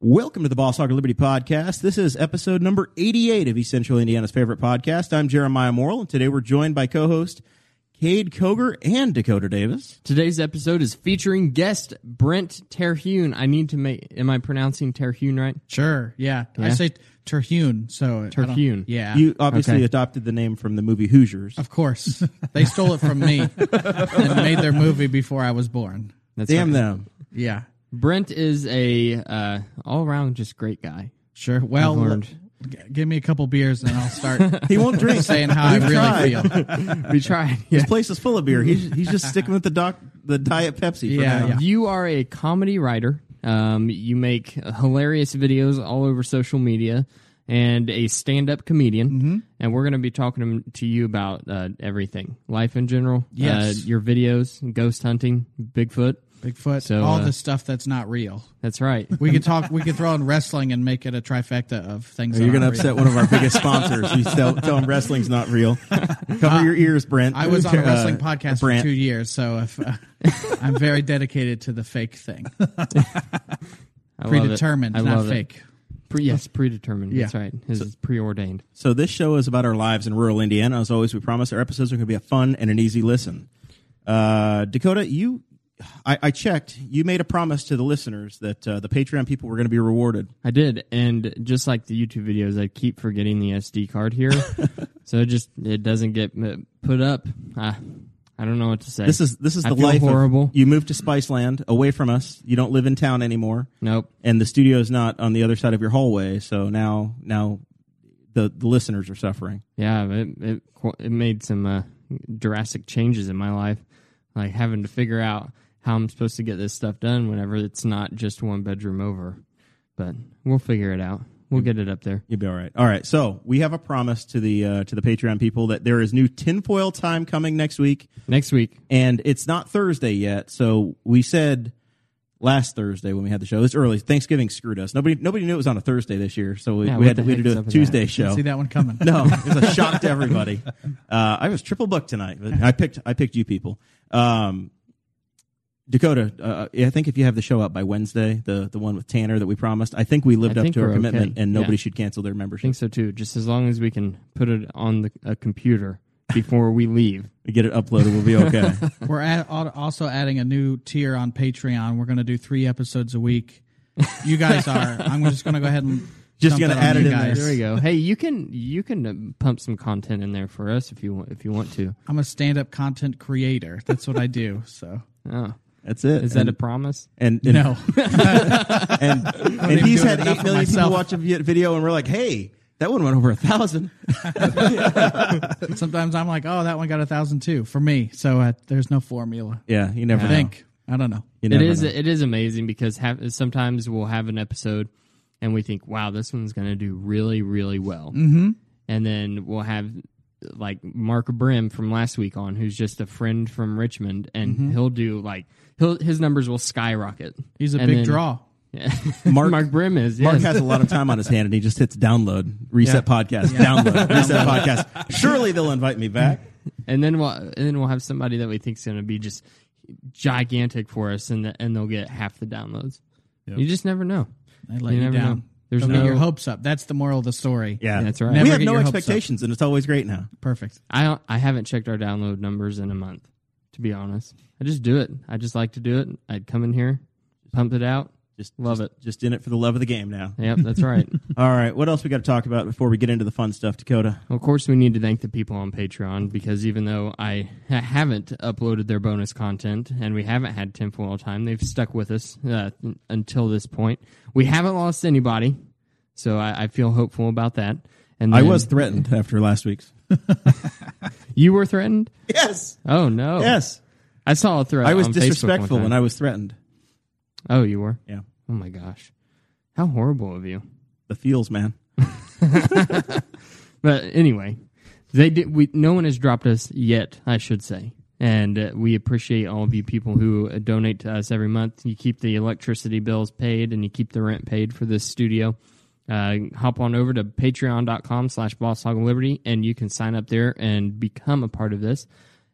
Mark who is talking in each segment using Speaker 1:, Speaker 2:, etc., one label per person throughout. Speaker 1: Welcome to the Boss Hog of Liberty podcast. This is episode number 88 of East Central Indiana's favorite podcast. I'm Jeremiah Morrill, and today we're joined by co host Cade Koger and Dakota Davis.
Speaker 2: Today's episode is featuring guest Brent Terhune. I need to make. Am I pronouncing Terhune right?
Speaker 3: Sure. Yeah. I say Terhune. So I don't-
Speaker 2: Terhune.
Speaker 3: Yeah.
Speaker 1: You obviously
Speaker 2: Okay.
Speaker 1: adopted the name from the movie Hoosiers.
Speaker 3: of course. They stole it from me and made their movie before I was born.
Speaker 2: That's
Speaker 1: Damn
Speaker 2: right.
Speaker 1: them.
Speaker 3: Yeah.
Speaker 2: Brent is a uh, all around just great guy.
Speaker 3: Sure. Well,
Speaker 2: I've learned.
Speaker 3: g- give me a couple beers and I'll start
Speaker 1: He won't drink.
Speaker 3: saying how I
Speaker 1: We've
Speaker 3: really
Speaker 1: tried.
Speaker 3: feel.
Speaker 2: We tried. Yeah.
Speaker 1: This place is full of beer. He's, he's just sticking with the doc, the Diet Pepsi for
Speaker 3: Yeah,
Speaker 1: now.
Speaker 3: yeah.
Speaker 2: You are a comedy writer. Um, you make hilarious videos all over social media and a stand up comedian. Mm-hmm. And we're going to be talking to- to you about uh, everything life in general,
Speaker 3: Yes.
Speaker 2: uh, your videos, ghost hunting, Bigfoot.
Speaker 3: Bigfoot.
Speaker 2: So,
Speaker 3: all
Speaker 2: uh,
Speaker 3: the stuff that's not real.
Speaker 2: That's right.
Speaker 3: We could talk. We could throw in wrestling and make it a trifecta of things. that
Speaker 1: You're going to
Speaker 3: aren't real.
Speaker 1: upset one of our biggest sponsors. You tell, tell him wrestling's not real. Cover your ears, Brent.
Speaker 3: I was on a
Speaker 1: Uh,
Speaker 3: wrestling podcast
Speaker 1: Brent.
Speaker 3: for two years, so if, uh, I'm very dedicated to the fake thing.
Speaker 2: I love it.
Speaker 3: Predetermined,
Speaker 2: I
Speaker 3: not
Speaker 2: love it.
Speaker 3: fake.
Speaker 2: Pre-
Speaker 1: Oh.
Speaker 2: yes, predetermined. That's
Speaker 3: Yeah.
Speaker 2: right. His is preordained.
Speaker 1: So this show is about our lives in rural Indiana. As always, we promise our episodes are going to be a fun and an easy listen. Uh, Dakota, you, I, I checked. You made a promise to the listeners that uh, the Patreon people were going to be rewarded.
Speaker 2: I did, and just like the YouTube videos, I keep forgetting the SD card here, so it just it doesn't get uh, put up. I, I don't know what to say.
Speaker 1: This is this is
Speaker 2: I
Speaker 1: the
Speaker 2: feel
Speaker 1: life. of-
Speaker 2: horrible.
Speaker 1: you moved to Spiceland, away from us. You don't live in town anymore,
Speaker 2: nope.
Speaker 1: and the studio is not on the other side of your hallway. So now, now, the the listeners are suffering.
Speaker 2: Yeah, it it, qu- it made some uh, drastic changes in my life, like having to figure out how I'm supposed to get this stuff done whenever it's not just one bedroom over. But we'll figure it out. We'll
Speaker 1: Mm.
Speaker 2: get it up there.
Speaker 1: You'll be all right. All right. So we have a promise to the uh, to the Patreon people that there is new tinfoil time coming next week.
Speaker 2: Next week,
Speaker 1: and it's not Thursday yet. So we said last Thursday when we had the show. It's early. Thanksgiving screwed us. Nobody nobody knew it was on a Thursday this year, so we,
Speaker 2: Yeah,
Speaker 1: we
Speaker 2: what
Speaker 1: had to,
Speaker 2: the
Speaker 1: we had to
Speaker 2: heck's
Speaker 1: do a
Speaker 2: up with
Speaker 1: Tuesday
Speaker 2: that?
Speaker 1: show.
Speaker 3: See that one coming.
Speaker 1: No, it was a shock to everybody. Uh, I was triple booked tonight, but I picked I picked you people. Um, Dakota, uh, I think if you have the show out by Wednesday, the the one with Tanner that we promised, I think we lived
Speaker 2: I
Speaker 1: up
Speaker 2: think
Speaker 1: to our
Speaker 2: we're
Speaker 1: commitment,
Speaker 2: okay.
Speaker 1: and nobody
Speaker 2: Yeah.
Speaker 1: should cancel their
Speaker 2: I
Speaker 1: membership.
Speaker 2: think so too. Just as long as we can put it on the, a computer before we leave.
Speaker 1: We get it uploaded, we'll be okay.
Speaker 3: We're at, al- also adding a new tier on Patreon. We're going to do three episodes a week. You guys are. I'm just going to go ahead and
Speaker 1: Just
Speaker 3: dump
Speaker 1: gonna
Speaker 3: that on
Speaker 1: add it in
Speaker 3: you
Speaker 1: there.
Speaker 3: guys.
Speaker 2: There we go. Hey, you can you can uh, pump some content in there for us if you want if you want to.
Speaker 3: I'm a stand-up content creator. That's what I do. So
Speaker 2: Oh,
Speaker 1: That's it.
Speaker 2: is that
Speaker 1: And-
Speaker 2: a promise?
Speaker 1: and, and
Speaker 3: no,
Speaker 1: and, and
Speaker 3: even
Speaker 1: he's
Speaker 3: do it
Speaker 1: had
Speaker 3: enough
Speaker 1: eight
Speaker 3: for
Speaker 1: million people
Speaker 3: myself.
Speaker 1: watch a vi- video, and we're like, "Hey, that one went over a thousand.
Speaker 3: sometimes I'm like, oh, that one got a thousand too for me. So uh, there's no formula.
Speaker 1: Yeah, you never
Speaker 3: I
Speaker 1: think.
Speaker 3: think I don't know.
Speaker 1: You
Speaker 2: It
Speaker 1: never
Speaker 2: is
Speaker 1: know.
Speaker 2: it is amazing because ha sometimes we'll have an episode and we think, wow, this one's going to do really really well, mm-hmm. and then we'll have like Mark Brim from last week on, who's just a friend from Richmond, and he'll do like he'll his numbers will skyrocket.
Speaker 3: He's a
Speaker 2: And
Speaker 3: big
Speaker 2: then-
Speaker 3: draw.
Speaker 2: Yeah.
Speaker 1: Mark-
Speaker 2: Mark, Brim is.
Speaker 1: Mark
Speaker 2: yes.
Speaker 1: has a lot of time on his hand, and he just hits download, reset podcast, download, reset podcast. Surely they'll invite me back.
Speaker 2: and then we'll and then we'll have somebody that we think's going to be just gigantic for us, and the, and they'll get half the downloads. You just never know.
Speaker 3: They let
Speaker 2: You
Speaker 3: you,
Speaker 2: never
Speaker 3: down.
Speaker 2: know. There's
Speaker 3: Don't
Speaker 2: no-
Speaker 3: get your hopes up. That's the moral of the story.
Speaker 1: Yeah,
Speaker 2: That's right.
Speaker 1: we
Speaker 3: Never
Speaker 1: have
Speaker 3: get
Speaker 1: no
Speaker 3: your hopes up.
Speaker 1: expectations, and it's always great now.
Speaker 3: Perfect.
Speaker 2: I don't, I haven't checked our download numbers in a month, to be honest. I just do it. I just like to do it. I'd come in here, pump it out,
Speaker 1: Just
Speaker 2: Love
Speaker 1: just-
Speaker 2: it.
Speaker 1: Just in it for the love of the game now.
Speaker 2: Yep, that's right.
Speaker 1: All right, what else we got to talk about before we get into the fun stuff, Dakota?
Speaker 2: Well, of course, we need to thank the people on Patreon because even though I I haven't uploaded their bonus content and we haven't had tinfoil time, they've stuck with us uh, until this point. We haven't lost anybody, so I, I feel hopeful about that. And
Speaker 1: I
Speaker 2: then-
Speaker 1: was threatened after last week's.
Speaker 2: you were threatened.
Speaker 1: Yes.
Speaker 2: Oh no!
Speaker 1: Yes.
Speaker 2: I saw a threat.
Speaker 1: I was
Speaker 2: on Facebook
Speaker 1: disrespectful
Speaker 2: one
Speaker 1: when
Speaker 2: time.
Speaker 1: I was threatened.
Speaker 2: Oh, you were.
Speaker 1: Yeah.
Speaker 2: Oh my gosh, how horrible of you!
Speaker 1: The feels, man.
Speaker 2: But anyway, they did. We no one has dropped us yet, I should say, and uh, we appreciate all of you people who uh, donate to us every month. You keep the electricity bills paid, and you keep the rent paid for this studio. Uh, hop on over to patreon.com slash boss hog of liberty and you can sign up there and become a part of this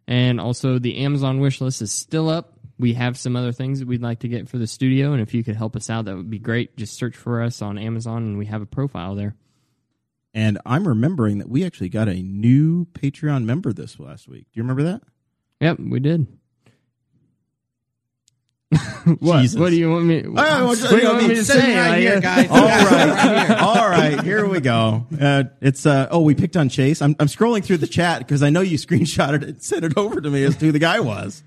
Speaker 2: and also the amazon wish list is still up we have some other things that we'd like to get for the studio and if you could help us out that would be great just search for us on amazon and we have a profile there
Speaker 1: And I'm remembering that we actually got a new Patreon member this last week. Do you remember that?
Speaker 2: Yep, we did. what?
Speaker 1: Jesus.
Speaker 2: What do you want me? What,
Speaker 1: well,
Speaker 2: do you want me to say?
Speaker 3: right
Speaker 2: Like,
Speaker 3: here, guys.
Speaker 1: All right, all right. Here we go. Uh, it's uh, oh, we picked on Chase. I'm I'm scrolling through the chat because I know you screenshotted it and sent it over to me as to who the guy was.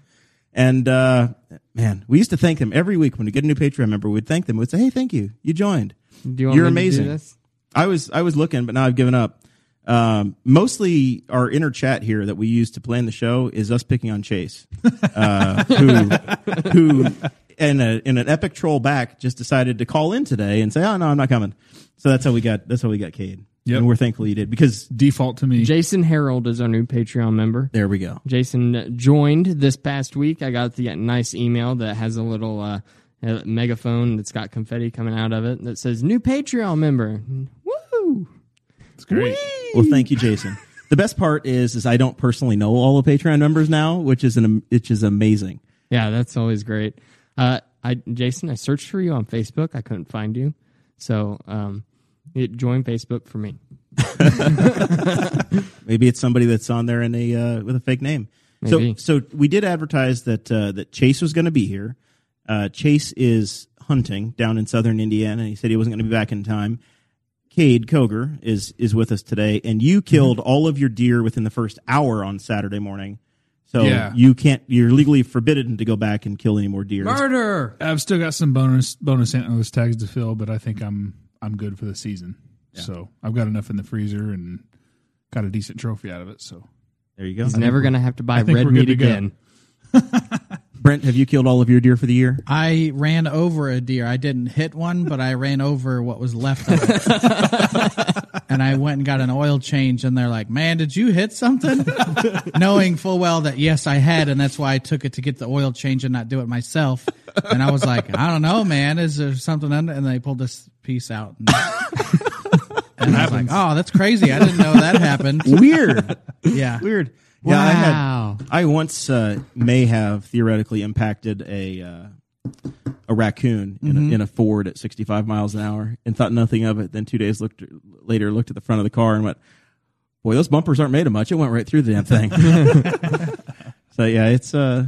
Speaker 1: And uh, man, we used to thank them every week when we get a new Patreon member. We'd thank them. We'd say, "Hey, thank you. You joined.
Speaker 2: Do you want
Speaker 1: You're
Speaker 2: me to do
Speaker 1: amazing."
Speaker 2: this?
Speaker 1: I was I was looking, but now I've given up. Um, mostly our inner chat here that we use to plan the show is us picking on Chase, uh, who who in a in an epic troll back just decided to call in today and say, "Oh no, I'm not coming." So that's how we got that's how we got Cade.
Speaker 4: Yep.
Speaker 1: and we're thankful you did because
Speaker 4: Default to me.
Speaker 2: Jason Harold is our new Patreon member.
Speaker 1: there we go.
Speaker 2: Jason joined this past week. I got the nice email that has a little uh, uh, megaphone that's got confetti coming out of it that says "new Patreon member." Woo!
Speaker 4: It's great.
Speaker 1: Well, thank you, Jason. the best part is is I don't personally know all the Patreon members now, which is an which is amazing.
Speaker 2: Yeah, that's always great. Uh, I Jason, I searched for you on Facebook. I couldn't find you, so um, it joined Facebook for me.
Speaker 1: Maybe it's somebody that's on there in a uh, with a fake name.
Speaker 2: Maybe.
Speaker 1: So so we did advertise that uh, that Chase was going to be here. Uh, Chase is hunting down in southern Indiana. and He said he wasn't going to be back in time. Cade Koger is is with us today, and you killed all of your deer within the first hour on Saturday morning. So
Speaker 4: Yeah.
Speaker 1: you can't. You're legally forbidden to go back and kill any more deer.
Speaker 3: Murder.
Speaker 4: I've still got some bonus bonus antlers tags to fill, but I think I'm I'm good for the season. So I've got enough in the freezer and got a decent trophy out of it. So
Speaker 1: There you go.
Speaker 2: He's never going to have to buy
Speaker 4: think
Speaker 2: red
Speaker 4: we're good
Speaker 2: meat
Speaker 4: to go.
Speaker 2: again.
Speaker 1: Brent, have you killed all of your deer for the year?
Speaker 3: I ran over a deer. I didn't hit one, but I ran over what was left of it. and I went and got an oil change, and they're like, "Man, did you hit something?" Knowing full well that yes, I had, and that's why I took it to get the oil change and not do it myself. And I was like, "I don't know, man. Is there something under?" And they pulled this piece out. And, and I was like, "Oh, that's crazy. I didn't know that happened."
Speaker 1: Weird.
Speaker 3: Yeah.
Speaker 1: Weird. Yeah, I
Speaker 2: Wow.
Speaker 1: had. I once uh, may have theoretically impacted a uh, a raccoon in,
Speaker 2: Mm-hmm.
Speaker 1: a, in a Ford at 65 miles an hour and thought nothing of it. Then two days looked later looked at the front of the car and went, "Boy, those bumpers aren't made of much. It went right through the damn thing." so yeah, it's uh,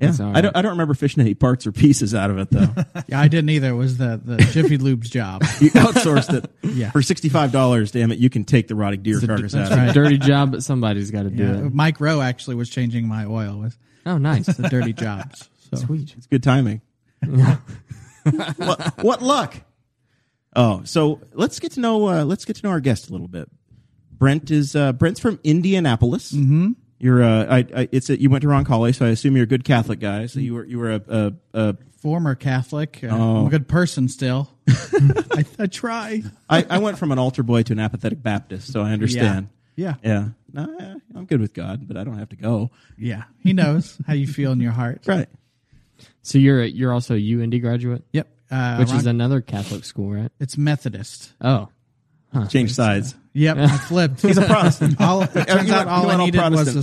Speaker 1: yeah.
Speaker 2: all
Speaker 1: I don't I don't remember fishing any parts or pieces out of it though.
Speaker 3: Yeah, I didn't either. It was the the Jiffy Lube's job.
Speaker 1: you outsourced it
Speaker 3: Yeah.
Speaker 1: for sixty five dollars. Damn it, you can take the rotting deer carcass out of it.
Speaker 3: right.
Speaker 2: Dirty job, but somebody's got to do
Speaker 3: Yeah.
Speaker 2: it.
Speaker 3: Mike Rowe actually was changing my oil with
Speaker 2: Oh, nice.
Speaker 3: the dirty jobs. So
Speaker 2: Sweet.
Speaker 1: It's good timing. what, what luck? Oh, so let's get to know uh, let's get to know our guest a little bit. Brent is uh, Brent's from Indianapolis. Mm-hmm. You're uh, I, I, it's a, you went to Ron College, so I assume you're a good Catholic guy. So you were you were a, a, a
Speaker 3: former Catholic, uh, I'm
Speaker 1: Oh.
Speaker 3: a good person still. I, I try.
Speaker 1: I, I went from an altar boy to an apathetic Baptist, so I understand.
Speaker 3: Yeah.
Speaker 1: yeah. Nah, I'm good with God, but I don't have to go.
Speaker 3: Yeah, he knows how you feel in your heart.
Speaker 1: Right.
Speaker 2: So you're a, you're also a UND graduate,
Speaker 3: Yep, uh,
Speaker 2: which is
Speaker 3: Ron-
Speaker 2: another Catholic school, right?
Speaker 3: it's Methodist.
Speaker 2: Oh,
Speaker 1: Change sides.
Speaker 3: Yep, I flipped.
Speaker 1: He's a Protestant.
Speaker 3: all, it turns
Speaker 1: You
Speaker 3: out
Speaker 1: went-
Speaker 3: all
Speaker 1: you
Speaker 3: I
Speaker 1: went all
Speaker 3: needed was
Speaker 1: Protestant.
Speaker 3: a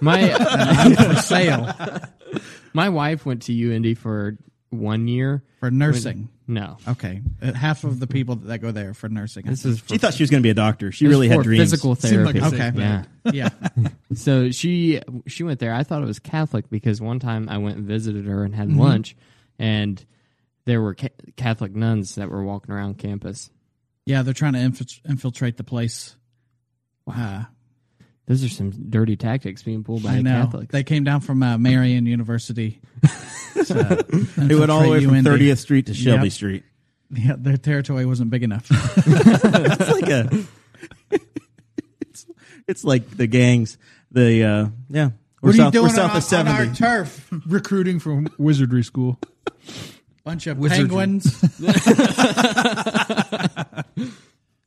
Speaker 2: my
Speaker 3: for sale
Speaker 2: my wife went to UND for one year.
Speaker 3: for nursing.
Speaker 2: No,
Speaker 3: Okay, Uh, half of the people that go there for nursing.
Speaker 2: this is for,
Speaker 1: She thought she was going to be a doctor. She really
Speaker 2: for
Speaker 1: had dreams.
Speaker 2: physical
Speaker 4: Seemed like
Speaker 2: therapy.
Speaker 4: a
Speaker 3: okay.
Speaker 4: safe
Speaker 2: Yeah.
Speaker 4: bet.
Speaker 3: yeah,
Speaker 2: So she she went there. I thought it was Catholic because one time I went and visited her and had lunch, and there were ca- Catholic nuns that were walking around campus.
Speaker 3: Yeah, they're trying to infilt- infiltrate the place. Uh, Wow.
Speaker 2: Those are some dirty tactics being pulled by
Speaker 3: I
Speaker 2: the
Speaker 3: know.
Speaker 2: Catholics.
Speaker 3: They came down from uh, Marion University.
Speaker 1: They went all the way from 30th Street to Shelby
Speaker 3: Yep.
Speaker 1: Street.
Speaker 3: Yeah, their territory wasn't big enough.
Speaker 1: It's like a. it's, it's like the gangs. The uh, yeah. We're
Speaker 3: what are you
Speaker 1: south,
Speaker 3: doing
Speaker 1: we're
Speaker 3: on,
Speaker 1: south
Speaker 3: our-
Speaker 1: of seventy.
Speaker 3: on our turf?
Speaker 4: Recruiting from wizardry school.
Speaker 3: Bunch of
Speaker 4: Wizardry.
Speaker 3: penguins.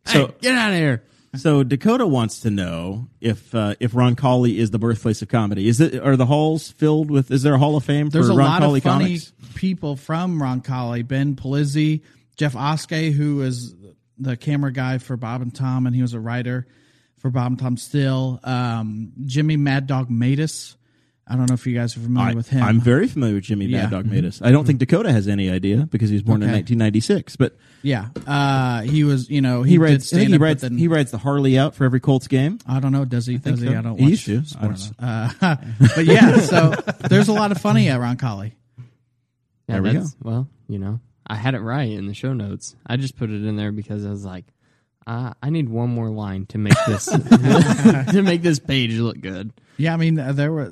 Speaker 1: so
Speaker 2: Get out of here!
Speaker 1: So Dakota wants to know if uh, if Ron Colley is the birthplace of comedy. Is it are the halls filled with? Is there a Hall of Fame
Speaker 3: There's
Speaker 1: for
Speaker 3: a
Speaker 1: Ron
Speaker 3: lot
Speaker 1: Colley
Speaker 3: of funny
Speaker 1: comics?
Speaker 3: people from Roncalli. Ben Polizzi, Jeff Oskey, who is the camera guy for Bob and Tom, and he was a writer for Bob and Tom Still. Um, Jimmy Mad Dog Matus. I don't know if you guys are familiar with him.
Speaker 1: I'm very familiar with Jimmy
Speaker 3: Yeah. Mm-hmm.
Speaker 1: Bad Dog Matus. I don't think Dakota has any idea because he was born in
Speaker 3: Okay.
Speaker 1: 1996. But
Speaker 3: yeah, uh, he was. You know, he,
Speaker 1: he
Speaker 3: did
Speaker 1: rides. I
Speaker 3: stand
Speaker 1: think he
Speaker 3: up.
Speaker 1: rides.
Speaker 3: but then,
Speaker 1: he rides the Harley out for every Colts game.
Speaker 3: I don't know. Does he? Does he?
Speaker 1: so.
Speaker 3: I don't.
Speaker 1: He
Speaker 3: Watch
Speaker 1: used to. I don't
Speaker 3: Sports. Uh, but yeah, so there's a lot of funny at Roncalli.
Speaker 2: Yeah,
Speaker 1: There we
Speaker 2: that's- Well, you know, I had it right in the show notes. I just put it in there because I was like, uh, I need one more line to make this to make this page look good.
Speaker 3: Yeah, I mean uh, there were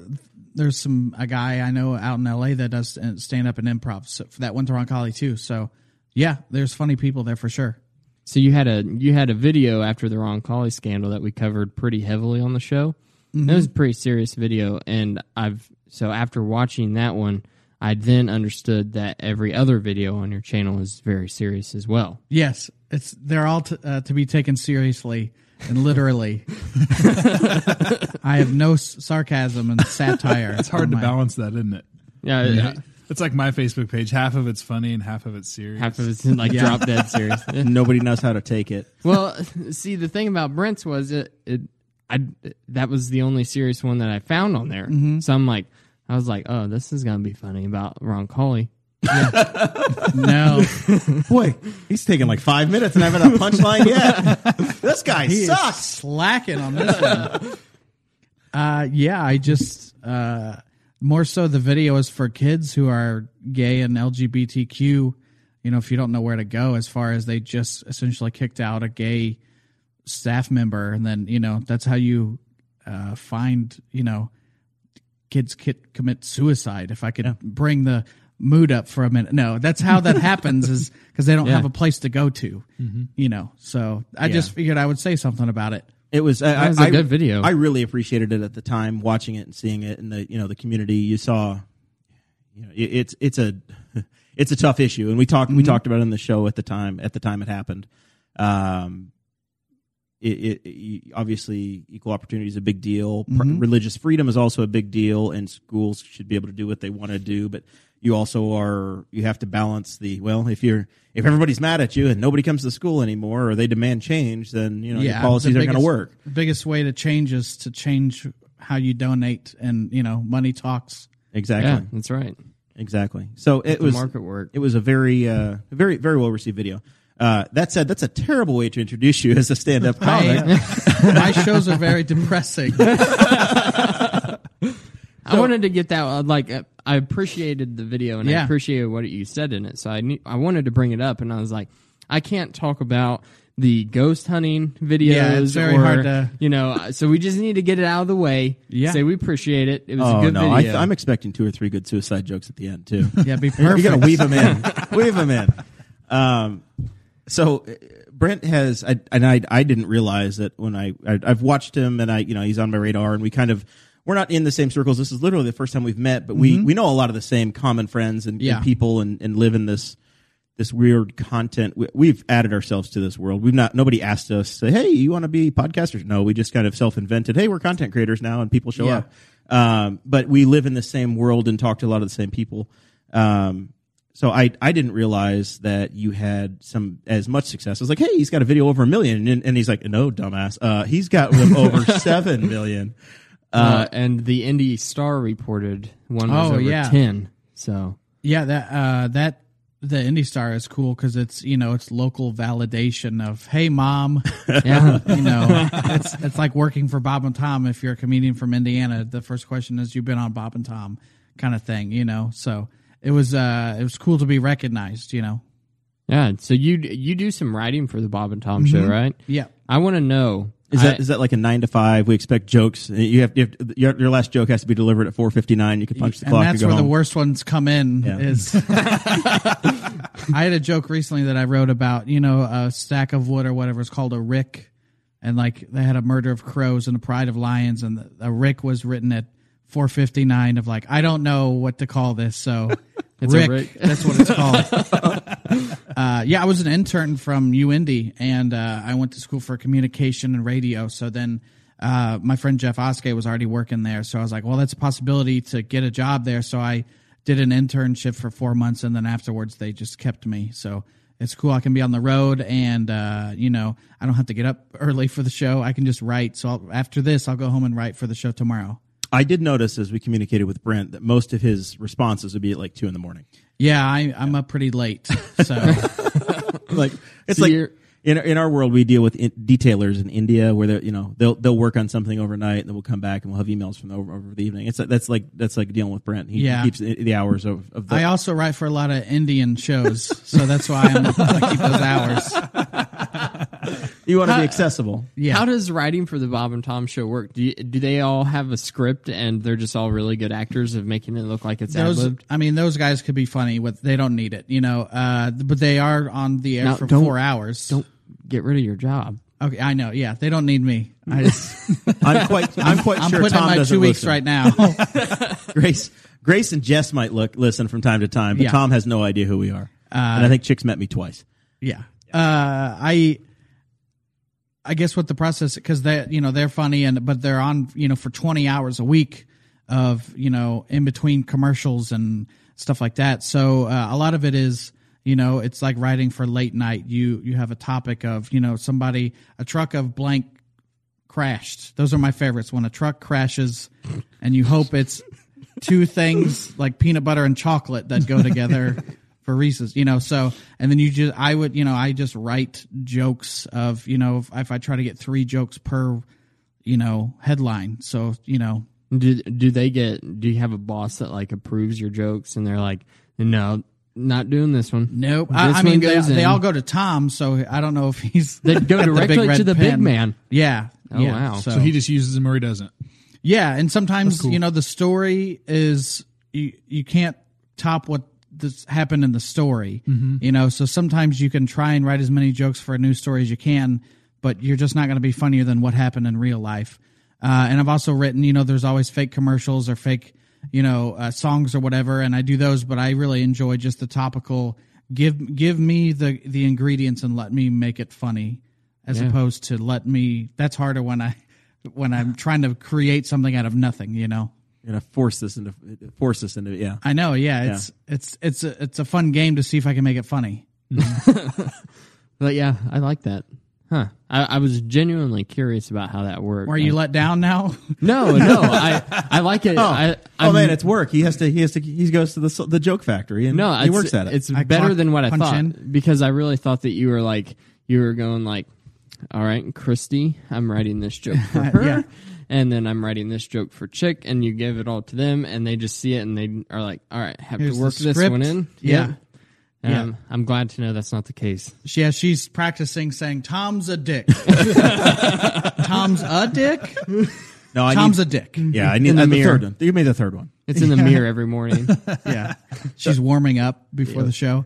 Speaker 3: there's some a guy I know out in L.A. that does stand up and improv. So that went to Roncalli too. So yeah, there's funny people there for sure.
Speaker 2: So you had a you had a video after the Ron Colley scandal that we covered pretty heavily on the show.
Speaker 1: Mm-hmm.
Speaker 2: That was a pretty serious video, and I've so after watching that one, I then understood that every other video on your channel is very serious as well.
Speaker 3: Yes, it's they're all t- uh, to be taken seriously and literally. I have no s- sarcasm and satire.
Speaker 4: It's hard to balance that, isn't it?
Speaker 2: Yeah,
Speaker 4: It's like my Facebook page. Half of it's funny and half of it's serious.
Speaker 2: half of it's like drop dead serious.
Speaker 1: know. Nobody knows how to take it.
Speaker 2: well, see, the thing about Brent's was it, it I that was the only serious one that I found on there.
Speaker 3: Mm-hmm.
Speaker 2: So I'm like, I was like, oh, this is gonna be funny about Ron Colley.
Speaker 3: No,
Speaker 1: Boy, he's taking like five minutes and I haven't had a punchline yet. this guy
Speaker 3: he is
Speaker 1: sucks.
Speaker 3: slacking on this one. Uh, yeah, I just uh, more so the video is for kids who are gay and LGBTQ. You know, if you don't know where to go, as far as they just essentially kicked out a gay staff member, and then you know that's how you uh, find you know kids kid commit suicide. If I could bring the mood up for a minute, no, that's how that happens is because they don't have a place to go to. You know, so I just figured I would say something about it.
Speaker 1: It was. I,
Speaker 2: That was
Speaker 1: a
Speaker 2: a good video.
Speaker 1: I really appreciated it at the time, watching it and seeing it, and the you know the community you saw. You know, it, it's it's a it's a tough issue, and we talked we talked about it on the show at the time. At the time it happened, um, it, it, it obviously equal opportunity is a big deal. Pr
Speaker 2: Mm-hmm.
Speaker 1: Religious freedom is also a big deal, and schools should be able to do what they want to do. But you also are you have to balance the well. If you're if everybody's mad at you and nobody comes to school anymore, or they demand change, then you know your policies
Speaker 3: the
Speaker 1: aren't going
Speaker 3: biggest-
Speaker 1: to work.
Speaker 3: The biggest way to change is to change how you donate, and you know, money talks.
Speaker 2: Yeah,
Speaker 1: Exactly.
Speaker 2: that's right.
Speaker 1: Exactly. So it
Speaker 2: The
Speaker 1: was
Speaker 2: market work.
Speaker 1: it was a very uh, very very well received video. Uh, that said, that's a terrible way to introduce you as a stand up comic.
Speaker 3: I- my shows are very depressing.
Speaker 2: I wanted to get that uh, like uh, I appreciated the video and I
Speaker 3: Yeah.
Speaker 2: appreciated what you said in it. So I knew, I wanted to bring it up and I was like I can't talk about the ghost hunting videos
Speaker 3: Yeah, it's very
Speaker 2: or
Speaker 3: hard to-
Speaker 2: you know uh, so we just need to get it out of the way.
Speaker 3: Yeah.
Speaker 2: Say we appreciate it. It was
Speaker 1: Oh
Speaker 2: a good
Speaker 1: no, I,
Speaker 2: video.
Speaker 1: I'm expecting two or three good suicide jokes at the end too.
Speaker 3: Yeah, be perfect.
Speaker 1: you got to weave them in, weave them in. Um, so uh, Brent has, I, and I, I didn't realize that when I, I, I've watched him, and I, you know, he's on my radar, and we kind of, we're not in the same circles. This is literally the first time we've met, but we, we know a lot of the same common friends and, and
Speaker 3: Mm-hmm. Yeah.
Speaker 1: people, and, and live in this, this weird content. We, we've added ourselves to this world. We've not, nobody asked us, say, hey, you want to be podcasters? No, we just kind of self invented. Hey, we're content creators now, and people show
Speaker 3: Yeah.
Speaker 1: up. Um, but we live in the same world and talk to a lot of the same people. Um, so I I didn't realize that you had some as much success. I was like, hey, he's got a video over a million, and, and he's like, no, dumbass, uh, he's got them over seven million.
Speaker 2: uh, and the Indy Star reported one was
Speaker 3: Oh,
Speaker 2: over
Speaker 3: yeah.
Speaker 2: 10. So
Speaker 3: Yeah, that uh, that the Indie Star is cool because it's you know it's local validation of hey mom,
Speaker 2: yeah.
Speaker 3: you know it's it's like working for Bob and Tom if you're a comedian from Indiana. The first question is you've been on Bob and Tom kind of thing, you know. So it was uh, it was cool to be recognized. You know,
Speaker 2: Yeah. So you you do some writing for the Bob and Tom show, right?
Speaker 3: Mm-hmm. yeah.
Speaker 2: I want to know.
Speaker 1: Is that is
Speaker 2: I-
Speaker 1: that like a nine to five? We expect jokes. You have, you have your, your last joke has to be delivered at four fifty nine. You can punch the
Speaker 3: and
Speaker 1: clock.
Speaker 3: that's
Speaker 1: and
Speaker 3: where
Speaker 1: go
Speaker 3: the
Speaker 1: home.
Speaker 3: worst ones come in
Speaker 1: Yeah.
Speaker 3: is i had a joke recently that i wrote about you know a stack of wood or whatever it's called a rick and like they had a murder of crows and a pride of lions and the, a rick was written at 459 of like i don't know what to call this so
Speaker 2: a
Speaker 3: rick,
Speaker 2: Rick.
Speaker 3: that's what it's called uh, yeah i was an intern from uindy and uh, i went to school for communication and radio so then uh, my friend jeff oskey was already working there so i was like well that's a possibility to get a job there so i did an internship for four months and then afterwards they just kept me so it's cool i can be on the road and uh, you know i don't have to get up early for the show i can just write so I'll, after this i'll go home and write for the show tomorrow
Speaker 1: I did notice as we communicated with Brent that most of his responses would be at like two in the morning.
Speaker 3: yeah I, i'm up pretty late so
Speaker 1: like it's
Speaker 2: So
Speaker 1: like
Speaker 2: you're-
Speaker 1: in in our world we deal with in, detailers in India where they are you know they'll they'll work on something overnight and then we'll come back and we'll have emails from over, over the evening. It's like- that's like that's like dealing with Brent. He, he
Speaker 3: Yeah.
Speaker 1: keeps the, the hours of, of the.
Speaker 3: I also write for a lot of Indian shows, so that's why I'm, I keep those hours.
Speaker 1: you want to be accessible.
Speaker 3: Yeah.
Speaker 2: How does writing for the Bob and Tom show work? Do you, do they all have a script and they're just all really good actors of making it look like it's ad
Speaker 3: Those,
Speaker 2: libbed?
Speaker 3: I mean, those guys could be funny, but they don't need it, you know. Uh, but they are on the air
Speaker 2: Now,
Speaker 3: for
Speaker 2: don't-
Speaker 3: four hours.
Speaker 2: Don't get rid of your job.
Speaker 3: Okay, I know. Yeah, they don't need me. I just,
Speaker 1: I'm quite I'm quite
Speaker 3: I'm
Speaker 1: sure
Speaker 3: putting
Speaker 1: Tom
Speaker 3: in my
Speaker 1: doesn't
Speaker 3: two weeks
Speaker 1: listen.
Speaker 3: right now.
Speaker 1: Grace Grace and Jess might look listen from time to time, but
Speaker 3: Yeah. Uh,
Speaker 1: Tom has no idea who we are. and I think Chick's met me twice.
Speaker 3: Yeah. Uh, I, I guess what the process because they you know they're funny and but they're on you know for twenty hours a week of you know in between commercials and stuff like that. So uh, a lot of it is you know it's like writing for late night. You you have a topic of you know somebody a truck of blank crashed. Those are my favorites. When a truck crashes, and you hope it's two things like peanut butter and chocolate that go together for Reese's, you know. So, and then you just, I would, you know, I just write jokes of, you know, if, if I try to get three jokes per, you know, headline. So, you know,
Speaker 2: Do do they get? Do you have a boss that like approves your jokes and they're like, no, not doing this one.
Speaker 3: nope.
Speaker 2: This
Speaker 3: I, I
Speaker 2: one
Speaker 3: mean, they,
Speaker 2: goes in.
Speaker 3: they all go to Tom, so I don't know if he's
Speaker 2: They go
Speaker 3: got the big
Speaker 2: directly
Speaker 3: red
Speaker 2: to the big
Speaker 3: pen.
Speaker 2: man.
Speaker 3: Yeah.
Speaker 2: Oh,
Speaker 3: yeah.
Speaker 2: wow.
Speaker 4: So he just uses them or he doesn't.
Speaker 3: Yeah, and sometimes you know the story is you you can't top what this happened in the story. You know, so sometimes you can try and write as many jokes for a new story as you can, but you're just not going to be funnier than what happened in real life. Uh, and I've also written, you know, there's always fake commercials or fake, you know, uh, songs or whatever, and I do those, but I really enjoy just the topical. Give give me the the ingredients and let me make it funny, as opposed to let me. That's harder when I when I'm trying to create something out of nothing, you know.
Speaker 1: You're gonna force this into force this into yeah.
Speaker 3: I know, yeah, it's it's it's a, it's a fun game to see if I can make it funny.
Speaker 2: But yeah, I like that. Huh? I, I was genuinely curious about how that worked.
Speaker 3: Are you let down now?
Speaker 2: No, no. I I like it. I,
Speaker 1: oh
Speaker 2: I'm-
Speaker 1: man, it's work. He has to. He has to. He goes to the the joke factory and
Speaker 2: No,
Speaker 1: he
Speaker 2: it's,
Speaker 1: works at it.
Speaker 2: It's
Speaker 3: I
Speaker 2: better
Speaker 3: clock
Speaker 2: than what I
Speaker 3: punch
Speaker 2: thought
Speaker 3: in.
Speaker 2: because I really thought that you were like you were going like, all right, Christy, I'm writing this joke for her,
Speaker 3: Yeah.
Speaker 2: and then I'm writing this joke for Chick, and you give it all to them, and they just see it and they are like, all right, have
Speaker 3: Here's
Speaker 2: to
Speaker 3: the
Speaker 2: work this
Speaker 3: script.
Speaker 2: one in.
Speaker 3: Yeah.
Speaker 2: Yep.
Speaker 3: Yeah.
Speaker 2: Um, I'm glad to know that's not the case.
Speaker 3: She- yeah, she's practicing saying Tom's a dick. Tom's a dick.
Speaker 1: no, I
Speaker 3: Tom's
Speaker 1: need,
Speaker 3: a dick.
Speaker 1: yeah. I need
Speaker 2: in the
Speaker 1: uh, the
Speaker 2: mirror.
Speaker 1: third one. Give me the third one.
Speaker 2: It's in the mirror every morning.
Speaker 3: Yeah. She's warming up before the show.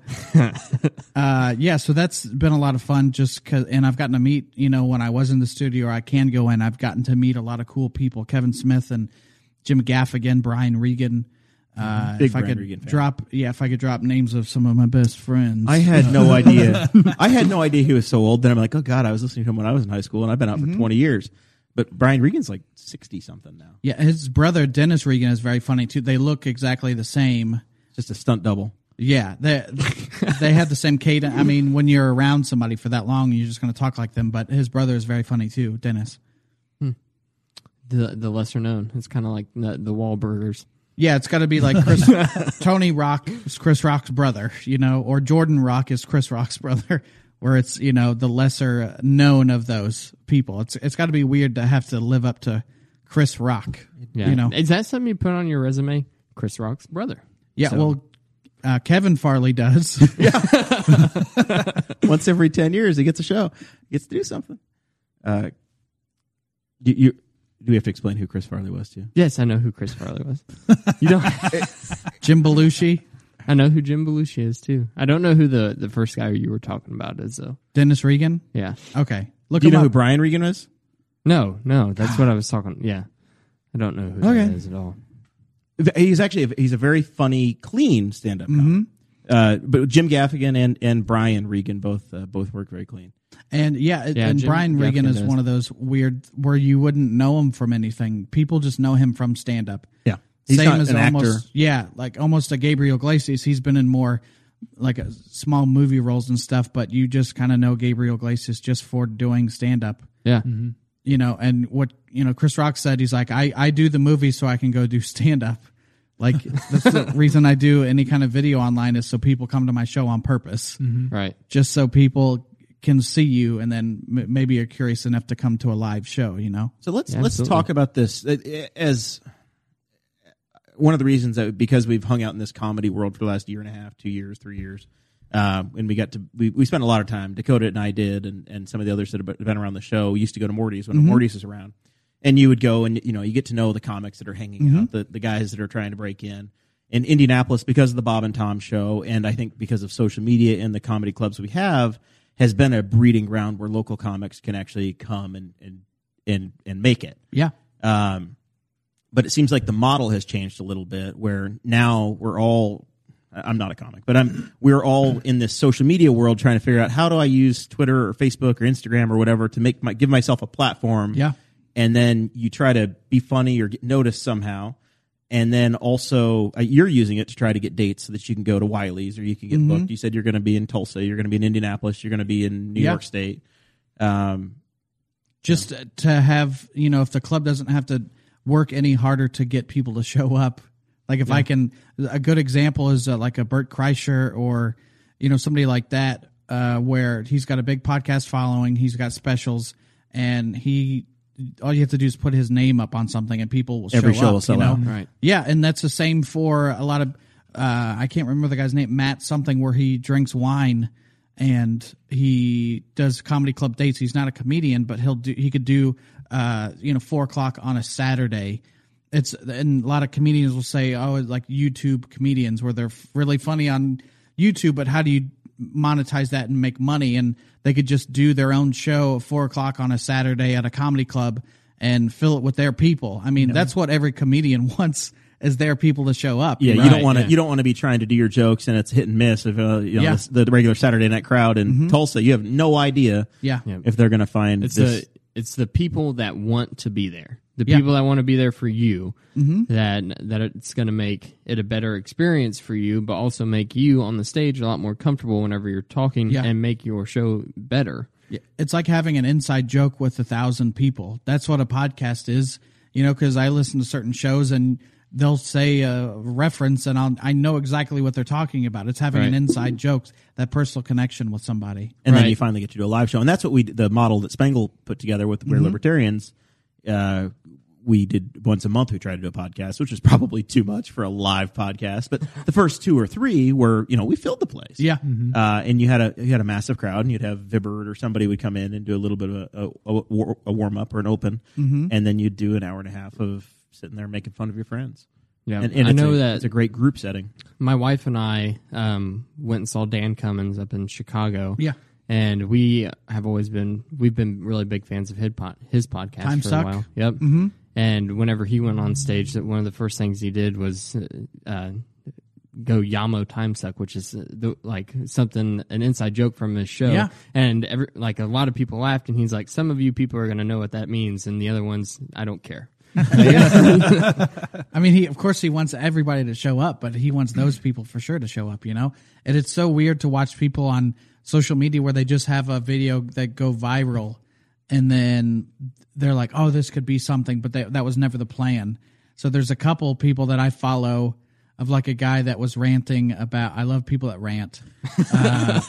Speaker 3: uh, yeah, so that's been a lot of fun just 'cause- and I've gotten to meet, you know, when I was in the studio, or I can go in, I've gotten to meet a lot of cool people, Kevin Smith and Jim Gaffigan, Brian Regan. Uh,
Speaker 1: Mm-hmm. Big
Speaker 3: if I
Speaker 1: Brian
Speaker 3: could
Speaker 1: Regan fan.
Speaker 3: drop, yeah, if I could drop names of some of my best friends.
Speaker 1: I had no idea. I had no idea he was so old. Then I'm like, oh god, I was listening to him when I was in high school, and I've been out for 20 years. But Brian Regan's like 60 something now.
Speaker 3: yeah, his brother Dennis Regan is very funny too. They look exactly the same.
Speaker 1: Just a stunt double.
Speaker 3: Yeah, they they have the same cadence. I mean, when you're around somebody for that long, you're just going to talk like them. But his brother is very funny too, Dennis.
Speaker 2: the the lesser known. It's kind of like the the Wahlburgers.
Speaker 3: Yeah, it's got to be like Chris Tony Rock is Chris Rock's brother, you know, or Jordan Rock is Chris Rock's brother, where it's you know the lesser known of those people. It's it's got to be weird to have to live up to Chris Rock,
Speaker 2: Yeah.
Speaker 3: you know.
Speaker 2: Is that something you put on your resume? Chris Rock's brother.
Speaker 3: yeah,
Speaker 2: So-
Speaker 3: well, uh, Kevin Farley does.
Speaker 1: Once every ten years, he gets a show. He gets to do something. Uh, you, you do we have to explain who Chris Farley was to? you?
Speaker 2: Yes, I know who Chris Farley was. you don't.
Speaker 3: Jim Belushi,
Speaker 2: I know who Jim Belushi is too. I don't know who the the first guy you were talking about is though.
Speaker 3: Dennis Regan.
Speaker 2: Yeah.
Speaker 3: Okay, look
Speaker 1: Do you
Speaker 3: him
Speaker 1: know who
Speaker 3: up.
Speaker 1: Brian Regan was?
Speaker 2: No, no, that's what I was talking. Yeah, I don't know who
Speaker 3: Okay.
Speaker 2: that is at all.
Speaker 1: He's actually a, he's a very funny, clean stand-up. comic. Uh, but Jim Gaffigan and, and Brian Regan both uh, both work very clean.
Speaker 3: and yeah,
Speaker 2: Yeah,
Speaker 3: and
Speaker 2: Jim
Speaker 3: Brian Regan
Speaker 2: Gaffigan
Speaker 3: is
Speaker 2: does.
Speaker 3: one of those weird where you wouldn't know him from anything. People just know him from stand up.
Speaker 1: Yeah, he's
Speaker 3: Same
Speaker 1: not
Speaker 3: as
Speaker 1: an
Speaker 3: almost
Speaker 1: actor.
Speaker 3: yeah, like almost a Gabriel Glacies. He's been in more like a, small movie roles and stuff, but you just kind of know Gabriel Glacies just for doing stand up.
Speaker 2: Yeah,
Speaker 3: you know, and what you know, Chris Rock said, he's like, I, I do the movie so I can go do stand up. Like that's the reason I do any kind of video online is so people come to my show on
Speaker 1: Mm-hmm.
Speaker 3: purpose,
Speaker 2: right.
Speaker 3: just so people can see you and then m- maybe are curious enough to come to a live show. You know,
Speaker 1: So let's
Speaker 2: Yeah,
Speaker 1: let's
Speaker 2: absolutely.
Speaker 1: talk about this uh, as one of the reasons that because we've hung out in this comedy world for the last year and a half, two years, three years, um, and we got to we, we spent a lot of time. Dakota and I did, and, and some of the others that have been around the show we used to go to Morty's
Speaker 2: Mm-hmm.
Speaker 1: when Morty's was around, and you would go and you know you get to know the comics that are hanging
Speaker 2: Mm-hmm.
Speaker 1: out, the the guys that are trying to break in. In Indianapolis, because of the Bob and Tom show, and I think because of social media and the comedy clubs we have, has been a breeding ground where local comics can actually come and and and, and make it.
Speaker 3: yeah,
Speaker 1: Um, but it seems like the model has changed a little bit, where now we're all. I- I'm not a comic, but I'm. We're all in this social media world trying to figure out how do I use Twitter or Facebook or Instagram or whatever to make my give myself a platform.
Speaker 3: Yeah.
Speaker 1: and then you try to be funny or get noticed somehow. And then also, uh, you're using it to try to get dates so that you can go to Wiley's or you can get
Speaker 3: Mm-hmm.
Speaker 1: booked. You said you're going to be in Tulsa, you're going to be in Indianapolis, you're going to be in New
Speaker 3: Yeah.
Speaker 1: York State. Um,
Speaker 3: just to have you know, if the club doesn't have to work any harder to get people to show up, like if I can, a good example is uh, like a Bert Kreischer or you know somebody like that uh, where he's got a big podcast following he's got specials and he all you have to do is put his name up on something and people will
Speaker 1: Every
Speaker 3: show,
Speaker 1: show
Speaker 3: up,
Speaker 1: will sell
Speaker 3: you know?
Speaker 1: out.
Speaker 2: Right.
Speaker 3: yeah and that's the same for a lot of uh, i can't remember the guy's name matt something where he drinks wine and he does comedy club dates he's not a comedian but he'll do he could do uh, you know four o'clock on a saturday it's and a lot of comedians will say oh like youtube comedians where they're f- really funny on youtube but how do you monetize that and make money and they could just do their own show at four o'clock on a saturday at a comedy club and fill it with their people i mean that's what every comedian wants is their people to show up
Speaker 1: Yeah, you
Speaker 2: Right,
Speaker 1: don't want to.
Speaker 2: yeah.
Speaker 1: You don't want to be trying to do your jokes and it's hit and miss. If uh, you know,
Speaker 3: Yeah.
Speaker 1: this- the, regular Saturday night crowd in Tulsa, you have no idea.
Speaker 3: Yeah. Yeah.
Speaker 1: if they're going to find
Speaker 2: It's
Speaker 1: this.
Speaker 2: the it's the people that want to be there, the
Speaker 3: Yeah.
Speaker 2: people that want to be there for you.
Speaker 1: Mm-hmm.
Speaker 2: That that it's going to make it a better experience for you, but also make you on the stage a lot more comfortable whenever you're talking,
Speaker 3: Yeah.
Speaker 2: and make your show better.
Speaker 3: it's like having an inside joke with a thousand people. That's what a podcast is, you know, because I listen to certain shows and they'll say a reference and I'll, I know exactly what they're talking about. It's having an
Speaker 2: Right.
Speaker 3: inside joke, that personal connection with somebody.
Speaker 1: and then
Speaker 2: Right.
Speaker 1: you finally get to do a live show, and that's what we d- the model that Spangle put together with
Speaker 2: Mm-hmm.
Speaker 1: We're Libertarians. Uh, we did once a month. We tried to do a podcast, which was probably too much for a live podcast. But the first two or three were, you know, we filled the place.
Speaker 3: Yeah.
Speaker 2: Mm-hmm.
Speaker 1: uh, and you had a you had a massive crowd, and you'd have Vibert or somebody would come in and do a little bit of a, a, a warm up or an open,
Speaker 2: Mm-hmm.
Speaker 1: and then you'd do an hour and a half of sitting there making fun of your friends.
Speaker 2: Yeah,
Speaker 1: and, and
Speaker 2: I
Speaker 1: it's
Speaker 2: know
Speaker 1: a,
Speaker 2: that
Speaker 1: it's a great group setting.
Speaker 2: my wife and I um, went and saw Dan Cummins up in Chicago.
Speaker 3: Yeah.
Speaker 2: And we have always been we've been really big fans of his, pod, his podcast
Speaker 3: Time
Speaker 2: for
Speaker 3: Suck.
Speaker 2: a while. Yep. Mm-hmm. And whenever he went on stage, that one of the first things he did was uh, uh, go Yamo Time Suck, which is uh, the, like something an inside joke from his show.
Speaker 3: Yeah.
Speaker 2: And every, like a lot of people laughed, and he's like, "Some of you people are going to know what that means, and the other ones, I don't care."
Speaker 3: I mean, he of course he wants everybody to show up, but he wants those people for sure to show up, you know. And it's so weird to watch people on social media where they just have a video that go viral, and then they're like, "Oh, this could be something," but they, that was never the plan. So there's a couple people that I follow of like a guy that was ranting about. I love people that rant. Uh,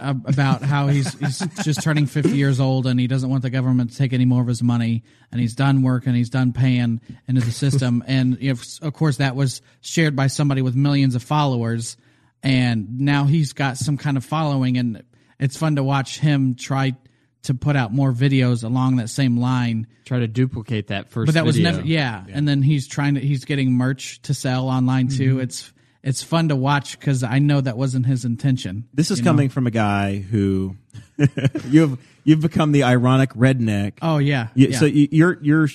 Speaker 3: ab- about how he's he's just turning 50 years old and he doesn't want the government to take any more of his money and he's done working he's done paying into the system and you know, of course that was shared by somebody with millions of followers and now he's got some kind of following and it's fun to watch him try to put out more videos along that same line
Speaker 2: Try to duplicate that first.
Speaker 3: but that was
Speaker 2: video.
Speaker 3: never yeah. and then he's trying to he's getting merch to sell online too it's it's fun to watch because i know that wasn't his intention
Speaker 1: This is coming from a guy who you've you've become the ironic redneck.
Speaker 3: oh yeah,
Speaker 1: Yeah, So you- you're you're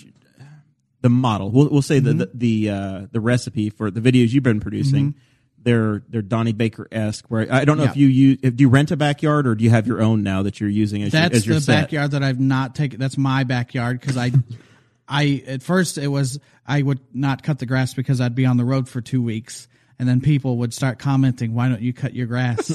Speaker 1: the model. We'll, we'll say the
Speaker 3: Mm-hmm.
Speaker 1: the the, uh, the recipe for the videos you've been producing. They're they're Donnie Baker esque. Where I don't know if
Speaker 3: Yeah.
Speaker 1: you use if do you rent a backyard or do you have your own now that you're using as
Speaker 3: that's
Speaker 1: your, as your
Speaker 3: the
Speaker 1: set?
Speaker 3: backyard that i've not taken that's my backyard because i i at first it was i would not cut the grass because i'd be on the road for two weeks and then people would start commenting why don't you cut your grass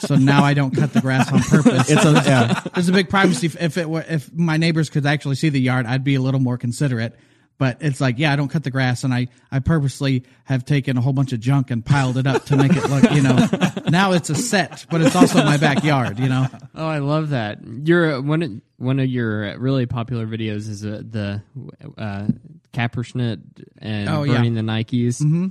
Speaker 3: so now i don't cut the grass on purpose
Speaker 1: It's a, yeah.
Speaker 3: There's a big privacy. If it were, if my neighbors could actually see the yard, I'd be a little more considerate. But it's like, yeah, I don't cut the grass, and I I purposely have taken a whole bunch of junk and piled it up to make it look, you know. Now it's a set, but it's also my backyard, you know.
Speaker 2: Oh, I love that. Your one of- one of your uh, really popular videos is uh, the uh, Kapperschnitt and
Speaker 3: Oh, yeah.
Speaker 2: burning the Nikes, mm-hmm.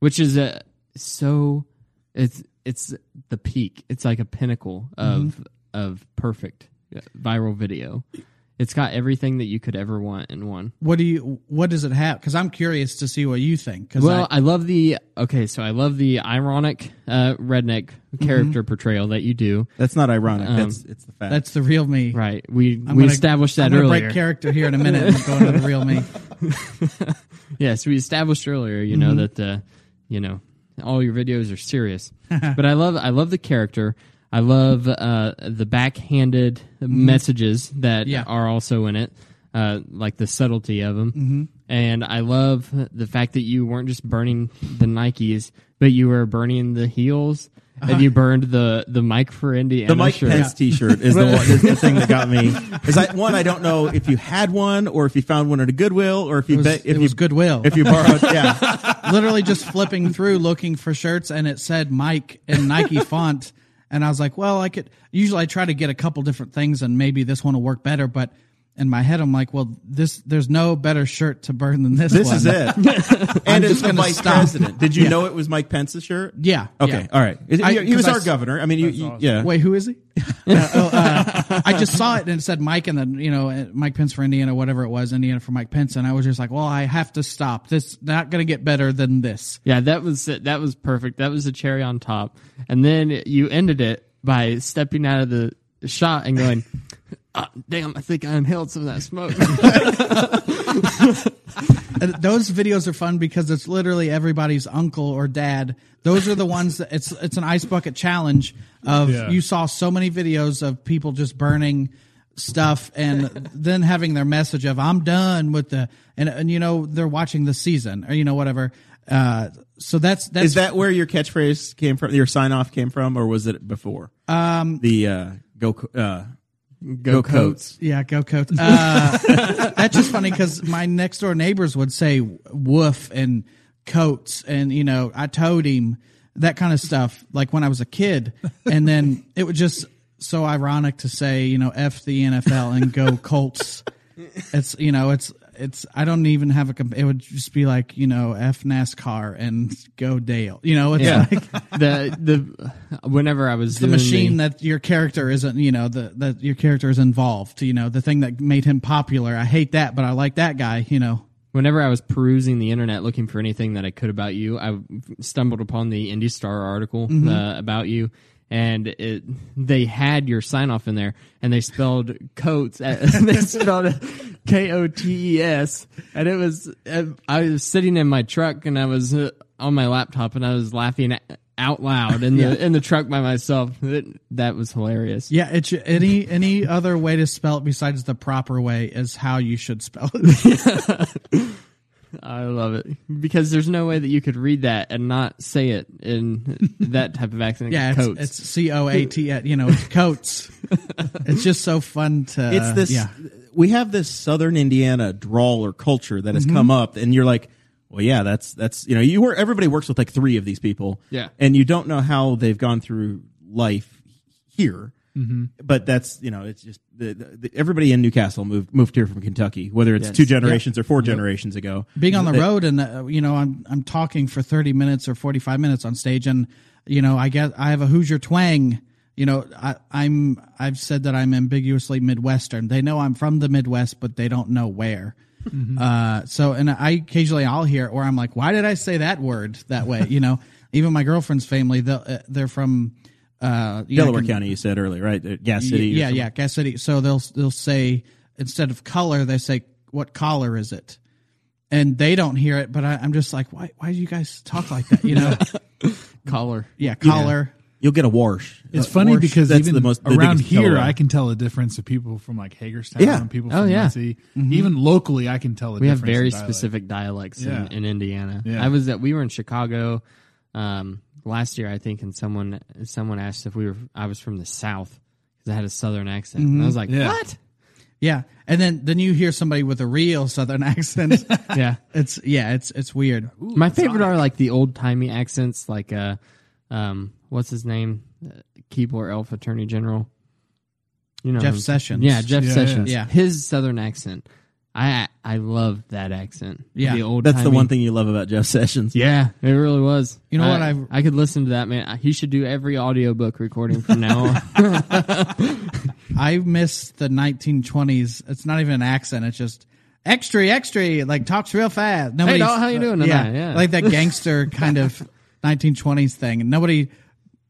Speaker 2: which is a so it's it's the peak. It's like a pinnacle of
Speaker 3: Mm-hmm.
Speaker 2: of perfect uh, viral video. It's got everything that you could ever want in one.
Speaker 3: What do you? What does it have? Because I'm curious to see what you think. Because
Speaker 2: Well, I, love the okay. So I love the ironic uh, redneck
Speaker 3: Mm-hmm.
Speaker 2: character portrayal that you do.
Speaker 1: That's not ironic. that's it's the fact.
Speaker 3: Um, that's the real me.
Speaker 2: Right. We
Speaker 3: I'm
Speaker 2: we
Speaker 3: gonna-
Speaker 2: established that
Speaker 3: I'm gonna
Speaker 2: earlier.
Speaker 3: Break character here in a minute and go into the real me.
Speaker 2: Yes, we established earlier, you know, that uh, you know all your videos are serious. but I love I love the character. I love uh, the backhanded messages that
Speaker 3: Yeah.
Speaker 2: are also in it, uh, like the subtlety of them. Mm-hmm. And I love the fact that you weren't just burning the Nikes, but you were burning the heels, and you burned the the Mike for Indiana
Speaker 1: the Mike
Speaker 2: shirt.
Speaker 1: Pence T-shirt is the one, is the thing that got me. Is I one I don't know if you had one or if you found one at a Goodwill or if you
Speaker 3: It was,
Speaker 1: bet
Speaker 3: it
Speaker 1: if you
Speaker 3: was Goodwill.
Speaker 1: if you borrowed yeah
Speaker 3: literally just flipping through looking for shirts and it said Mike in Nike font. And I was like, well, I could usually I try to get a couple different things and maybe this one will work better. But in my head, I'm like, well, this there's no better shirt to burn than this,
Speaker 1: this
Speaker 3: one.
Speaker 1: is it and it's the
Speaker 3: gonna
Speaker 1: vice
Speaker 3: stop.
Speaker 1: president. Did you know it was Mike Pence's shirt?
Speaker 3: Yeah.
Speaker 1: Okay.
Speaker 3: yeah.
Speaker 1: All right. Is-
Speaker 3: I-
Speaker 1: he- he was
Speaker 3: 'cause I
Speaker 1: our
Speaker 3: s-
Speaker 1: governor. I mean, you, you- yeah.
Speaker 3: Wait, who is he? Uh, oh, uh, I just saw it and it said Mike and then you know uh, Mike Pence for Indiana, whatever it was, Indiana for Mike Pence, and I was just like, well, I have to stop. This not going to get better than this.
Speaker 2: Yeah, that was it. that was perfect. That was the cherry on top. And then you ended it by stepping out of the shot and going, "Ah, "Damn, I think I inhaled some of that smoke."
Speaker 3: Uh, those videos are fun because it's literally everybody's uncle or dad. Those are the ones that it's it's an ice bucket challenge of
Speaker 4: Yeah.
Speaker 3: you saw so many videos of people just burning stuff and then having their message of I'm done with the and and you know they're watching the season or you know whatever. Uh, so that's that's
Speaker 1: Is that where your catchphrase came from? Your sign off came from, or was it before? Um, the uh, go Co- uh, go, coats.
Speaker 3: Yeah, go coach. Uh, that's just funny because my next door neighbors would say woof and coats and, you know, I told him that kind of stuff like when I was a kid. And then it was just so ironic to say, you know, F the NFL and go Colts. It's, you know, it's, it's, I don't even have a, comp- it would just be like, you know, F NASCAR and go Dale. You know, it's
Speaker 2: Yeah.
Speaker 3: like
Speaker 2: the the whenever I was
Speaker 3: the
Speaker 2: doing
Speaker 3: machine that your character isn't you know the that your character is involved you know the thing that made him popular i hate that but i like that guy you know
Speaker 2: whenever I was perusing the internet looking for anything that I could about you, I stumbled upon the Indy Star article uh, about you. And it, they had your sign off in there, and they spelled coats. they spelled it K O T E S, and it was. uh, I was sitting in my truck, and I was uh, on my laptop, and I was laughing a- out loud in the in the truck by myself. It, that was hilarious.
Speaker 3: yeah it's any any other way to spell it besides the proper way is how you should spell it
Speaker 2: I love it because there's no way that you could read that and not say it in that type of accent.
Speaker 3: yeah it's,
Speaker 2: coats.
Speaker 3: it's c-o-a-t you know it's E coats it's just so fun to
Speaker 1: It's this.
Speaker 3: Uh, yeah
Speaker 1: We have this Southern Indiana drawl or culture that has come up, and you're like, well, yeah, that's that's you know, you were everybody works with like three of these people,
Speaker 2: Yeah.
Speaker 1: and you don't know how they've gone through life here. But that's you know it's just the, the, the, everybody in Newcastle moved moved here from Kentucky, whether it's two generations or four generations ago.
Speaker 3: being on the road and uh, you know I'm I'm talking for 30 minutes or 45 minutes on stage and you know I guess I have a Hoosier twang you know I I'm I've said that I'm ambiguously Midwestern they know I'm from the Midwest but they don't know where uh so and I occasionally I'll hear it where I'm like why did I say that word that way you know even my girlfriend's family they'll, uh, they're from uh you know,
Speaker 1: Delaware
Speaker 3: Ken-
Speaker 1: County, you said earlier, right? Uh, Gas City. or
Speaker 3: yeah,
Speaker 1: something.
Speaker 3: yeah, Gas City. So they'll they'll say instead of color, they say what collar is it, and they don't hear it. But I, I'm just like, why why do you guys talk like that? You know,
Speaker 2: Collar.
Speaker 3: yeah, collar.
Speaker 1: You'll get a wash.
Speaker 4: It's funny
Speaker 3: worst-
Speaker 4: because
Speaker 1: that's
Speaker 4: even
Speaker 1: the most- the
Speaker 4: around
Speaker 1: biggest killer
Speaker 4: here,
Speaker 1: around.
Speaker 4: I can tell a difference of people from like Hagerstown
Speaker 1: Yeah.
Speaker 4: and people
Speaker 2: Oh,
Speaker 4: from
Speaker 2: yeah.
Speaker 4: Muncie. Even locally, I can tell a
Speaker 2: we have
Speaker 4: difference. in
Speaker 2: very
Speaker 4: dialect.
Speaker 2: specific dialects
Speaker 4: Yeah.
Speaker 2: in, in Indiana.
Speaker 4: Yeah.
Speaker 2: I was at we were in Chicago um, last year, I think, and someone someone asked if we were I was from the South because I had a Southern accent, and I was like,
Speaker 4: Mm-hmm. Yeah.
Speaker 2: what?
Speaker 3: Yeah, and then then you hear somebody with a real Southern accent.
Speaker 2: Yeah.
Speaker 3: it's yeah, it's it's weird.
Speaker 2: My favorite are like the old timey accents, like uh, um, what's his name, uh, Keebler Elf Attorney General. You know
Speaker 3: Jeff
Speaker 2: who-
Speaker 3: Sessions.
Speaker 2: Yeah, Jeff
Speaker 4: Yeah,
Speaker 2: Sessions.
Speaker 3: yeah. Yeah.
Speaker 2: his Southern accent. I I love that accent.
Speaker 3: Yeah.
Speaker 2: the old.
Speaker 1: That's the one thing you love about Jeff Sessions.
Speaker 2: Yeah, it really was.
Speaker 3: You know
Speaker 2: I,
Speaker 3: what, I've-
Speaker 2: I could listen to that man. He should do every audiobook recording from now on.
Speaker 3: I miss the 1920s. It's not even an accent. It's just extra, extra. Like talks real fast. Nobody.
Speaker 2: doll, how you doing
Speaker 3: yeah,
Speaker 2: tonight? Yeah.
Speaker 3: like that gangster kind of 1920s thing. Nobody,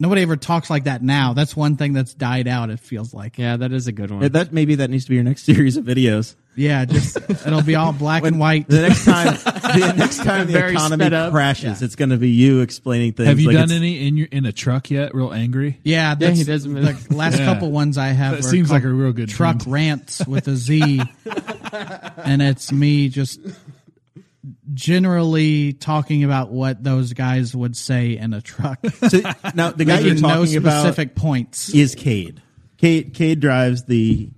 Speaker 3: nobody ever talks like that now. That's one thing that's died out. It feels like. Yeah,
Speaker 2: yeah, that is a good one.
Speaker 1: Uh, That maybe that needs to be your next series of videos.
Speaker 3: just it'll be all black and white.
Speaker 1: The next time, the next time the
Speaker 2: Very
Speaker 1: economy
Speaker 2: sped up.
Speaker 1: crashes, it's going to be you explaining things.
Speaker 4: Have you
Speaker 1: like
Speaker 4: done
Speaker 1: it's-
Speaker 4: any in your in a truck yet? Real angry.
Speaker 3: Yeah, that's
Speaker 2: he doesn't-
Speaker 3: the last
Speaker 4: Yeah.
Speaker 3: couple ones I have.
Speaker 4: That
Speaker 3: are
Speaker 4: seems like
Speaker 3: called
Speaker 4: a real good
Speaker 3: truck
Speaker 4: trend.
Speaker 3: rants with a Z, and it's me just generally talking about what those guys would say in a truck,
Speaker 1: So, now the guy you're
Speaker 3: making
Speaker 1: talking
Speaker 3: no
Speaker 1: about
Speaker 3: specific points.
Speaker 1: is Cade. Cade Cade drives the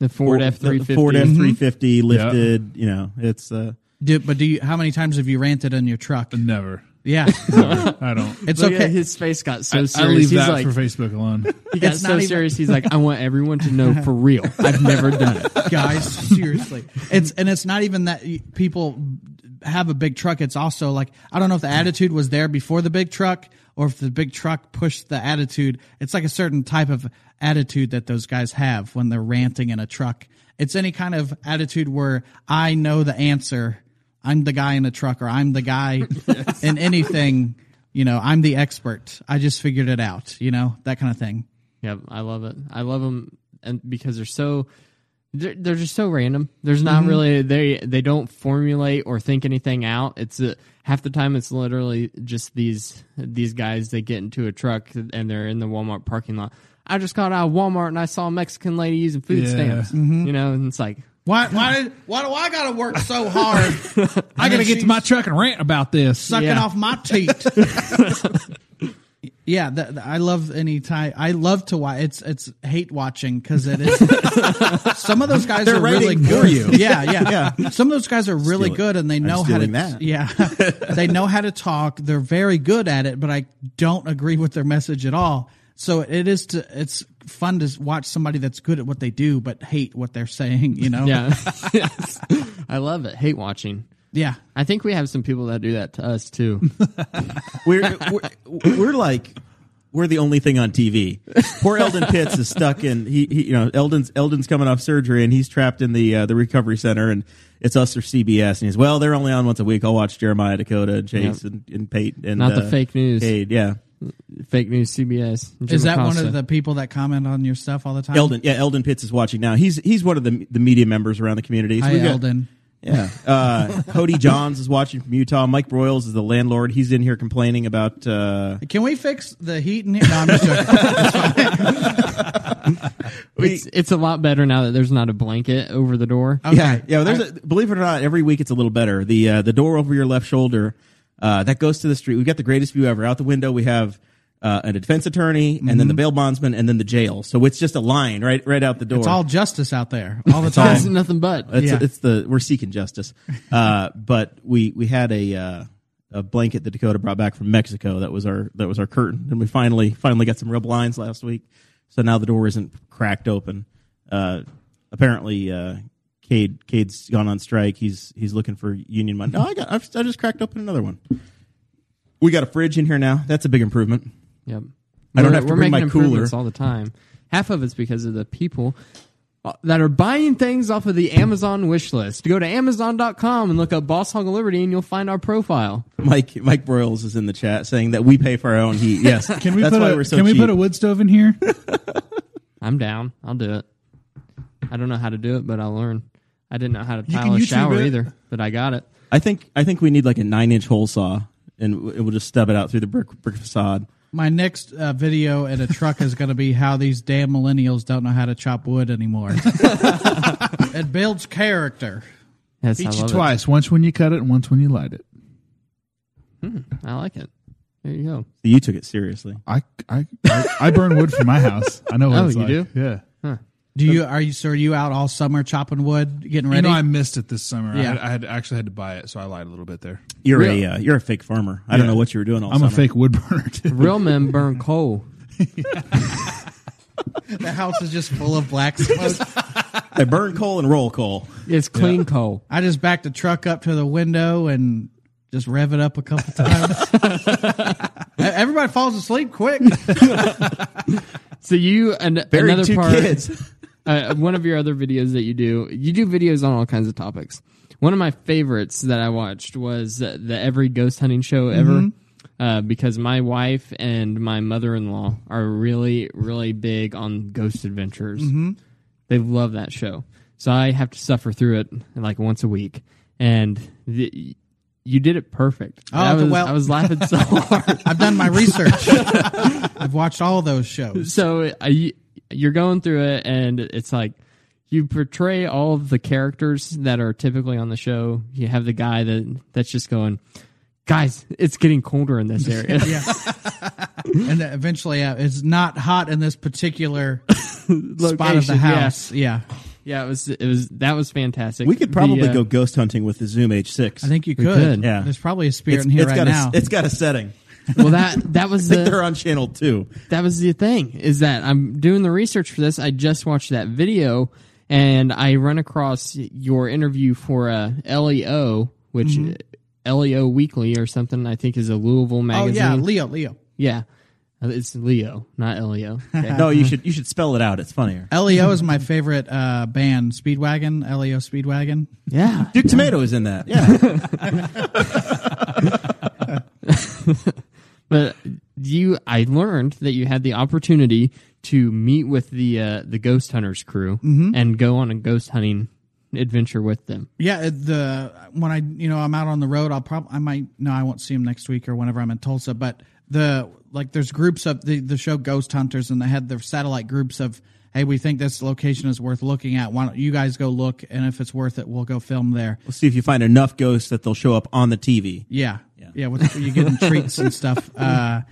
Speaker 2: the Ford F three
Speaker 1: the Ford F
Speaker 2: fifty.
Speaker 1: three fifty
Speaker 4: Mm-hmm.
Speaker 1: lifted. You know, it's uh,
Speaker 3: Do, but do you? How many times have you ranted in your truck?
Speaker 4: Never.
Speaker 3: Yeah,
Speaker 4: I don't.
Speaker 3: it's
Speaker 2: Look
Speaker 3: okay.
Speaker 2: at his face got so serious.
Speaker 4: I leave
Speaker 2: he's
Speaker 4: that
Speaker 2: like,
Speaker 4: for Facebook alone.
Speaker 2: he got
Speaker 3: It's
Speaker 2: so
Speaker 3: not even-
Speaker 2: serious. He's like, I want everyone to know for real. I've never done it.
Speaker 3: guys seriously it's and it's not even that y- people have a big truck it's also like i don't know if the attitude was there before the big truck or if the big truck pushed the attitude it's like a certain type of attitude that those guys have when they're ranting in a truck it's any kind of attitude where i know the answer i'm the guy in a truck or i'm the guy in anything you know i'm the expert i just figured it out you know that kind of thing
Speaker 2: Yeah, I love it. I love them, and because they're so, they're, they're just so random. There's not
Speaker 3: Mm-hmm.
Speaker 2: really they they don't formulate or think anything out. It's a, half the time it's literally just these these guys. They get into a truck and they're in the Walmart parking lot. I just got out of Walmart and I saw a Mexican lady using food
Speaker 4: Yeah.
Speaker 2: stamps.
Speaker 3: Mm-hmm.
Speaker 2: You know, and it's like
Speaker 3: why, why, did, why do I gotta work so hard?
Speaker 4: I gotta get
Speaker 3: she's-
Speaker 4: to my truck and rant about this.
Speaker 3: sucking
Speaker 2: Yeah.
Speaker 3: off my teat. yeah, that, that- I love any time. I love to watch. It's it's hate watching because it is. some of those guys
Speaker 1: They're
Speaker 3: are really
Speaker 1: writing for
Speaker 3: good.
Speaker 1: you.
Speaker 3: Yeah, yeah, Some of those guys are really
Speaker 1: Steal it.
Speaker 3: good, and they
Speaker 1: I'm
Speaker 3: know how to.
Speaker 1: stealing that.
Speaker 3: Yeah, they know how to talk. They're very good at it, but I don't agree with their message at all. So it is to it's fun to watch somebody that's good at what they do but hate what they're saying. You know.
Speaker 2: yeah, Yes. I love it. Hate watching.
Speaker 3: Yeah.
Speaker 2: I think we have some people that do that to us too.
Speaker 1: we're, we're we're like we're the only thing on TV. Poor Eldon Pitts is stuck in he, he you know Eldon's Eldon's coming off surgery and he's trapped in the uh, the recovery center and it's us or CBS and he's well they're only on once a week. I'll watch Jeremiah Dakota and Chase and, and Pate and
Speaker 2: Not the
Speaker 1: uh,
Speaker 2: fake news.
Speaker 1: Cade, yeah.
Speaker 2: Fake news, CBS. Jim
Speaker 3: Is that one
Speaker 2: Acosta.
Speaker 3: of the people that comment on your stuff all the time?
Speaker 1: Eldon, yeah, Eldon Pitts is watching now. He's he's one of the the media members around the community. So
Speaker 3: Hi,
Speaker 1: we've got-
Speaker 3: Eldon.
Speaker 1: Yeah. Uh, Cody Johns is watching from Utah. Mike Broyles is the landlord. He's in here complaining about uh,
Speaker 3: Can we fix the heat in here? No, I'm just joking.
Speaker 2: It's, it's a lot better now that there's not a blanket over the door.
Speaker 3: Okay.
Speaker 1: Yeah, yeah. There's a, believe it or not, every week it's a little better. The uh, the door over your left shoulder uh, that goes to the street. We've got the greatest view ever. Out the window, we have uh, a defense attorney, and
Speaker 3: Mm-hmm.
Speaker 1: then the bail bondsman, and then the jail. So it's just a line right right out the door.
Speaker 3: It's all justice out there all the
Speaker 1: all-
Speaker 2: It's
Speaker 3: time.
Speaker 2: nothing but.
Speaker 1: It's,
Speaker 3: yeah.
Speaker 1: it's the we're seeking justice. Uh, but we we had a uh, a blanket that Dakota brought back from Mexico. That was our that was our curtain, and we finally finally got some real blinds last week. so now the door isn't cracked open. Uh, apparently, uh, Cade Cade's gone on strike. He's he's looking for union money. No, I got I've, I just cracked open another one. We got a fridge in here now. That's a big improvement.
Speaker 2: Yep.
Speaker 1: I don't
Speaker 2: We're-
Speaker 1: have to
Speaker 2: we're
Speaker 1: bring
Speaker 2: making
Speaker 1: my
Speaker 2: improvements
Speaker 1: cooler.
Speaker 2: all the time. Half of it's because of the people uh, that are buying things off of the Amazon wish list. Go to Amazon.com and look up Boss Hog of Liberty, and you'll find our profile.
Speaker 1: Mike Mike Broyles is in the chat saying that we pay for our own heat. Yes,
Speaker 4: Can we
Speaker 1: That's
Speaker 4: put
Speaker 1: why
Speaker 4: a,
Speaker 1: we're so
Speaker 4: Can we
Speaker 1: cheap.
Speaker 4: put a wood stove in here?
Speaker 2: I'm down. I'll do it. I don't know how to do it, but I'll learn. I didn't know how to
Speaker 4: can
Speaker 2: tile a
Speaker 4: YouTube
Speaker 2: shower
Speaker 4: it.
Speaker 2: either, but I got it.
Speaker 1: I think I think we need like a nine inch hole saw, and w- it will just stub it out through the brick brick facade.
Speaker 3: My next uh, video at a truck is going to be how these damn millennials don't know how to chop wood anymore. it builds character.
Speaker 2: Yes, I
Speaker 4: Beat you
Speaker 2: love
Speaker 4: twice. Once when you cut it, and once when you light it.
Speaker 2: it. I like it. There you go.
Speaker 1: So you took it seriously.
Speaker 4: I I I, I burn wood for my house. I know. What
Speaker 2: Oh,
Speaker 4: it's
Speaker 2: you
Speaker 4: like.
Speaker 2: do?
Speaker 4: Yeah.
Speaker 3: Do you are you so are you out all summer chopping wood, getting ready?
Speaker 4: You know, I missed it this summer.
Speaker 3: Yeah.
Speaker 4: I, had, I had actually had to buy it, so I lied a little bit there.
Speaker 1: You're a uh, you're a fake farmer. I don't know what you were doing all
Speaker 4: I'm
Speaker 1: summer.
Speaker 4: a fake wood burner too.
Speaker 2: Real men burn coal.
Speaker 3: the house is just full of black smoke.
Speaker 1: I burn coal and roll coal.
Speaker 2: It's clean coal.
Speaker 3: I just back the truck up to the window and just rev it up a couple times. E-, Everybody falls asleep quick.
Speaker 2: So you and
Speaker 1: Buried
Speaker 2: another
Speaker 1: two
Speaker 2: part,
Speaker 1: kids.
Speaker 2: uh, one of your other videos that you do, you do videos on all kinds of topics. One of my favorites that I watched was uh, the every ghost hunting show ever,
Speaker 3: Mm-hmm.
Speaker 2: uh, because my wife and my mother in law are really, really big on ghost adventures.
Speaker 3: Mm-hmm.
Speaker 2: They love that show, so I have to suffer through it like once a week. And the, you did it perfect.
Speaker 3: Oh,
Speaker 2: I was,
Speaker 3: well-
Speaker 2: I was laughing so hard.
Speaker 3: I've done my research. I've watched all those shows.
Speaker 2: so uh, you, you're going through it and it's like you portray all of the characters that are typically on the show you have the guy that that's just going guys it's getting colder in this area
Speaker 3: Yeah. and eventually, uh, it's not hot in this particular spot of
Speaker 2: Location,
Speaker 3: the
Speaker 2: yeah.
Speaker 3: house. Yeah.
Speaker 2: yeah it was it was that was fantastic
Speaker 1: We could
Speaker 2: The,
Speaker 1: probably
Speaker 2: uh,
Speaker 1: go ghost hunting with the Zoom H6.
Speaker 3: I think you
Speaker 2: We
Speaker 3: could.
Speaker 2: could.
Speaker 1: Yeah.
Speaker 3: There's probably a spirit
Speaker 1: it's,
Speaker 3: in here
Speaker 1: it's
Speaker 3: right
Speaker 1: got
Speaker 3: now.
Speaker 1: A, it's got a setting.
Speaker 2: well that that was
Speaker 1: I think
Speaker 2: the
Speaker 1: they're on channel two.
Speaker 2: that was the thing is that i'm doing the research for this i just watched that video and i run across your interview for uh, leo which
Speaker 3: Mm-hmm.
Speaker 2: leo weekly or something i think is a louisville
Speaker 3: oh
Speaker 2: magazine
Speaker 3: yeah, Leo, Leo,
Speaker 2: Yeah. Uh, It's Leo, not Leo. Okay.
Speaker 1: No, you should you should spell it out. It's funnier.
Speaker 3: Leo E is my favorite uh, band, Speedwagon, Leo Speedwagon.
Speaker 2: yeah.
Speaker 1: Duke Tomato is in that. Yeah,
Speaker 2: But you I learned that you had the opportunity to meet with the uh, the ghost hunters crew
Speaker 3: Mm-hmm.
Speaker 2: and go on a ghost hunting adventure with them.
Speaker 3: Yeah, it- the when I you know I'm out on the road, I'll probably I might no, I won't see him next week or whenever I'm in Tulsa. But the like, there's groups of the the show Ghost Hunters, and they had their satellite groups of hey, we think this location is worth looking at. Why don't you guys go look, and if it's worth it, we'll go film there.
Speaker 1: we'll see if you find enough ghosts that they'll show up on the TV.
Speaker 3: Yeah. Yeah. with, you get them treats and stuff. Uh,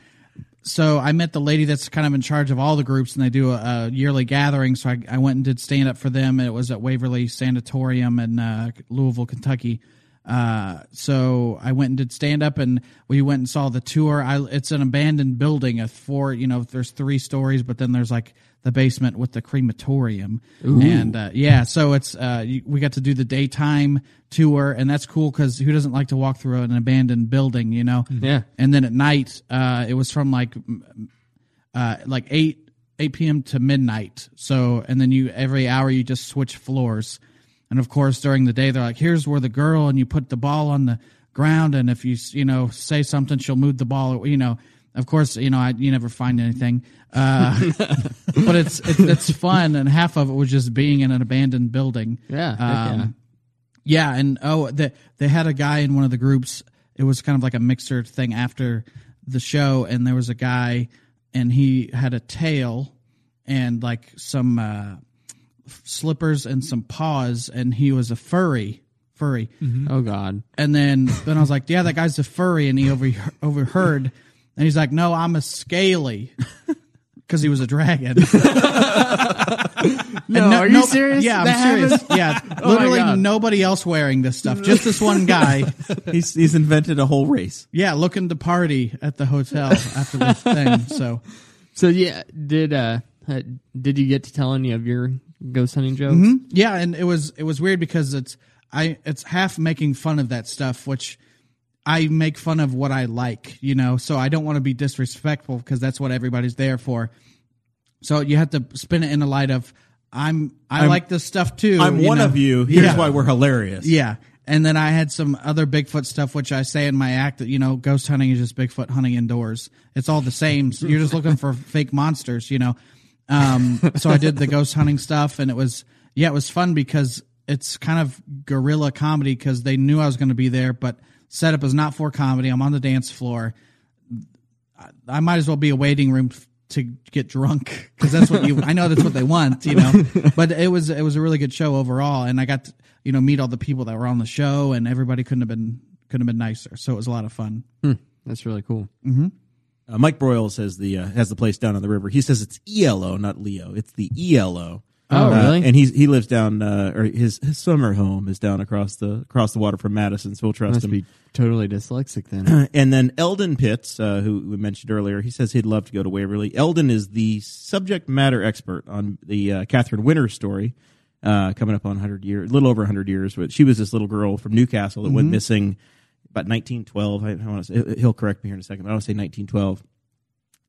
Speaker 3: so I met the lady that's kind of in charge of all the groups, and they do a, a yearly gathering. So I, I went and did stand up for them, and it was at Waverly Sanatorium in uh, Louisville, Kentucky. Uh, so I went and did stand up, and we went and saw the tour. I, it's an abandoned building, a four, you know, there's three stories, but then there's like the basement with the crematorium, and uh, yeah, so it's uh, you, we got to do the daytime tour, and that's cool because who doesn't like to walk through an abandoned building, you know?
Speaker 2: Yeah.
Speaker 3: And then at night, uh, it was from like m- uh, like eight eight p.m. to midnight. So, and then you every hour you just switch floors, and of course during the day they're like, here's where the girl, and you put the ball on the ground, and if you s- you know say something, she'll move the ball, or you know. Of course, you know I, you never find anything, uh, but it's, it's it's fun, and half of it was just being in an abandoned building.
Speaker 2: Yeah. heck
Speaker 3: Um,
Speaker 2: yeah.
Speaker 3: yeah, and oh, the, they had a guy in one of the groups. It was kind of like a mixer thing after the show, and there was a guy, and he had a tail and like some uh, f- slippers and some paws, and he was a furry, furry.
Speaker 2: Oh god.
Speaker 3: And then then I was like, yeah, that guy's a furry, and he over, overheard, and he's like, no, I'm a scaly. Because he was a dragon.
Speaker 2: No,
Speaker 3: no-
Speaker 2: are you
Speaker 3: no-
Speaker 2: serious?
Speaker 3: Yeah, I'm
Speaker 2: That
Speaker 3: serious.
Speaker 2: happened?
Speaker 3: Yeah,
Speaker 2: Oh my
Speaker 3: literally
Speaker 2: God.
Speaker 3: nobody else wearing this stuff. Just this one guy.
Speaker 1: He's he's invented a whole race.
Speaker 3: Yeah, looking to party at the hotel after this thing. So
Speaker 2: So yeah, did uh Uh, did you get to tell any of your ghost hunting jokes?
Speaker 1: Mm-hmm.
Speaker 3: Yeah, and it was it was weird because it's I it's half making fun of that stuff, which I make fun of what I like, you know. So I don't want to be disrespectful because that's what everybody's there for. So you have to spin it in the light of I'm I like this stuff too.
Speaker 1: I'm one
Speaker 3: know?
Speaker 1: of you. Here's
Speaker 3: Yeah.
Speaker 1: why we're hilarious.
Speaker 3: Yeah. And then I had some other Bigfoot stuff, which I say in my act that, you know, ghost hunting is just Bigfoot hunting indoors. It's all the same. So You're just looking for fake monsters, you know. Um, so I did the ghost hunting stuff, and it was, yeah, it was fun because it's kind of guerrilla comedy because they knew I was going to be there, but setup is not for comedy. I'm on the dance floor. I might as well be a waiting room f- to get drunk because that's what you. I know that's what they want, you know. But it was it was a really good show overall, and I got to, you know meet all the people that were on the show, and everybody couldn't have been couldn't have been nicer. So it was a lot of fun.
Speaker 2: That's really cool.
Speaker 1: Uh, Mike Broyles has the uh, has the place down on the river. He says it's ELO, not Leo. It's the ELO.
Speaker 2: Oh,
Speaker 1: Uh,
Speaker 2: really?
Speaker 1: And he's he lives down, uh, or his, his summer home is down across the across the water from Madison, so we'll trust
Speaker 2: Must
Speaker 1: him.
Speaker 2: be totally dyslexic then.
Speaker 1: And then Eldon Pitts, uh, who we mentioned earlier, he says he'd love to go to Waverly. Eldon is the subject matter expert on the uh, Catherine Winter story, uh, coming up on 100 years, a little over 100 years. But she was this little girl from Newcastle that went
Speaker 2: Mm-hmm.
Speaker 1: missing about 1912. I, I want to say, he'll correct me here in a second, but I want to say 1912.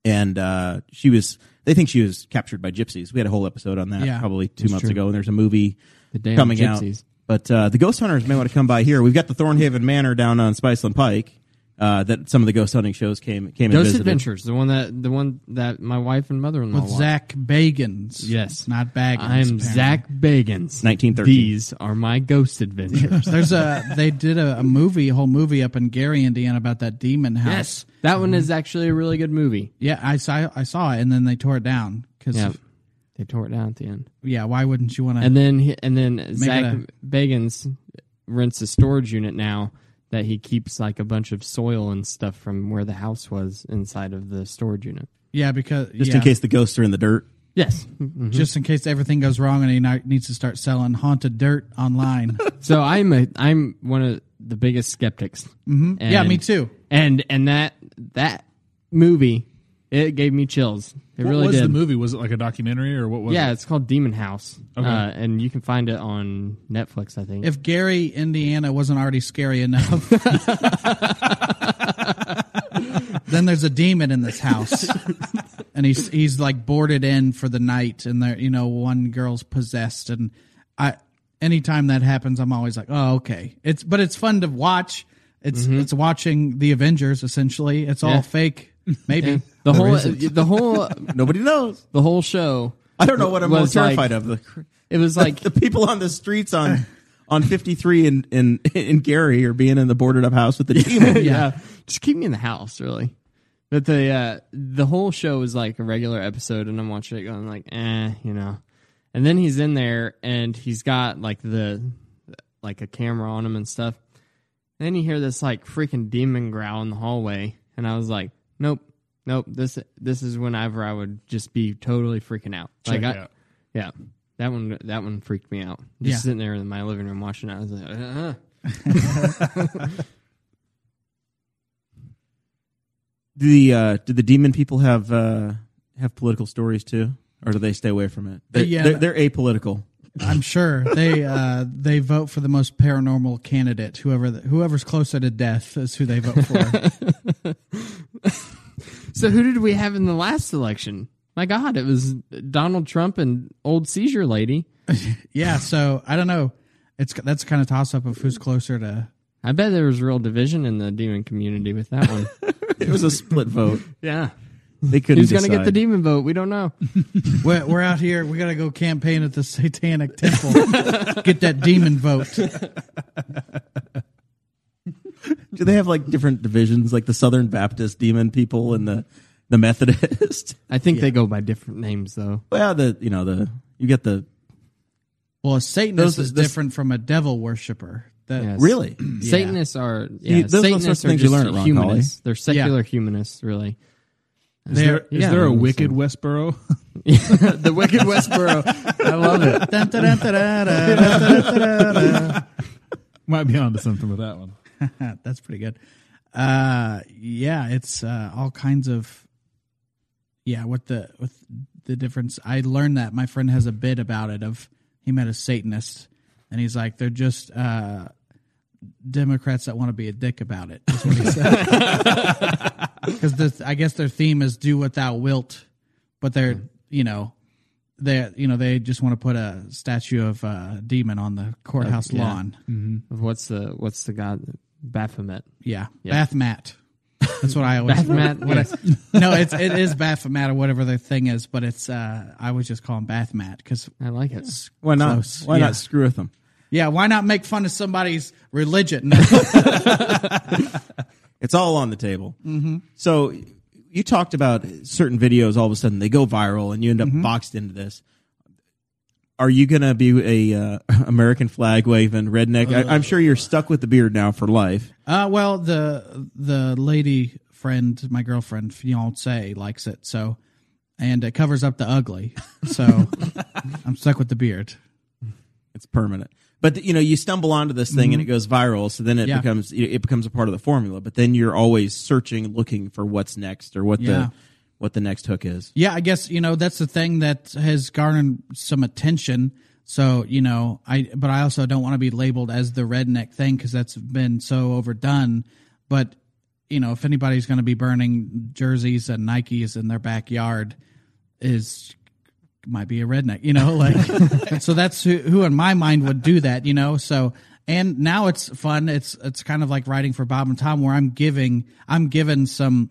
Speaker 1: And uh, she was, they think she was captured by gypsies. We had a whole episode on that
Speaker 3: Yeah.
Speaker 1: probably two months ago, and there's a movie
Speaker 2: The damn
Speaker 1: coming
Speaker 2: gypsies.
Speaker 1: out. But uh, the ghost hunters may want to come by here. We've got the Thornhaven Manor down on Spiceland Pike. Uh, that some of the ghost hunting shows came came and
Speaker 2: Ghost
Speaker 1: visited.
Speaker 2: Adventures, the one that the one that my wife and mother in law
Speaker 3: With Zach Bagans,
Speaker 2: Yes.
Speaker 3: not Baggins.
Speaker 2: I'm
Speaker 3: apparently.
Speaker 2: Zach Bagans.
Speaker 1: 1913.
Speaker 2: These are my ghost adventures.
Speaker 3: There's a they did a, a movie, a whole movie up in Gary, Indiana, about that demon house.
Speaker 2: yes, that one is actually a really good movie.
Speaker 3: Yeah, I saw I saw it, and then they tore it down because
Speaker 2: Yeah,
Speaker 3: yeah.
Speaker 2: they tore it down at the end,
Speaker 3: why wouldn't you want to?
Speaker 2: and then he- and then Zach
Speaker 3: a-
Speaker 2: Bagans rents a storage unit now that he keeps like a bunch of soil and stuff from where the house was inside of the storage unit.
Speaker 3: Yeah, because
Speaker 1: Just
Speaker 3: yeah.
Speaker 1: in case the ghosts are in the dirt.
Speaker 2: Yes,
Speaker 3: Mm-hmm. just in case everything goes wrong and he not, needs to start selling haunted dirt online.
Speaker 2: so I'm a I'm one of the biggest skeptics. Mm-hmm.
Speaker 3: yeah, me too.
Speaker 2: And and that that movie it gave me chills. It
Speaker 4: What
Speaker 2: really
Speaker 4: was
Speaker 2: did.
Speaker 4: the movie? Was it like a documentary or what was
Speaker 2: Yeah,
Speaker 4: it?
Speaker 2: it's called Demon House, uh, and you can find it on Netflix, I think.
Speaker 3: If Gary, Indiana wasn't already scary enough, then there's a demon in this house. and he's he's like boarded in for the night and there you know one girl's possessed and I anytime that happens I'm always like, "Oh, okay." It's but it's fun to watch. It's it's watching the Avengers essentially. It's
Speaker 2: Mm-hmm. Yeah.
Speaker 3: all fake. Maybe.
Speaker 2: the
Speaker 3: There
Speaker 2: whole
Speaker 3: isn't.
Speaker 2: the whole
Speaker 1: Nobody knows.
Speaker 2: the whole show,
Speaker 1: I don't know what I'm most
Speaker 2: Was like-
Speaker 1: terrified of. The,
Speaker 2: it was like
Speaker 1: the people on the streets on on 53 in in in Gary are being in the boarded up house with the demon.
Speaker 2: yeah. just keep me in the house, really. But the uh, the whole show is like a regular episode, and I'm watching it going like, eh, you know. And then he's in there, and he's got like the like a camera on him and stuff. And then you hear this like freaking demon growl in the hallway, and I was like, nope, nope. This this is whenever I would just be totally freaking out. Like,
Speaker 4: Check
Speaker 2: I,
Speaker 4: out.
Speaker 2: yeah, that one that one freaked me out. Just
Speaker 3: Yeah.
Speaker 2: sitting there in my living room watching it, I was like, uh-huh.
Speaker 1: Do the uh, do the demon people have uh, have political stories too, or do they stay away from it? They,
Speaker 3: Yeah.
Speaker 1: they're, they're apolitical.
Speaker 3: I'm sure they uh, they vote for the most paranormal candidate. Whoever the, whoever's closer to death is who they vote for.
Speaker 2: So who did we have in the last election? My God, it was Donald Trump and old seizure lady.
Speaker 3: yeah, so I don't know. It's that's kind of toss up of who's closer to.
Speaker 2: I bet there was real division in the demon community with that one.
Speaker 1: It was a split vote.
Speaker 2: yeah.
Speaker 1: They couldn't.
Speaker 2: Who's going to get the
Speaker 1: decide.
Speaker 2: demon vote? We don't know.
Speaker 3: We're, we're out here. We gotta go campaign at the Satanic Temple. Get that demon vote.
Speaker 1: Do they have like different divisions, like the Southern Baptist demon people and the the Methodist?
Speaker 2: I think they go by different names, though.
Speaker 1: well, the you know the you get the
Speaker 3: Well, a Satanist
Speaker 1: Those-
Speaker 3: is
Speaker 1: this-
Speaker 3: different from a devil worshiper. That,
Speaker 2: Yes.
Speaker 1: really
Speaker 2: Satanists are yeah,
Speaker 1: those are the
Speaker 2: Satanists
Speaker 1: sorts of
Speaker 2: are
Speaker 1: things you
Speaker 2: just
Speaker 1: learn at Ron
Speaker 2: humanists. They're secular
Speaker 3: Yeah.
Speaker 2: humanists, really.
Speaker 4: Is there, is
Speaker 2: yeah,
Speaker 4: there a
Speaker 2: I'm
Speaker 4: wicked Westboro?
Speaker 2: the Wicked Westboro. I love it.
Speaker 3: Dun, da, da, da, da, da, da, da, da, da.
Speaker 4: Might be onto something with that one.
Speaker 3: Huh, That's pretty good. Uh, yeah, it's uh, all kinds of yeah. What the with the difference. I learned that my friend has a bit about it. Of he met a Satanist, and he's like, they're just uh, Democrats that want to be a dick about it. Is what he said. Because I guess their theme is "Do what thou wilt," but they're you know they you know they just want to put a statue of a demon on the courthouse
Speaker 2: yeah.
Speaker 3: lawn.
Speaker 2: Of what's the what's the god Baphomet?
Speaker 3: Yeah,
Speaker 2: Yeah.
Speaker 3: bath mat. That's what I always
Speaker 2: Baphomet.
Speaker 3: what I- no, it's it is Baphomet or whatever the thing is, but it's uh I was just calling bath mat because
Speaker 2: I like it.
Speaker 1: Why not?
Speaker 3: Close.
Speaker 1: Why
Speaker 3: Yeah.
Speaker 1: not screw with them?
Speaker 3: yeah, why not make fun of somebody's religion?
Speaker 1: It's all on the table. Mm-hmm. So you talked about certain videos. All of a sudden, they go viral, and you end up boxed into this. Are you gonna be a uh, American flag waving redneck? I, I'm sure you're stuck with the beard now for life.
Speaker 3: uh well the the lady friend, my girlfriend fiance likes it so, and it covers up the ugly, so I'm stuck with the beard.
Speaker 1: It's permanent. But you know, you stumble onto this thing and it goes viral, so then it
Speaker 3: Mm-hmm. Yeah.
Speaker 1: becomes it becomes a part of the formula. But then you're always searching, looking for what's next or what
Speaker 3: Yeah.
Speaker 1: the what the next hook is.
Speaker 3: Yeah, I guess you know that's the thing that has garnered some attention. So you know, I but I also don't want to be labeled as the redneck thing because that's been so overdone. But you know, if anybody's going to be burning jerseys and Nikes in their backyard, is might be a redneck, you know, like so that's who, who in my mind would do that, you know. So and now it's fun. It's it's kind of like writing for Bob and Tom where I'm giving I'm given some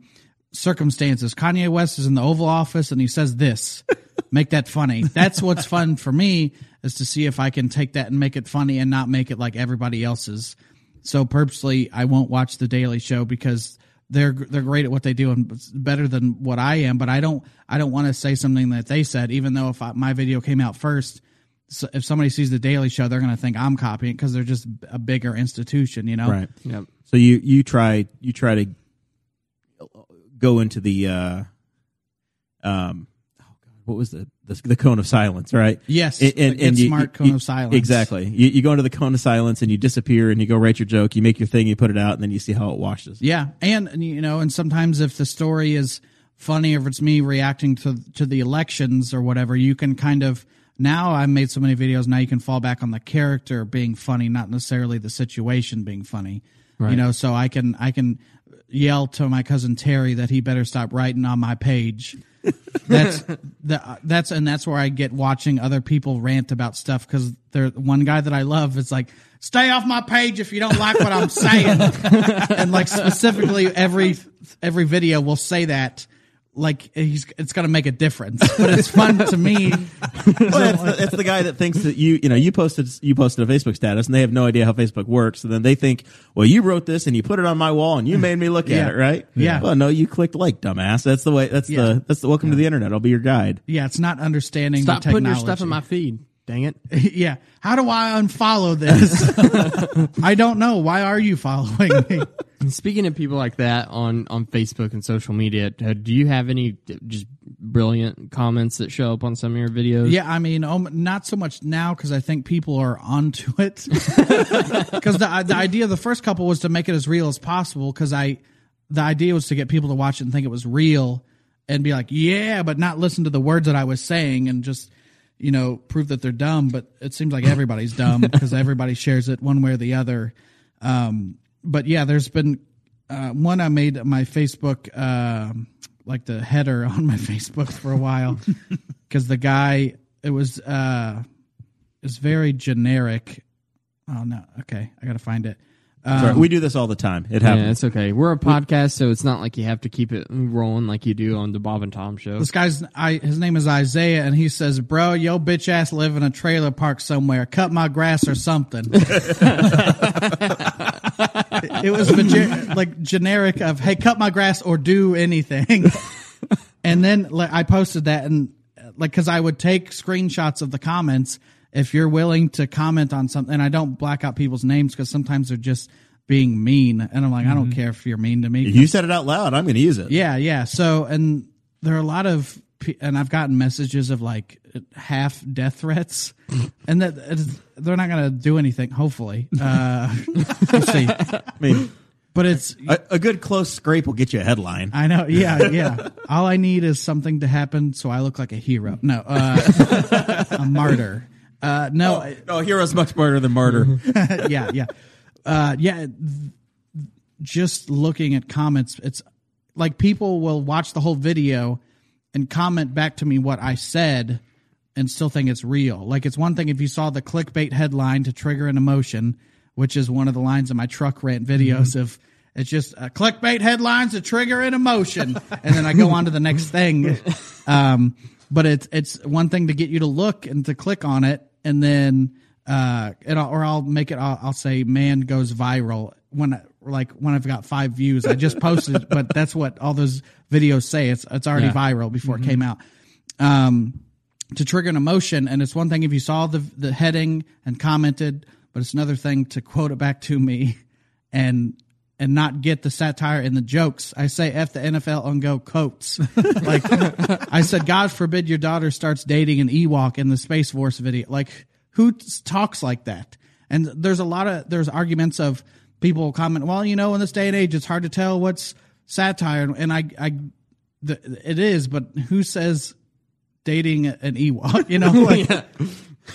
Speaker 3: circumstances. Kanye West is in the Oval Office and he says this. Make that funny. That's what's fun for me is to see if I can take that and make it funny and not make it like everybody else's. So purposely, I won't watch the Daily Show because they're they're great at what they do and it's better than what I am. But I don't I don't want to say something that they said, even though if I, my video came out first, so if somebody sees the Daily Show, they're going to think I'm copying because they're just a bigger institution, you know.
Speaker 1: Right.
Speaker 2: Yep.
Speaker 1: So you you try you try to go into the uh um oh God, what was the the, the cone of silence, right?
Speaker 3: Yes,
Speaker 1: And, and,
Speaker 3: the
Speaker 1: and
Speaker 3: good
Speaker 1: you-
Speaker 3: smart
Speaker 1: you-
Speaker 3: cone
Speaker 1: you-
Speaker 3: of silence.
Speaker 1: Exactly. You, you go into the cone of silence and you disappear and you go write your joke, you make your thing, you put it out, and then you see how it washes.
Speaker 3: Yeah, and and, you know, and sometimes if the story is funny, or if it's me reacting to to the elections or whatever, you can kind of now I've made so many videos. Now you can fall back on the character being funny, not necessarily the situation being funny. You know, so I can I can yell to my cousin Terry that he better stop writing on my page. that's the, that's and that's where I get watching other people rant about stuff because they're one guy that I love is like, stay off my page if you don't like what I'm saying, and like specifically every every video will say that. Like he's, it's gonna make a difference, but it's fun to me.
Speaker 1: Well, that's, the, that's the guy that thinks that you, you know, you posted you posted a Facebook status, and they have no idea how Facebook works. So then they think, well, you wrote this and you put it on my wall, and you made me look
Speaker 3: Yeah.
Speaker 1: at it, right?
Speaker 3: Yeah.
Speaker 1: Well, no, you clicked like, dumbass. That's the way. That's
Speaker 3: Yeah.
Speaker 1: the that's the welcome to the internet. I'll be your guide.
Speaker 3: Yeah, it's not understanding.
Speaker 2: Stop
Speaker 3: the
Speaker 2: putting
Speaker 3: technology.
Speaker 2: your stuff in my feed. Dang it.
Speaker 3: yeah. How do I unfollow this? I don't know. Why are you following me?
Speaker 2: Speaking of people like that on, on Facebook and social media, uh, do you have any just brilliant comments that show up on some of your videos?
Speaker 3: Yeah, I mean, um, not so much now because I think people are onto it. Because the, the idea of the first couple was to make it as real as possible. Because I, the idea was to get people to watch it and think it was real, and be like, yeah, but not listen to the words that I was saying and just, you know, prove that they're dumb. But it seems like everybody's dumb because everybody shares it one way or the other. Um, but yeah, there's been uh, one I made my Facebook, um like the header on my Facebook for a while, because the guy it was uh, it's very generic. Oh no, okay, I gotta find it.
Speaker 1: Sorry, we do this all the time. It
Speaker 2: Yeah,
Speaker 1: happens.
Speaker 2: it's okay. We're a podcast, so it's not like you have to keep it rolling like you do on the Bob and Tom show.
Speaker 3: This guy's I, his name is Isaiah, and he says, "Bro, yo bitch ass live in a trailer park somewhere. Cut my grass or something." it was gener- like generic of, "Hey, cut my grass or do anything." and then like, I posted that, and uh, like because I would take screenshots of the comments if you're willing to comment on something. And I don't black out people's names because sometimes they're just being mean, and I'm like, I don't care if you're mean to me.
Speaker 1: You said it out loud. I'm going to use it.
Speaker 3: Yeah, yeah. So, and there are a lot of, pe- and I've gotten messages of like half death threats, and that it is- they're not going to do anything. Hopefully, uh, we'll see.
Speaker 1: I mean,
Speaker 3: But it's
Speaker 1: A, a good close scrape will get you a headline.
Speaker 3: I know. Yeah, yeah. All I need is something to happen so I look like a hero. No, uh, a martyr. Uh, no, I-
Speaker 1: No, oh, hero's much smarter than martyr.
Speaker 3: yeah, yeah, uh, yeah. th- Just looking at comments, it's like people will watch the whole video and comment back to me what I said and still think it's real. Like it's one thing if you saw the clickbait headline to trigger an emotion, which is one of the lines in my truck rant videos of. It's just uh, clickbait headlines to trigger an emotion, and then I go on to the next thing. Um, but it's it's one thing to get you to look and to click on it, and then uh, it or I'll make it. I'll, I'll say, "Man goes viral." When I- like when I've got five views, I just posted, it, but that's what all those videos say. It's it's already viral before it came out. Um, to trigger an emotion, and it's one thing if you saw the the heading and commented, but it's another thing to quote it back to me, and and not get the satire and the jokes. I say F the NFL and go Coats. like I said, God forbid your daughter starts dating an Ewok in the Space Force video. Like who t- talks like that? And there's a lot of there's arguments of people comment, well, you know, in this day and age, it's hard to tell what's satire. And I, I, the, it is, but who says dating an Ewok? You know, like,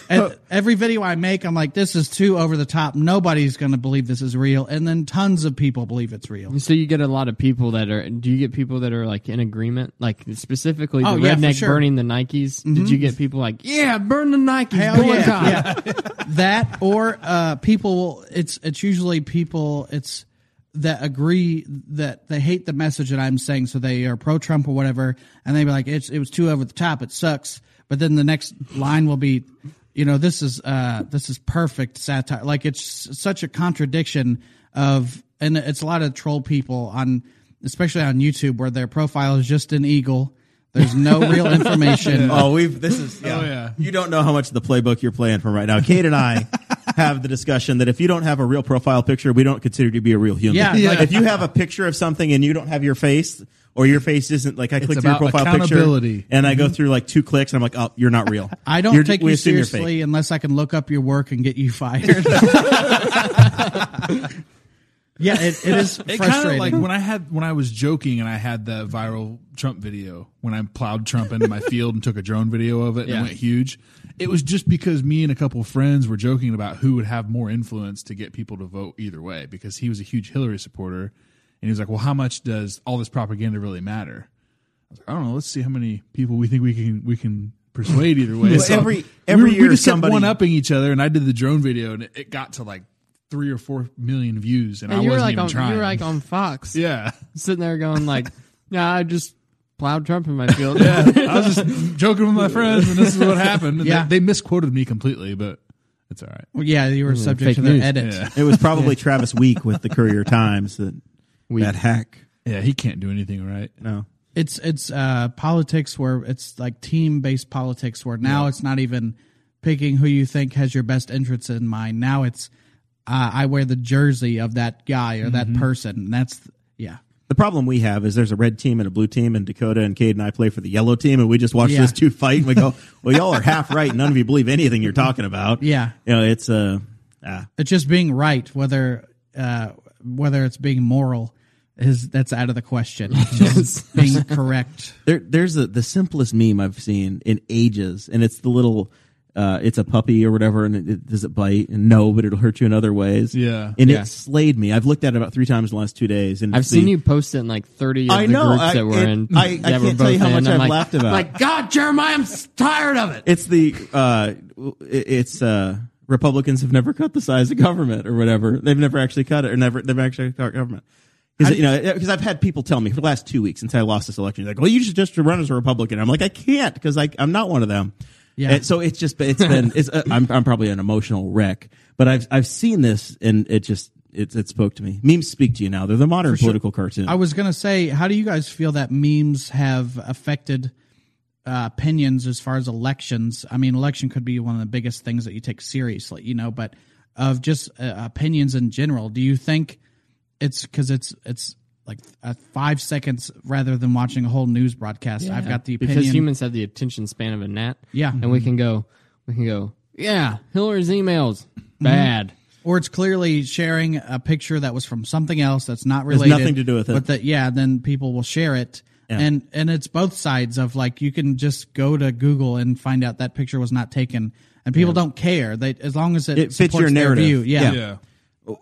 Speaker 3: and every video I make, I'm like, this is too over the top. Nobody's going to believe this is real. And then tons of people believe it's real.
Speaker 2: So you get a lot of people that are. Do you get people that are like in agreement, like specifically the
Speaker 3: Oh, yeah, for
Speaker 2: redneck
Speaker 3: sure. Mm-hmm.
Speaker 2: burning the Nikes? Did you get people like, yeah, burn the Nikes,
Speaker 3: Hell
Speaker 2: boycott."
Speaker 3: yeah, yeah. that or uh, people will. It's it's usually people. It's that agree that they hate the message that I'm saying, so they are pro Trump or whatever, and they be like, it's it was too over the top. It sucks. But then the next line will be, you know, this is uh, this is perfect satire. Like it's such a contradiction of, and it's a lot of troll people on, especially on YouTube, where their profile is just an eagle. There's no real information.
Speaker 1: oh, we've this is yeah.
Speaker 4: Oh, yeah.
Speaker 1: You don't know how much of the playbook you're playing from right now. Kate and I have the discussion that if you don't have a real profile picture, we don't consider you to be a real human.
Speaker 3: Yeah,
Speaker 1: Like, if you have a picture of something and you don't have your face or your face isn't like I click through your
Speaker 4: about
Speaker 1: profile picture
Speaker 4: accountability.
Speaker 1: and I go through like two clicks and I'm like, oh, you're not real.
Speaker 3: I don't
Speaker 1: You're-
Speaker 3: take
Speaker 1: we
Speaker 3: you
Speaker 1: assume you're fake.
Speaker 3: seriously unless I can look up your work and get you fired. yeah, it, it is
Speaker 4: It kind of
Speaker 3: frustrating.
Speaker 4: like when I had when I was joking and I had that viral Trump video when I plowed Trump into my field and took a drone video of it and
Speaker 2: Yeah.
Speaker 4: it went huge. It was just because me and a couple of friends were joking about who would have more influence to get people to vote either way because he was a huge Hillary supporter and he was like, "Well, how much does all this propaganda really matter?" I was like, "I don't know. Let's see how many people we think we can we can." Persuade either way.
Speaker 1: Well, every- every
Speaker 4: we,
Speaker 1: year
Speaker 4: we just kept
Speaker 1: somebody-
Speaker 4: one upping each other, and I did the drone video, and it, it got to like three or four million views, and,
Speaker 2: And
Speaker 4: I
Speaker 2: you were
Speaker 4: wasn't
Speaker 2: like
Speaker 4: even
Speaker 2: on,
Speaker 4: trying.
Speaker 2: you were like on Fox,
Speaker 4: Yeah.
Speaker 2: sitting there going like, "Yeah, I just plowed Trump in my field."
Speaker 4: I was just joking with my friends, and this is what happened. And
Speaker 3: Yeah.
Speaker 4: they, they misquoted me completely, but it's all right.
Speaker 3: Well, yeah, you were
Speaker 1: Mm,
Speaker 3: subject
Speaker 2: fake
Speaker 3: to their
Speaker 2: news.
Speaker 3: edit.
Speaker 4: Yeah.
Speaker 1: It was probably Travis Week with the Courier Times that that hack.
Speaker 4: Yeah, he can't do anything right.
Speaker 1: No.
Speaker 3: It's it's uh, politics where it's like team based politics where now it's not even picking who you think has your best interests in mind. Now it's uh, I wear the jersey of that guy or that
Speaker 1: Mm-hmm.
Speaker 3: person. And that's yeah.
Speaker 1: The problem we have is there's a red team and a blue team, and Dakota and Cade and I play for the yellow team, and we just watch
Speaker 3: Yeah.
Speaker 1: those two fight, and we go, "Well, y'all are half right. None of you believe anything you're talking about."
Speaker 3: Yeah.
Speaker 1: you know, it's uh, ah,
Speaker 3: it's just being right whether uh, whether it's being moral is that's out of the question Just being correct
Speaker 1: there, there's a, the simplest meme I've seen in ages, and it's the little, uh, it's a puppy or whatever, and it, it, does it bite? And no, but it'll hurt you in other ways.
Speaker 4: Yeah.
Speaker 1: and
Speaker 2: Yeah.
Speaker 1: it slayed me. I've looked at it about three times in the last two days, and
Speaker 2: I've
Speaker 1: it's
Speaker 2: seen
Speaker 1: the-
Speaker 2: you post it in like 30 of
Speaker 1: I
Speaker 2: the
Speaker 1: know,
Speaker 2: groups
Speaker 1: I-
Speaker 2: that we're
Speaker 1: it-
Speaker 2: in.
Speaker 1: I- I
Speaker 2: that we're
Speaker 1: can't tell you
Speaker 2: both
Speaker 1: how
Speaker 2: in.
Speaker 1: much
Speaker 2: I'm
Speaker 1: I've
Speaker 2: like,
Speaker 1: laughed about
Speaker 2: Like, God, Jeremiah, I'm s- tired of it.
Speaker 1: It's the uh, it- it's uh, Republicans have never cut the size of government or whatever. They've never actually cut it or never they've actually cut government. Because you know, because I've had people tell me for the last two weeks since I lost this election, like, "Well, you should just run as a Republican." I'm like, I can't because I I'm not one of them.
Speaker 3: Yeah.
Speaker 1: And so it's just it's been it's uh, I'm I'm probably an emotional wreck, but I've I've seen this and it just it it spoke to me. Memes speak to you now. They're the modern political cartoon.
Speaker 3: i was gonna say how do you guys feel that memes have affected uh, opinions as far as elections i mean election could be one of the biggest things that you take seriously you know but of just uh, opinions in general do you think it's because it's it's like uh, five seconds rather than watching a whole news broadcast i've got the opinion
Speaker 2: Because humans have the attention span of a gnat.
Speaker 3: Yeah.
Speaker 1: Mm-hmm.
Speaker 2: And we can go, we can go, yeah, Hillary's emails, bad.
Speaker 3: or it's clearly sharing a picture that was from something else that's not
Speaker 1: Has
Speaker 3: related.
Speaker 1: nothing to do with it.
Speaker 3: But that yeah, then people will share it.
Speaker 1: Yeah.
Speaker 3: And and it's both sides of like you can just go to Google and find out that picture was not taken, and people don't care. They as long as it,
Speaker 1: It fits your
Speaker 3: supports their
Speaker 1: narrative.
Speaker 3: view. Yeah.
Speaker 4: yeah.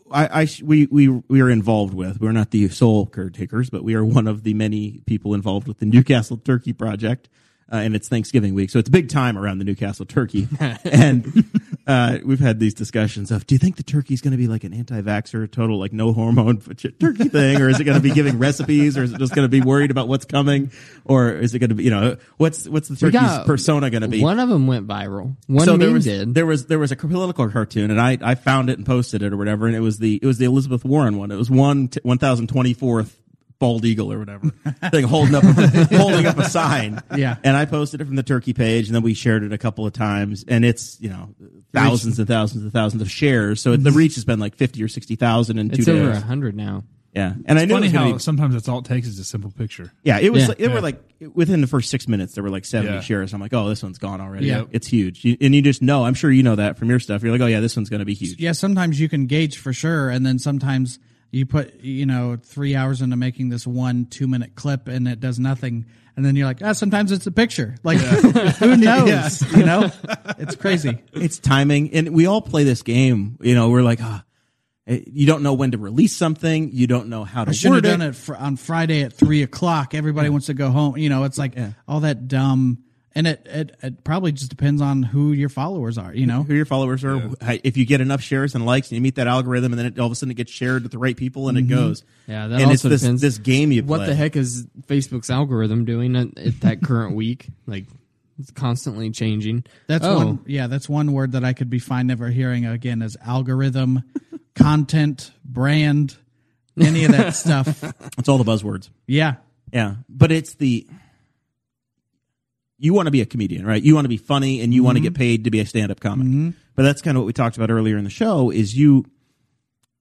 Speaker 1: I, I sh- we, we, we are involved with. We're not the sole caretakers, but we are one of the many people involved with the Newcastle Turkey Project. Uh, and it's Thanksgiving week, so it's big time around the Newcastle turkey. and uh, we've had these discussions of: Do you think the turkey's going to be like an anti-vaxxer, total like no hormone for ch- turkey thing, or is it going to be giving recipes, or is it just going to be worried about what's coming, or is it going to be you know what's what's the turkey's
Speaker 2: got-
Speaker 1: persona going to be?
Speaker 2: One of them went viral. One
Speaker 1: so
Speaker 2: meme
Speaker 1: there was
Speaker 2: did.
Speaker 1: there was there was a political cartoon, and I I found it and posted it or whatever, and it was the it was the Elizabeth Warren one. It was one t- one thousand twenty fourth bald eagle or whatever thing holding up holding up a sign.
Speaker 3: Yeah.
Speaker 1: and I posted it from the turkey page, and then we shared it a couple of times, and it's you know thousands and thousands and thousands of shares. So the reach has been like fifty or sixty thousand in two
Speaker 2: it's
Speaker 1: days.
Speaker 2: over a hundred now.
Speaker 1: Yeah, and I knew it
Speaker 4: Funny
Speaker 1: was gonna
Speaker 4: how
Speaker 1: be-
Speaker 4: sometimes that's all it takes is a simple picture.
Speaker 1: yeah, it was.
Speaker 2: Yeah.
Speaker 1: like, it
Speaker 4: Yeah.
Speaker 1: were like within the first six minutes, there were like seventy
Speaker 4: Yeah.
Speaker 1: shares. I'm like, oh, this one's gone already.
Speaker 3: Yeah.
Speaker 1: it's huge, you, and you just know. I'm sure you know that from your stuff. You're like, oh yeah, this one's going to be huge.
Speaker 3: yeah, sometimes you can gauge for sure, and then sometimes you put you know three hours into making this one two minute clip and it does nothing, and then you're like, ah, sometimes it's a picture. Like who knows? You know, it's crazy.
Speaker 1: It's timing, and we all play this game. You know, we're like, ah, eh, you don't know when to release something. You don't know how to
Speaker 3: I should have
Speaker 1: word
Speaker 3: done it fr- on Friday at three o'clock. Everybody wants to go home. You know, it's like all that dumb. And it, it it probably just depends on who your followers are. You know,
Speaker 1: Who your followers are? Hi- If you get enough shares and likes, and you meet that algorithm, and then it, all of a sudden it gets shared with the right people, and it goes.
Speaker 2: Mm-hmm. Yeah, that
Speaker 1: and
Speaker 2: also
Speaker 1: it's this,
Speaker 2: depends.
Speaker 1: this game you play.
Speaker 2: What the heck is Facebook's algorithm doing at, at that current week? Like, it's constantly changing.
Speaker 3: that's
Speaker 2: oh,
Speaker 3: one. Yeah, that's one word that I could be fine never hearing again is algorithm, content, brand, any of that stuff.
Speaker 1: It's all the buzzwords.
Speaker 3: Yeah,
Speaker 1: Yeah, but it's the you want to be a comedian, right? You want to be funny and you
Speaker 3: Mm-hmm.
Speaker 1: want to get paid to be a stand-up comic. But that's kind of what we talked about earlier in the show is you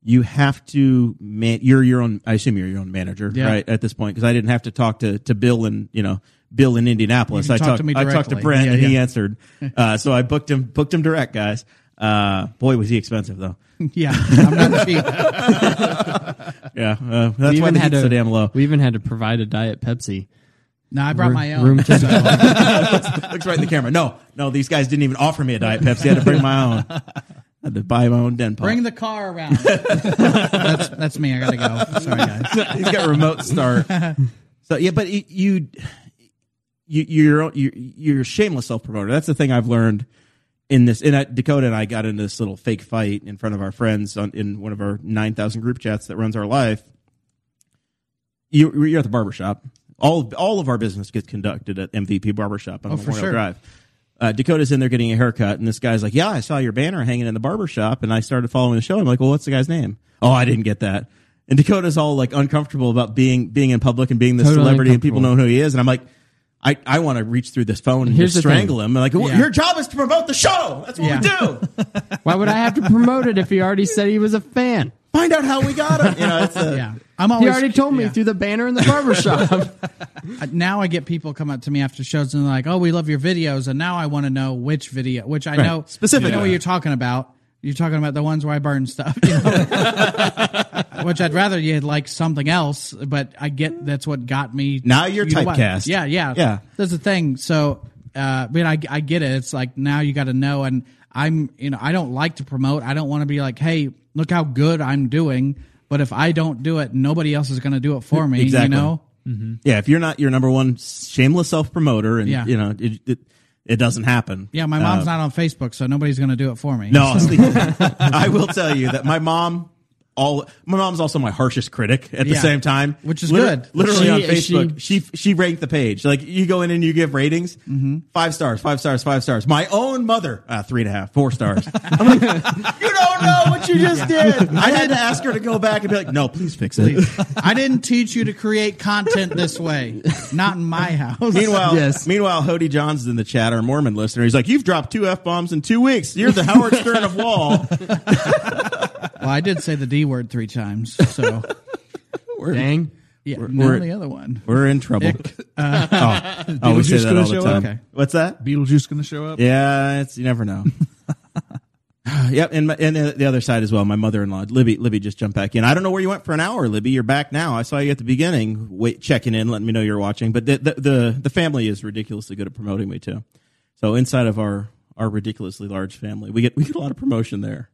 Speaker 1: you have to man you're your own I assume you're your own manager,
Speaker 3: Yeah.
Speaker 1: right? At this point because I didn't have to talk to to Bill and, you know, Bill in Indianapolis.
Speaker 3: You
Speaker 1: I
Speaker 3: can talk
Speaker 1: talked
Speaker 3: to me
Speaker 1: I talked to
Speaker 3: directly.
Speaker 1: Brent
Speaker 3: Yeah,
Speaker 1: and he
Speaker 3: yeah.
Speaker 1: answered. Uh, so I booked him booked him direct, guys. Uh, boy was he expensive though.
Speaker 3: yeah. I'm not cheap.
Speaker 1: Yeah. Uh, that's why the heat's so damn low.
Speaker 2: We even had to provide a diet Pepsi.
Speaker 3: No, I brought
Speaker 2: Room-
Speaker 3: my own.
Speaker 2: room to-
Speaker 1: looks right in the camera. No, no, these guys didn't even offer me a diet Pepsi. I had to bring my own. I had to buy my own den pump.
Speaker 3: Bring the car around. that's that's me. I gotta go. Sorry guys.
Speaker 1: He's got a remote start. So yeah, but it, you, you, you're you're you're a shameless self promoter. That's the thing I've learned in this. And I, Dakota and I got into this little fake fight in front of our friends on, in one of our nine thousand group chats that runs our life. You, you're at the barbershop. All of, all of our business gets conducted at MVP Barbershop on
Speaker 3: Oh, for
Speaker 1: Memorial
Speaker 3: sure.
Speaker 1: Drive. Uh, Dakota's in there getting a haircut, and this guy's like, "Yeah, I saw your banner hanging in the barbershop," and I started following the show. I'm like, "Well, what's the guy's name?" Oh, I didn't get that. And Dakota's all like uncomfortable about being being in public and being this
Speaker 2: Totally
Speaker 1: celebrity, and people know
Speaker 2: uncomfortable.
Speaker 1: who he is. And I'm like, I, I want to reach through this phone and
Speaker 2: Here's
Speaker 1: just
Speaker 2: the thing.
Speaker 1: strangle him. And like, well,
Speaker 3: Yeah.
Speaker 1: your job is to promote the show. That's what we
Speaker 3: Yeah.
Speaker 1: do.
Speaker 2: Why would I have to promote it if he already said he was a fan?
Speaker 1: Find out how we got him. You know, it's a,
Speaker 3: Yeah, I'm
Speaker 2: He
Speaker 3: always.
Speaker 2: already told me
Speaker 3: yeah.
Speaker 2: through the banner in the barbershop.
Speaker 3: Uh, now I get people come up to me after shows and they're like, "Oh, we love your videos," and now I want to know which video, which I know
Speaker 1: Specifically.
Speaker 3: I know what you're talking about. You're talking about the ones where I burn stuff, you know? which I'd rather you would like something else. But I get that's what got me.
Speaker 1: Now you're
Speaker 3: you to watch.
Speaker 1: typecast.
Speaker 3: Yeah, yeah,
Speaker 1: Yeah.
Speaker 3: That's the thing. So, uh, but I I get it. It's like now you got to know, and I'm you know I don't like to promote. I don't want to be like, hey, look how good I'm doing. But if I don't do it, nobody else is going to do it for me.
Speaker 1: Exactly.
Speaker 3: You know.
Speaker 1: Mm-hmm. yeah. If you're not your number one shameless self promoter, and
Speaker 3: Yeah.
Speaker 1: you know, it, it it doesn't happen.
Speaker 3: Yeah, my mom's not on Facebook, so nobody's going to do it for me.
Speaker 1: Uh, No, I will tell you that my mom. All my mom's also my harshest critic at the
Speaker 3: Yeah.
Speaker 1: same time,
Speaker 3: Which is good.
Speaker 1: Literally
Speaker 2: She-
Speaker 1: on Facebook, she, she ranked the page. Like you go in and you give ratings, five stars, five stars, five stars. My own mother, uh, three and a half, four stars. I'm like, you don't know what you just did. I had to ask her to go back and be like, no, please fix it.
Speaker 3: I didn't teach you to create content this way. Not in my house.
Speaker 1: Meanwhile,
Speaker 2: Yes.
Speaker 1: meanwhile, Hody Johnson's in the chat, our Mormon listener. He's like, "You've dropped two f bombs in two weeks. You're the Howard Stern of Wall."
Speaker 3: well, I did say the D word three times, so
Speaker 2: Dang.
Speaker 3: yeah,
Speaker 1: We're-
Speaker 3: no,
Speaker 1: we're-
Speaker 3: the other one.
Speaker 1: We're in trouble. oh, oh, we say
Speaker 4: Beetlejuice
Speaker 1: that
Speaker 4: gonna
Speaker 1: all the
Speaker 4: show
Speaker 1: time.
Speaker 4: up?
Speaker 3: Okay.
Speaker 1: What's that?
Speaker 4: Beetlejuice going to show up?
Speaker 1: Yeah, it's you never know. Yep, and my, and the other side as well. My mother-in-law, Libby. Libby just jumped back in. I don't know where you went for an hour, Libby. You're back now. I saw you at the beginning, wait, checking in, letting me know you're watching. But the, the the the family is ridiculously good at promoting me too. So inside of our our ridiculously large family, we get we get a lot of promotion there.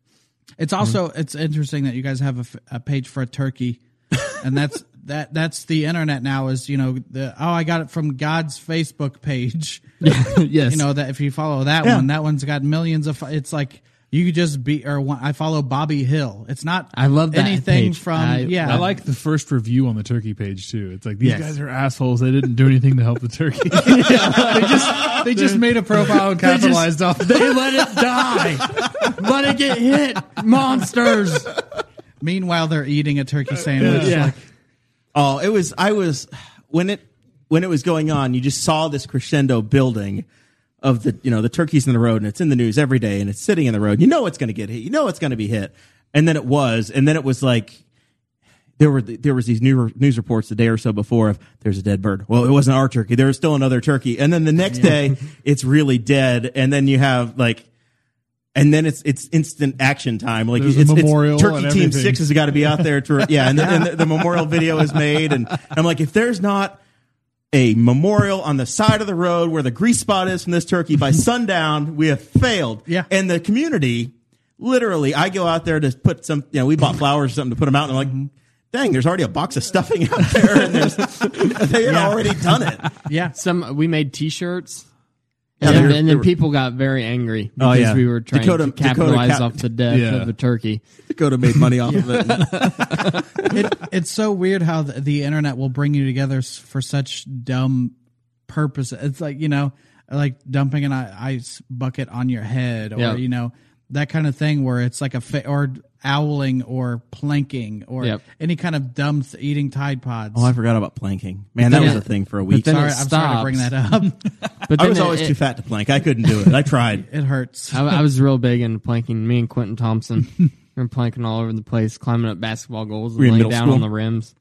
Speaker 3: It's also it's interesting that you guys have a f- a, page for a turkey, and that's that that's the internet now. Is you know the oh I got it from God's Facebook page.
Speaker 2: yes.
Speaker 3: You know that if you follow that one, that one's got millions of. It's like you could just be or one, I follow Bobby Hill. It's not
Speaker 2: I love that
Speaker 3: anything
Speaker 2: page.
Speaker 3: from
Speaker 2: I-
Speaker 3: yeah.
Speaker 4: I like the first review on the turkey page too. It's like these
Speaker 2: Yes.
Speaker 4: guys are assholes. They didn't do anything to help the turkey. They just they just made a profile and capitalized off.
Speaker 2: they let it die. let it get hit. Monsters.
Speaker 3: Meanwhile, they're eating a turkey sandwich.
Speaker 2: Yeah.
Speaker 1: Oh, it was I was when it when it was going on, you just saw this crescendo building of the you know, the turkeys in the road and it's in the news every day and it's sitting in the road. You know it's gonna get hit, you know it's gonna be hit. And then it was, and then it was like there were there was these new news reports a day or so before of there's a dead bird. Well, it wasn't our turkey. There was still another turkey, and then the next day it's really dead, and then you have like, and then it's it's instant action time. Like
Speaker 4: There's a
Speaker 1: it's, it's
Speaker 4: memorial
Speaker 1: turkey
Speaker 4: and
Speaker 1: team
Speaker 4: everything.
Speaker 1: six has got to be out there to yeah, and, the, and the, the memorial video is made, and I'm like if there's not a memorial on the side of the road where the grease spot is from this turkey by sundown, we have failed.
Speaker 3: Yeah.
Speaker 1: And the community, literally, I go out there to put some, you know, we bought flowers or something to put them out. And I'm like, dang, there's already a box of stuffing out there. And there's, they had already done it.
Speaker 3: yeah.
Speaker 2: Some we made T-shirts.
Speaker 1: Yeah,
Speaker 2: and,
Speaker 1: they were-
Speaker 2: then
Speaker 1: they were-
Speaker 2: people got very angry
Speaker 1: Oh,
Speaker 2: because
Speaker 1: yeah.
Speaker 2: we were trying
Speaker 1: Dakota-
Speaker 2: to
Speaker 1: Dakota
Speaker 2: capitalize
Speaker 1: cap-
Speaker 2: off the death
Speaker 4: Yeah.
Speaker 2: of a turkey.
Speaker 1: Dakota made money off of it.
Speaker 3: it, it's so weird how the, the internet will bring you together s- for such dumb purposes. It's like you know, like dumping an i- ice bucket on your head, or
Speaker 2: Yeah.
Speaker 3: you know that kind of thing, where it's like a fa- or owling or planking or
Speaker 2: Yep.
Speaker 3: any kind of dumb th- eating Tide Pods.
Speaker 1: Oh, I forgot about planking. Man, that was
Speaker 2: Yeah.
Speaker 1: a thing for a week.
Speaker 2: then
Speaker 3: sorry,
Speaker 2: it
Speaker 3: I'm sorry to
Speaker 2: stops.
Speaker 3: bring that up.
Speaker 2: But
Speaker 1: I
Speaker 2: then
Speaker 1: was
Speaker 2: it-
Speaker 1: always
Speaker 2: it-
Speaker 1: too fat to plank. I couldn't do it. I tried.
Speaker 3: it hurts.
Speaker 2: I, I was real big in planking. Me and Quentin Thompson we were planking all over the place, climbing up basketball goals and
Speaker 1: Were you in
Speaker 2: laying
Speaker 1: middle
Speaker 2: down
Speaker 1: school?
Speaker 2: on the rims.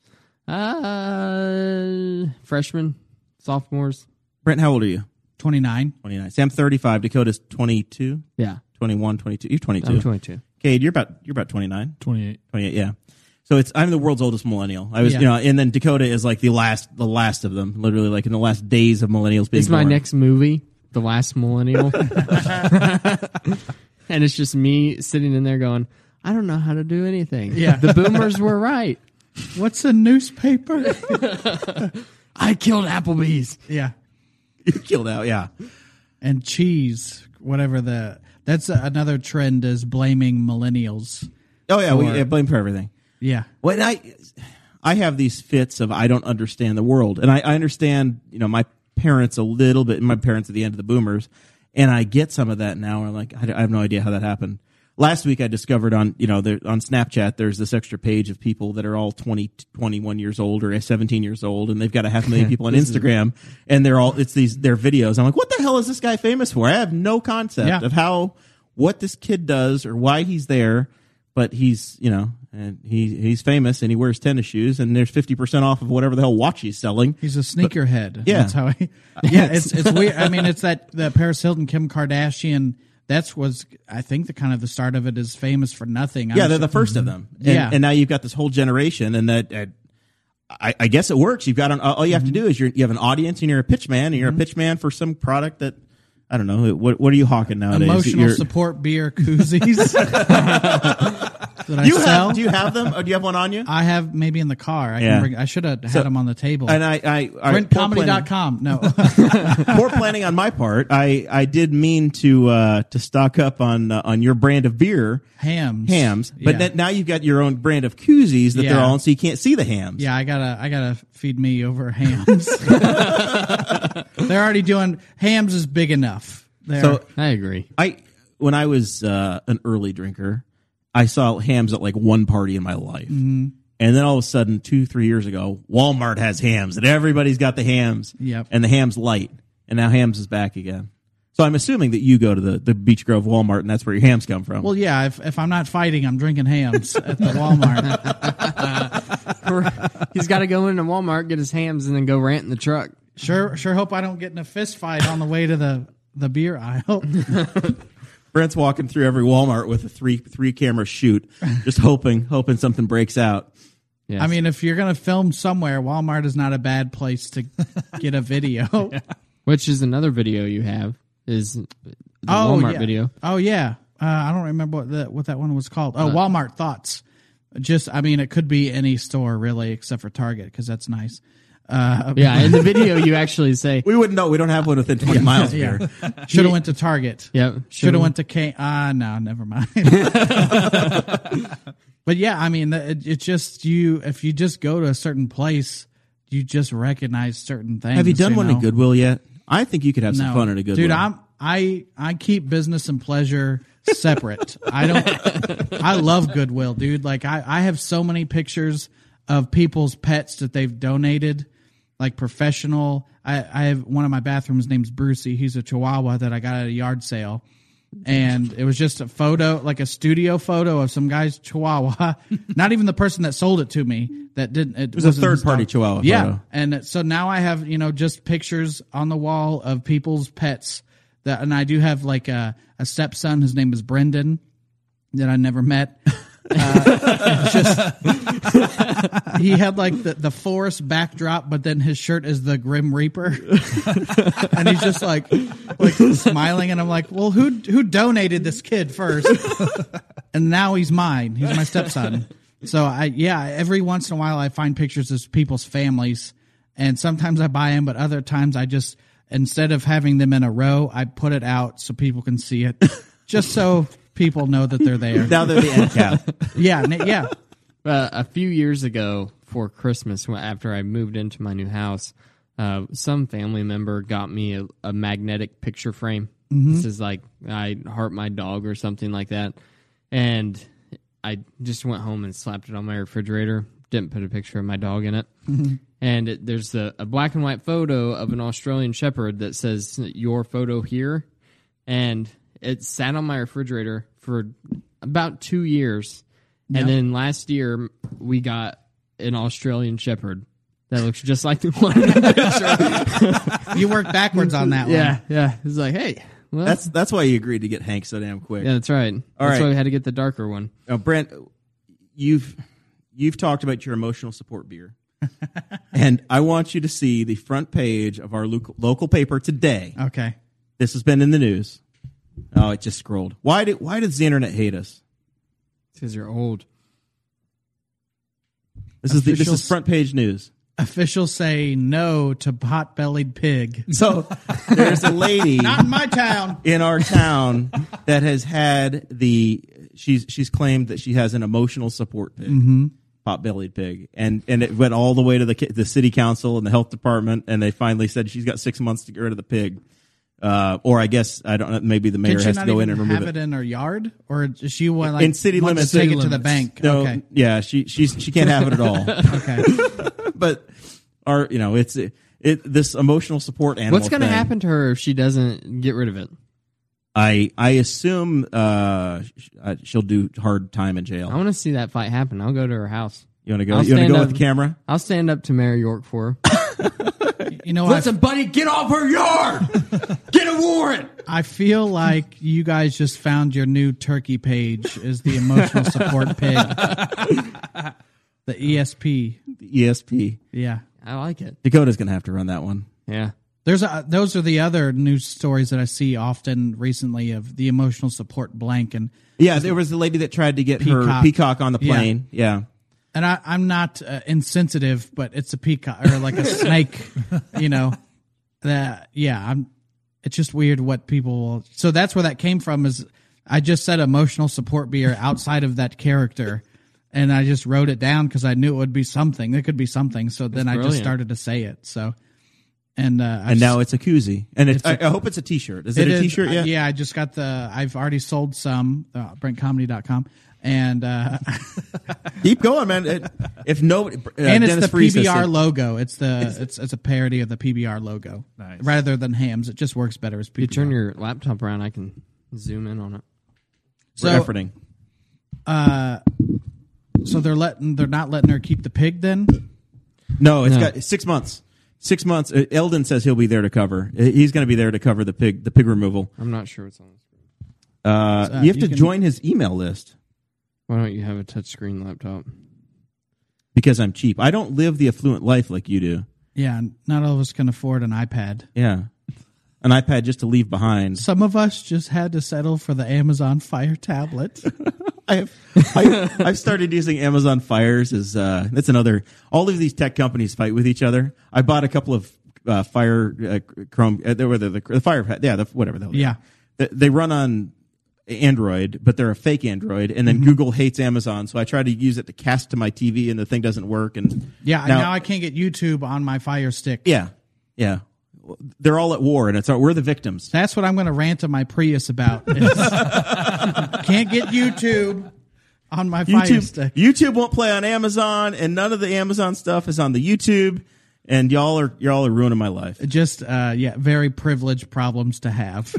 Speaker 2: Uh, freshmen, sophomores.
Speaker 1: Brent, how old are you?
Speaker 3: Twenty nine.
Speaker 1: 29. Sam, 35. Dakota's 22,
Speaker 2: Yeah,
Speaker 1: 21, 22. You're 22.
Speaker 2: I'm 22.
Speaker 1: Cade, you're about, you're about 29.
Speaker 4: Twenty eight.
Speaker 1: 28, Oh, yeah. So it's I'm the world's oldest millennial. I was,
Speaker 3: Yeah.
Speaker 1: you know, and then Dakota is like the last, the last of them, literally like in the last days of millennials being.
Speaker 2: It's my
Speaker 1: born.
Speaker 2: next movie, The Last Millennial, and it's just me sitting in there going, I don't know how to do anything.
Speaker 3: Yeah.
Speaker 2: the boomers were right.
Speaker 3: What's a newspaper?
Speaker 2: I killed Applebee's.
Speaker 3: yeah.
Speaker 1: killed out. Yeah,
Speaker 3: and cheese, whatever the that's another trend is blaming millennials.
Speaker 1: Oh yeah, we
Speaker 3: Or-
Speaker 1: yeah, blame for everything.
Speaker 3: Yeah.
Speaker 1: When I, I have these fits of I don't understand the world, and I, I understand you know my parents a little bit. My parents at the end of the boomers, and I get some of that now. And I'm like, I, don't- I have no idea how that happened. Last week, I discovered on you know there, on Snapchat there's this extra page of people that are all 20, 21 years old or 17 years old, and they've got a half million people on Instagram, and they're all it's these their videos. I'm like, what the hell is this guy famous for? I have no concept
Speaker 3: Yeah.
Speaker 1: of how what this kid does or why he's there but he's you know and he he's famous and he wears tennis shoes and there's 50% off of whatever the hell watch he's selling
Speaker 3: He's a sneakerhead.
Speaker 1: Yeah.
Speaker 3: That's how he, yeah, it's it's weird. I mean, it's that that Paris Hilton, Kim Kardashian. That's was I think the kind of the start of it is famous for nothing. I'm
Speaker 1: yeah they're the
Speaker 3: sure-
Speaker 1: first of them and,
Speaker 3: Mm-hmm. Yeah.
Speaker 1: and now you've got this whole generation and that that- I, I guess it works you've got an, all you have
Speaker 3: Mm-hmm.
Speaker 1: to do is you're, you have an audience and you're a pitch man and you're a pitch man for some product that i don't know what, what are you hawking nowadays
Speaker 3: emotional
Speaker 1: You're-
Speaker 3: support beer koozies that I
Speaker 1: you
Speaker 3: sell.
Speaker 1: have, do you have them or do you have one on you
Speaker 3: I have maybe in the car. I
Speaker 1: Yeah.
Speaker 3: can bring, I should have had
Speaker 1: So-
Speaker 3: them on the table.
Speaker 1: and i i, I
Speaker 3: Printcomedy.com. No.
Speaker 1: poor planning on my part i i did mean to uh to stock up on uh, on your brand of beer
Speaker 3: Hams.
Speaker 1: hams, but
Speaker 3: Yeah.
Speaker 1: then- now you've got your own brand of koozies that they're
Speaker 3: Yeah.
Speaker 1: all on, so you can't see the hams.
Speaker 3: Yeah, I gotta, I gotta feed me over hams. They're already doing hams is big enough. They're,
Speaker 1: So
Speaker 2: I agree.
Speaker 1: I, when I was uh, an early drinker, I saw hams at like one party in my life,
Speaker 3: Mm-hmm.
Speaker 1: and then all of a sudden, two three years ago, Walmart has hams, and everybody's got the hams.
Speaker 3: Yep.
Speaker 1: And the hams light, and now hams is back again. So I'm assuming that you go to the, the Beach Grove Walmart, and that's where your hams come from.
Speaker 3: well, yeah. If, if I'm not fighting, I'm drinking hams at the Walmart.
Speaker 2: He's got to go into Walmart, get his hams, and then go rant in the truck.
Speaker 3: Sure, sure. Hope I don't get in a fist fight on the way to the the beer aisle.
Speaker 1: Brent's walking through every Walmart with a three three camera shoot, just hoping hoping something breaks out.
Speaker 2: Yes.
Speaker 3: I mean, if you're gonna film somewhere, Walmart is not a bad place to get a video.
Speaker 2: which is another video you have is the
Speaker 3: oh,
Speaker 2: Walmart
Speaker 3: yeah.
Speaker 2: video.
Speaker 3: Oh yeah, uh, I don't remember what that what that one was called.
Speaker 1: Uh,
Speaker 3: Oh, Walmart thoughts. Just, I mean, it could be any store really, except for Target because that's nice. Uh,
Speaker 2: Yeah, in the video you actually say,
Speaker 1: We wouldn't know. We don't have one within twenty miles of here.
Speaker 3: should have went to Target.
Speaker 2: "Yeah,
Speaker 3: Should have went to K. Ah, no, never mind. but yeah, I mean, the- it, it just you. If you just go to a certain place, you just recognize certain things.
Speaker 1: Have you done one
Speaker 3: know?
Speaker 1: in Goodwill yet? I think you could have some
Speaker 3: No.
Speaker 1: fun at a Goodwill.
Speaker 3: Dude, I'm I I keep business and pleasure separate. I don't. I love Goodwill, dude. Like I I have so many pictures of people's pets that they've donated, like professional. I I have one of my bathrooms name's Brucey. He's a Chihuahua that I got at a yard sale. And it was just a photo, like a studio photo of some guy's chihuahua. Not even the person that sold it to me. That didn't. It,
Speaker 1: was a
Speaker 3: wasn't his
Speaker 1: third-party
Speaker 3: dog.
Speaker 1: Chihuahua
Speaker 3: Yeah,
Speaker 1: photo.
Speaker 3: and so now I have, you know, just pictures on the wall of people's pets that, and I do have like a, a stepson. His name is Brendan that I never met. Uh, just he had like the, the forest backdrop, but then his shirt is the Grim Reaper, and he's just like like smiling, and I'm like, well, who who donated this kid first? and now he's mine. He's my stepson. so I yeah, every once in a while I find pictures of people's families, and sometimes I buy them, but other times I just instead of having them in a row, I put it out so people can see it, just so people know that they're there.
Speaker 1: now they're the end cap.
Speaker 3: yeah, n- yeah.
Speaker 2: uh, a few years ago for Christmas, wh- after I moved into my new house, uh, some family member got me a, a magnetic picture frame. This is like I heart my dog or something like that, and I just went home and slapped it on my refrigerator. Didn't put a picture of my dog in it. And it, there's a, a black and white photo of an Australian Shepherd that says "Your photo here," and it sat on my refrigerator for about two years. And then last year we got an Australian Shepherd that looks just like the one. in the picture.
Speaker 3: You work backwards on that one.
Speaker 2: yeah, yeah. It's like, hey, well,
Speaker 1: That's that's why you agreed to get Hank so damn quick.
Speaker 2: yeah, that's right. that's
Speaker 1: right.
Speaker 2: why we had to get the darker one.
Speaker 1: Now, Brent, you've you've talked about your emotional support beer, and I want you to see the front page of our local, local paper today.
Speaker 3: Okay.
Speaker 1: This has been in the news. Oh, it just scrolled. Why did why does the internet hate us?
Speaker 2: Because you're old.
Speaker 1: This is the, this
Speaker 3: Official
Speaker 1: is front page news.
Speaker 3: Officials say no to pot bellied pig.
Speaker 1: So there's a lady
Speaker 3: Not in my town.
Speaker 1: in our town that has had the she's she's claimed that she has an emotional support pig,
Speaker 3: Mm-hmm.
Speaker 1: pot bellied pig, and and it went all the way to the ki- the city council and the health department, and they finally said she's got six months to get rid of the pig, uh, or I guess I don't know, maybe the mayor
Speaker 3: Did she
Speaker 1: has to
Speaker 3: not
Speaker 1: go in and
Speaker 3: even
Speaker 1: remove
Speaker 3: have
Speaker 1: it.
Speaker 3: it in her yard, or does she want like
Speaker 1: In city
Speaker 3: wants
Speaker 1: limits.
Speaker 3: to take
Speaker 1: City
Speaker 3: it to the
Speaker 4: limits.
Speaker 3: bank?
Speaker 1: No,
Speaker 3: Okay.
Speaker 1: yeah, she she's she can't have it at all.
Speaker 3: Okay.
Speaker 1: but our you know it's it, it this emotional support animal.
Speaker 2: What's going to
Speaker 1: thing.
Speaker 2: happen to her if she doesn't get rid of it?
Speaker 1: I I assume uh, sh- uh, she'll do hard time in jail.
Speaker 2: I want to see that fight happen. I'll go to her house.
Speaker 1: You want to go?
Speaker 2: I'll
Speaker 1: you want to
Speaker 2: stand
Speaker 1: go
Speaker 2: up.
Speaker 1: with the camera?
Speaker 2: I'll stand up to Mayor York for her.
Speaker 3: You know what?
Speaker 1: buddy, get off her yard. get a warrant.
Speaker 3: I feel like you guys just found your new turkey page is the emotional support pig. The ESP.
Speaker 1: ESP
Speaker 3: Yeah.
Speaker 2: I like it.
Speaker 1: E Dakota's gonna have to run that one.
Speaker 2: Yeah.
Speaker 3: There's a, those are the other news stories that I see often recently of the emotional support blank and
Speaker 1: Yeah, there was the lady that tried to get her
Speaker 3: Peacock.
Speaker 1: peacock on the
Speaker 3: Yeah.
Speaker 1: plane. Yeah.
Speaker 3: and I, I'm not uh, insensitive, but it's a peacock or like a snake, you know. That yeah, I'm. It's just weird what people. So that's where that came from. Is I just said emotional support beer outside of that character, and I just wrote it down because I knew it would be something. It could be something. So then I just
Speaker 2: brilliant.
Speaker 3: started to say it. So, and uh, I
Speaker 1: And now it's a koozie, and it's, I I hope it's a T-shirt. Is it, a
Speaker 3: is-
Speaker 1: T-shirt
Speaker 3: uh,
Speaker 1: yet?
Speaker 3: yeah, I just got the. I've already sold some. Uh, BrentComedy.com. And uh,
Speaker 1: Keep going, man. It- if no, uh,
Speaker 3: and it's
Speaker 1: Dennis
Speaker 3: the
Speaker 1: Friese
Speaker 3: PBR
Speaker 1: has said-
Speaker 3: logo. It's the it's it's a parody of the PBR logo.
Speaker 4: Nice.
Speaker 3: Rather than hams, it just works better as PBR.
Speaker 2: You turn your laptop around, I can zoom in on it.
Speaker 1: we're
Speaker 3: so,
Speaker 1: efforting.
Speaker 3: so they're letting they're not letting her keep the pig then.
Speaker 1: No, it's
Speaker 2: No.
Speaker 1: got six months. Six months. Uh, Eldon says he'll be there to cover. Uh, He's going to be there to cover the pig, the pig removal.
Speaker 2: I'm not sure what's on the screen.
Speaker 1: Uh,
Speaker 3: So,
Speaker 1: you have
Speaker 3: you
Speaker 1: to
Speaker 3: can-
Speaker 1: join his email list
Speaker 2: Why don't you have a touchscreen laptop?
Speaker 1: because I'm cheap. I don't live the affluent life like you do.
Speaker 3: Yeah, not all of us can afford an iPad.
Speaker 1: Yeah, an iPad just to leave behind.
Speaker 3: Some of us just had to settle for the Amazon Fire tablet.
Speaker 1: I have, I, I've started using Amazon Fires as uh, that's another. All of these tech companies fight with each other. I bought a couple of uh, Fire uh, Chrome. Uh, they were the, the, the Fire, yeah, the, whatever the hell. they
Speaker 3: Yeah.
Speaker 1: are. they, they run on Android, but they're a fake Android. And then Google hates Amazon, so I try to use it to cast to my TV, and the thing doesn't work. And
Speaker 3: Yeah,
Speaker 1: Now-
Speaker 3: now, I can't get YouTube on my Fire Stick.
Speaker 1: yeah, yeah, they're all at war, and it's we're the victims.
Speaker 3: That's what I'm going to rant to my Prius about. is- can't get YouTube on my Fire
Speaker 1: YouTube,
Speaker 3: Stick.
Speaker 1: YouTube won't play on Amazon, and none of the Amazon stuff is on the YouTube. And y'all are y'all are ruining my life.
Speaker 3: Just uh, yeah, very privileged problems to have.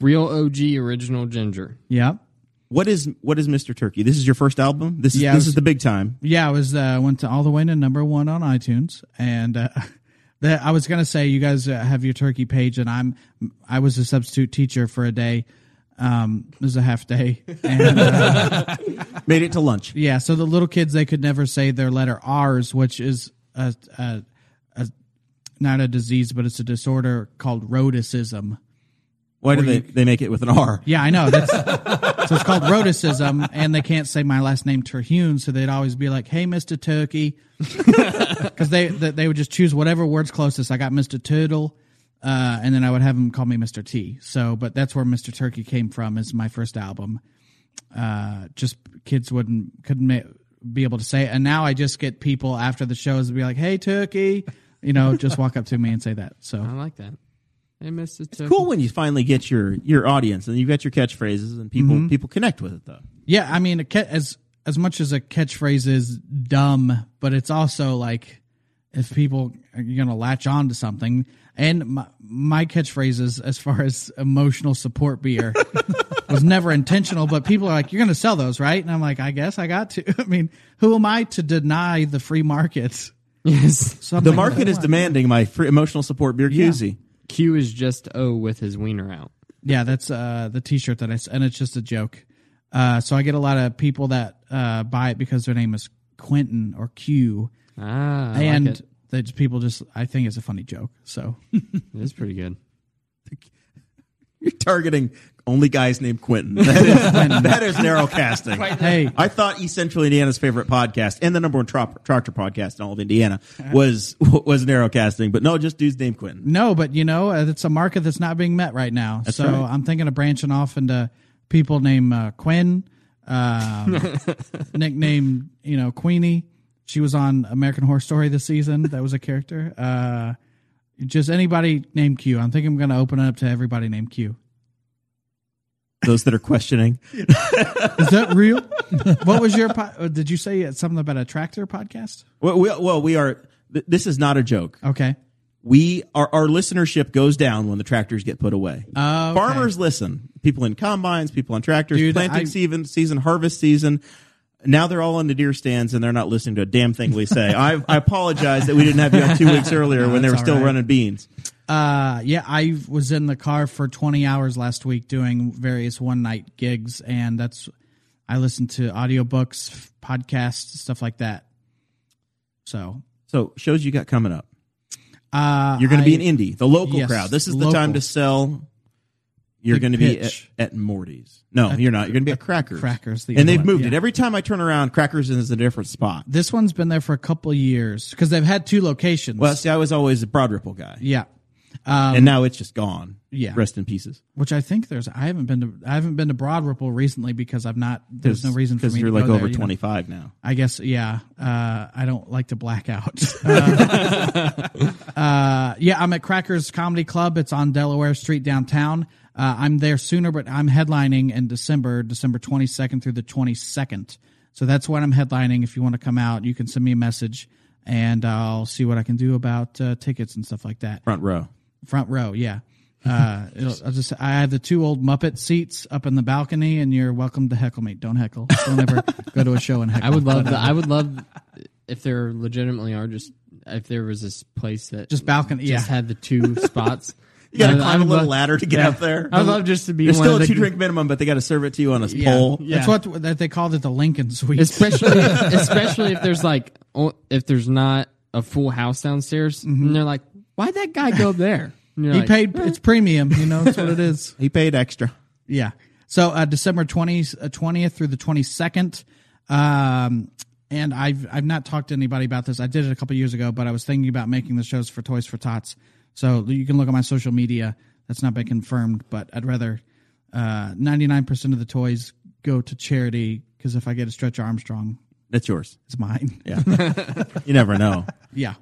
Speaker 2: Real OG original ginger.
Speaker 3: yep.
Speaker 1: What is what is Mr. Turkey? This is your first album. This is
Speaker 3: Yeah, it
Speaker 1: this
Speaker 3: was-
Speaker 1: is the big time.
Speaker 3: Yeah, I was uh, went to all the way to number one on iTunes, and uh, the, I was gonna say you guys uh, have your turkey page, and I'm I was a substitute teacher for a day. Um, it was a half day, and uh,
Speaker 1: Made it to lunch.
Speaker 3: yeah, so the little kids they could never say their letter R's, which is a, a, a not a disease, but it's a disorder called rhoticism.
Speaker 1: Why do they they make it with an R?
Speaker 3: Yeah, I know. That's, so it's called rhoticism, and they can't say my last name Terhune, so they'd always be like, "Hey, Mister Turkey," because they, they they would just choose whatever word's closest. I got Mister Turtle, uh, and then I would have them call me Mister T. So, but that's where Mister Turkey came from. Is my first album. Uh, just kids wouldn't couldn't ma- be able to say, it. and now I just get people after the shows to be like, "Hey, Turkey," you know, just walk up to me and say that. So
Speaker 2: I like that. Hey, Mister. It's
Speaker 1: Cool when you finally get your your audience and you've got your catchphrases and people
Speaker 3: Mm-hmm.
Speaker 1: people connect with it though.
Speaker 3: Yeah, I mean, a ca- as as much as a catchphrase is dumb, but it's also like if people are gonna latch on to something. And my, my catchphrases, as far as emotional support beer, was never intentional. But people are like, "You're gonna sell those, right?" And I'm like, "I guess I got to." I mean, who am I to deny the free market?
Speaker 2: Yes.
Speaker 3: Something
Speaker 1: The market is demanding my free emotional support beer koozie.
Speaker 2: Q is just O with his wiener out.
Speaker 3: Yeah, that's uh, the T-shirt that I s- and it's just a joke. Uh, so I get a lot of people that uh, buy it because their name is Quentin or Q,
Speaker 2: Ah, I
Speaker 3: and
Speaker 2: like it.
Speaker 3: that people just I think it's a funny joke. So
Speaker 2: It's pretty good.
Speaker 1: You're targeting only guys named Quentin. That is that is narrow casting.
Speaker 3: hey,
Speaker 1: I thought East Central Indiana's favorite podcast and the number one tro- tractor podcast in all of Indiana
Speaker 3: Uh-huh.
Speaker 1: was was narrowcasting, but no, just dudes named Quentin.
Speaker 3: no, but you know uh, it's a market that's not being met right now. so
Speaker 1: right.
Speaker 3: I'm thinking of branching off into people named uh, Quinn, um, nicknamed you know Queenie. She was on American Horror Story this season. That was a character. Uh, just anybody named Q. I'm thinking I'm going to open it up to everybody named Q.
Speaker 1: Those that are questioning.
Speaker 3: Is that real? what was your? Po- uh, did you say something about a tractor podcast?
Speaker 1: Well, we, well, we are. th- This is not a joke.
Speaker 3: Okay.
Speaker 1: We our our listenership goes down when the tractors get put away.
Speaker 3: Oh, okay.
Speaker 1: Farmers listen. People in combines, people on tractors,
Speaker 3: Dude,
Speaker 1: planting
Speaker 3: I-
Speaker 1: season, season, harvest season. Now they're all on the deer stands and they're not listening to a damn thing we say. I, I apologize that we didn't have you on two weeks earlier when they were
Speaker 3: that's
Speaker 1: still
Speaker 3: all right.
Speaker 1: running beans.
Speaker 3: Uh, yeah, I was in the car for 20 hours last week doing various one night gigs, and that's I listened to audiobooks, f- podcasts, stuff like that. So
Speaker 1: So shows you got coming up.
Speaker 3: uh,
Speaker 1: You're going to be
Speaker 3: I-
Speaker 1: in Indy, the local
Speaker 3: Yes,
Speaker 1: crowd. This is the
Speaker 3: local.
Speaker 1: time to sell. You're
Speaker 3: Big
Speaker 1: going to be at,
Speaker 3: pitch.
Speaker 1: at Morty's. No, you're not. You're going to be at Crackers.
Speaker 3: Crackers, the
Speaker 1: and they've
Speaker 3: other one,
Speaker 1: moved it
Speaker 3: yeah.
Speaker 1: every time I turn around. Crackers is in a different spot.
Speaker 3: This one's been there for a couple years because they've had two locations.
Speaker 1: Well, see, I was always a Broad Ripple guy,
Speaker 3: yeah,
Speaker 1: and now it's just gone.
Speaker 3: Um, yeah.
Speaker 1: rest in pieces.
Speaker 3: which I think there's. I haven't been to. I haven't been to Broad Ripple recently because I've not. There's no reason for me
Speaker 1: because you're
Speaker 3: to
Speaker 1: like
Speaker 3: go
Speaker 1: over
Speaker 3: there, you know?
Speaker 1: 25 now.
Speaker 3: I guess yeah. Uh, I don't like to black out. Uh, uh, yeah, I'm at Crackers Comedy Club. It's on Delaware Street downtown. Uh, I'm there sooner, but I'm headlining in December, December 22nd through the 22nd. So that's when I'm headlining. If you want to come out, you can send me a message, and I'll see what I can do about uh, tickets and stuff like that.
Speaker 1: Front row.
Speaker 3: Front row, yeah. Uh, it'll, I'll just I have the two old Muppet seats up in the balcony, and you're welcome to heckle me. Don't heckle. Don't ever go to a show and heckle.
Speaker 2: I would love that. I would love if there legitimately are just if there was this place that
Speaker 3: Just balcony-
Speaker 2: just
Speaker 3: yeah.
Speaker 2: had the two spots
Speaker 1: You got to
Speaker 2: I- I
Speaker 1: climb a
Speaker 2: would
Speaker 1: little
Speaker 2: love-
Speaker 1: ladder to get
Speaker 2: yeah.
Speaker 1: up there.
Speaker 2: I would love just to be
Speaker 1: There's
Speaker 2: one
Speaker 1: still
Speaker 2: of
Speaker 1: a
Speaker 2: the-
Speaker 1: two drink minimum, but they got to serve it to you on a pole.
Speaker 3: That's what that they called it the Lincoln Suite.
Speaker 2: especially especially if there's like o- if there's not a full house downstairs,
Speaker 1: Mm-hmm.
Speaker 2: and they're like, "Why'd that guy go there?" And you're
Speaker 3: he
Speaker 2: like,
Speaker 3: paid. It's premium. You know, that's what it is.
Speaker 1: He paid extra.
Speaker 3: Yeah. So uh, December 20th, uh, 20th through the 22nd. Um, and I've, I've not talked to anybody about this. I did it a couple years ago, but I was thinking about making the shows for Toys for Tots. So you can look at my social media. That's not been confirmed, but I'd rather uh, 99% of the toys go to charity because if I get a Stretch Armstrong,
Speaker 1: That's yours.
Speaker 3: it's mine. Yeah.
Speaker 1: You never know.
Speaker 3: Yeah.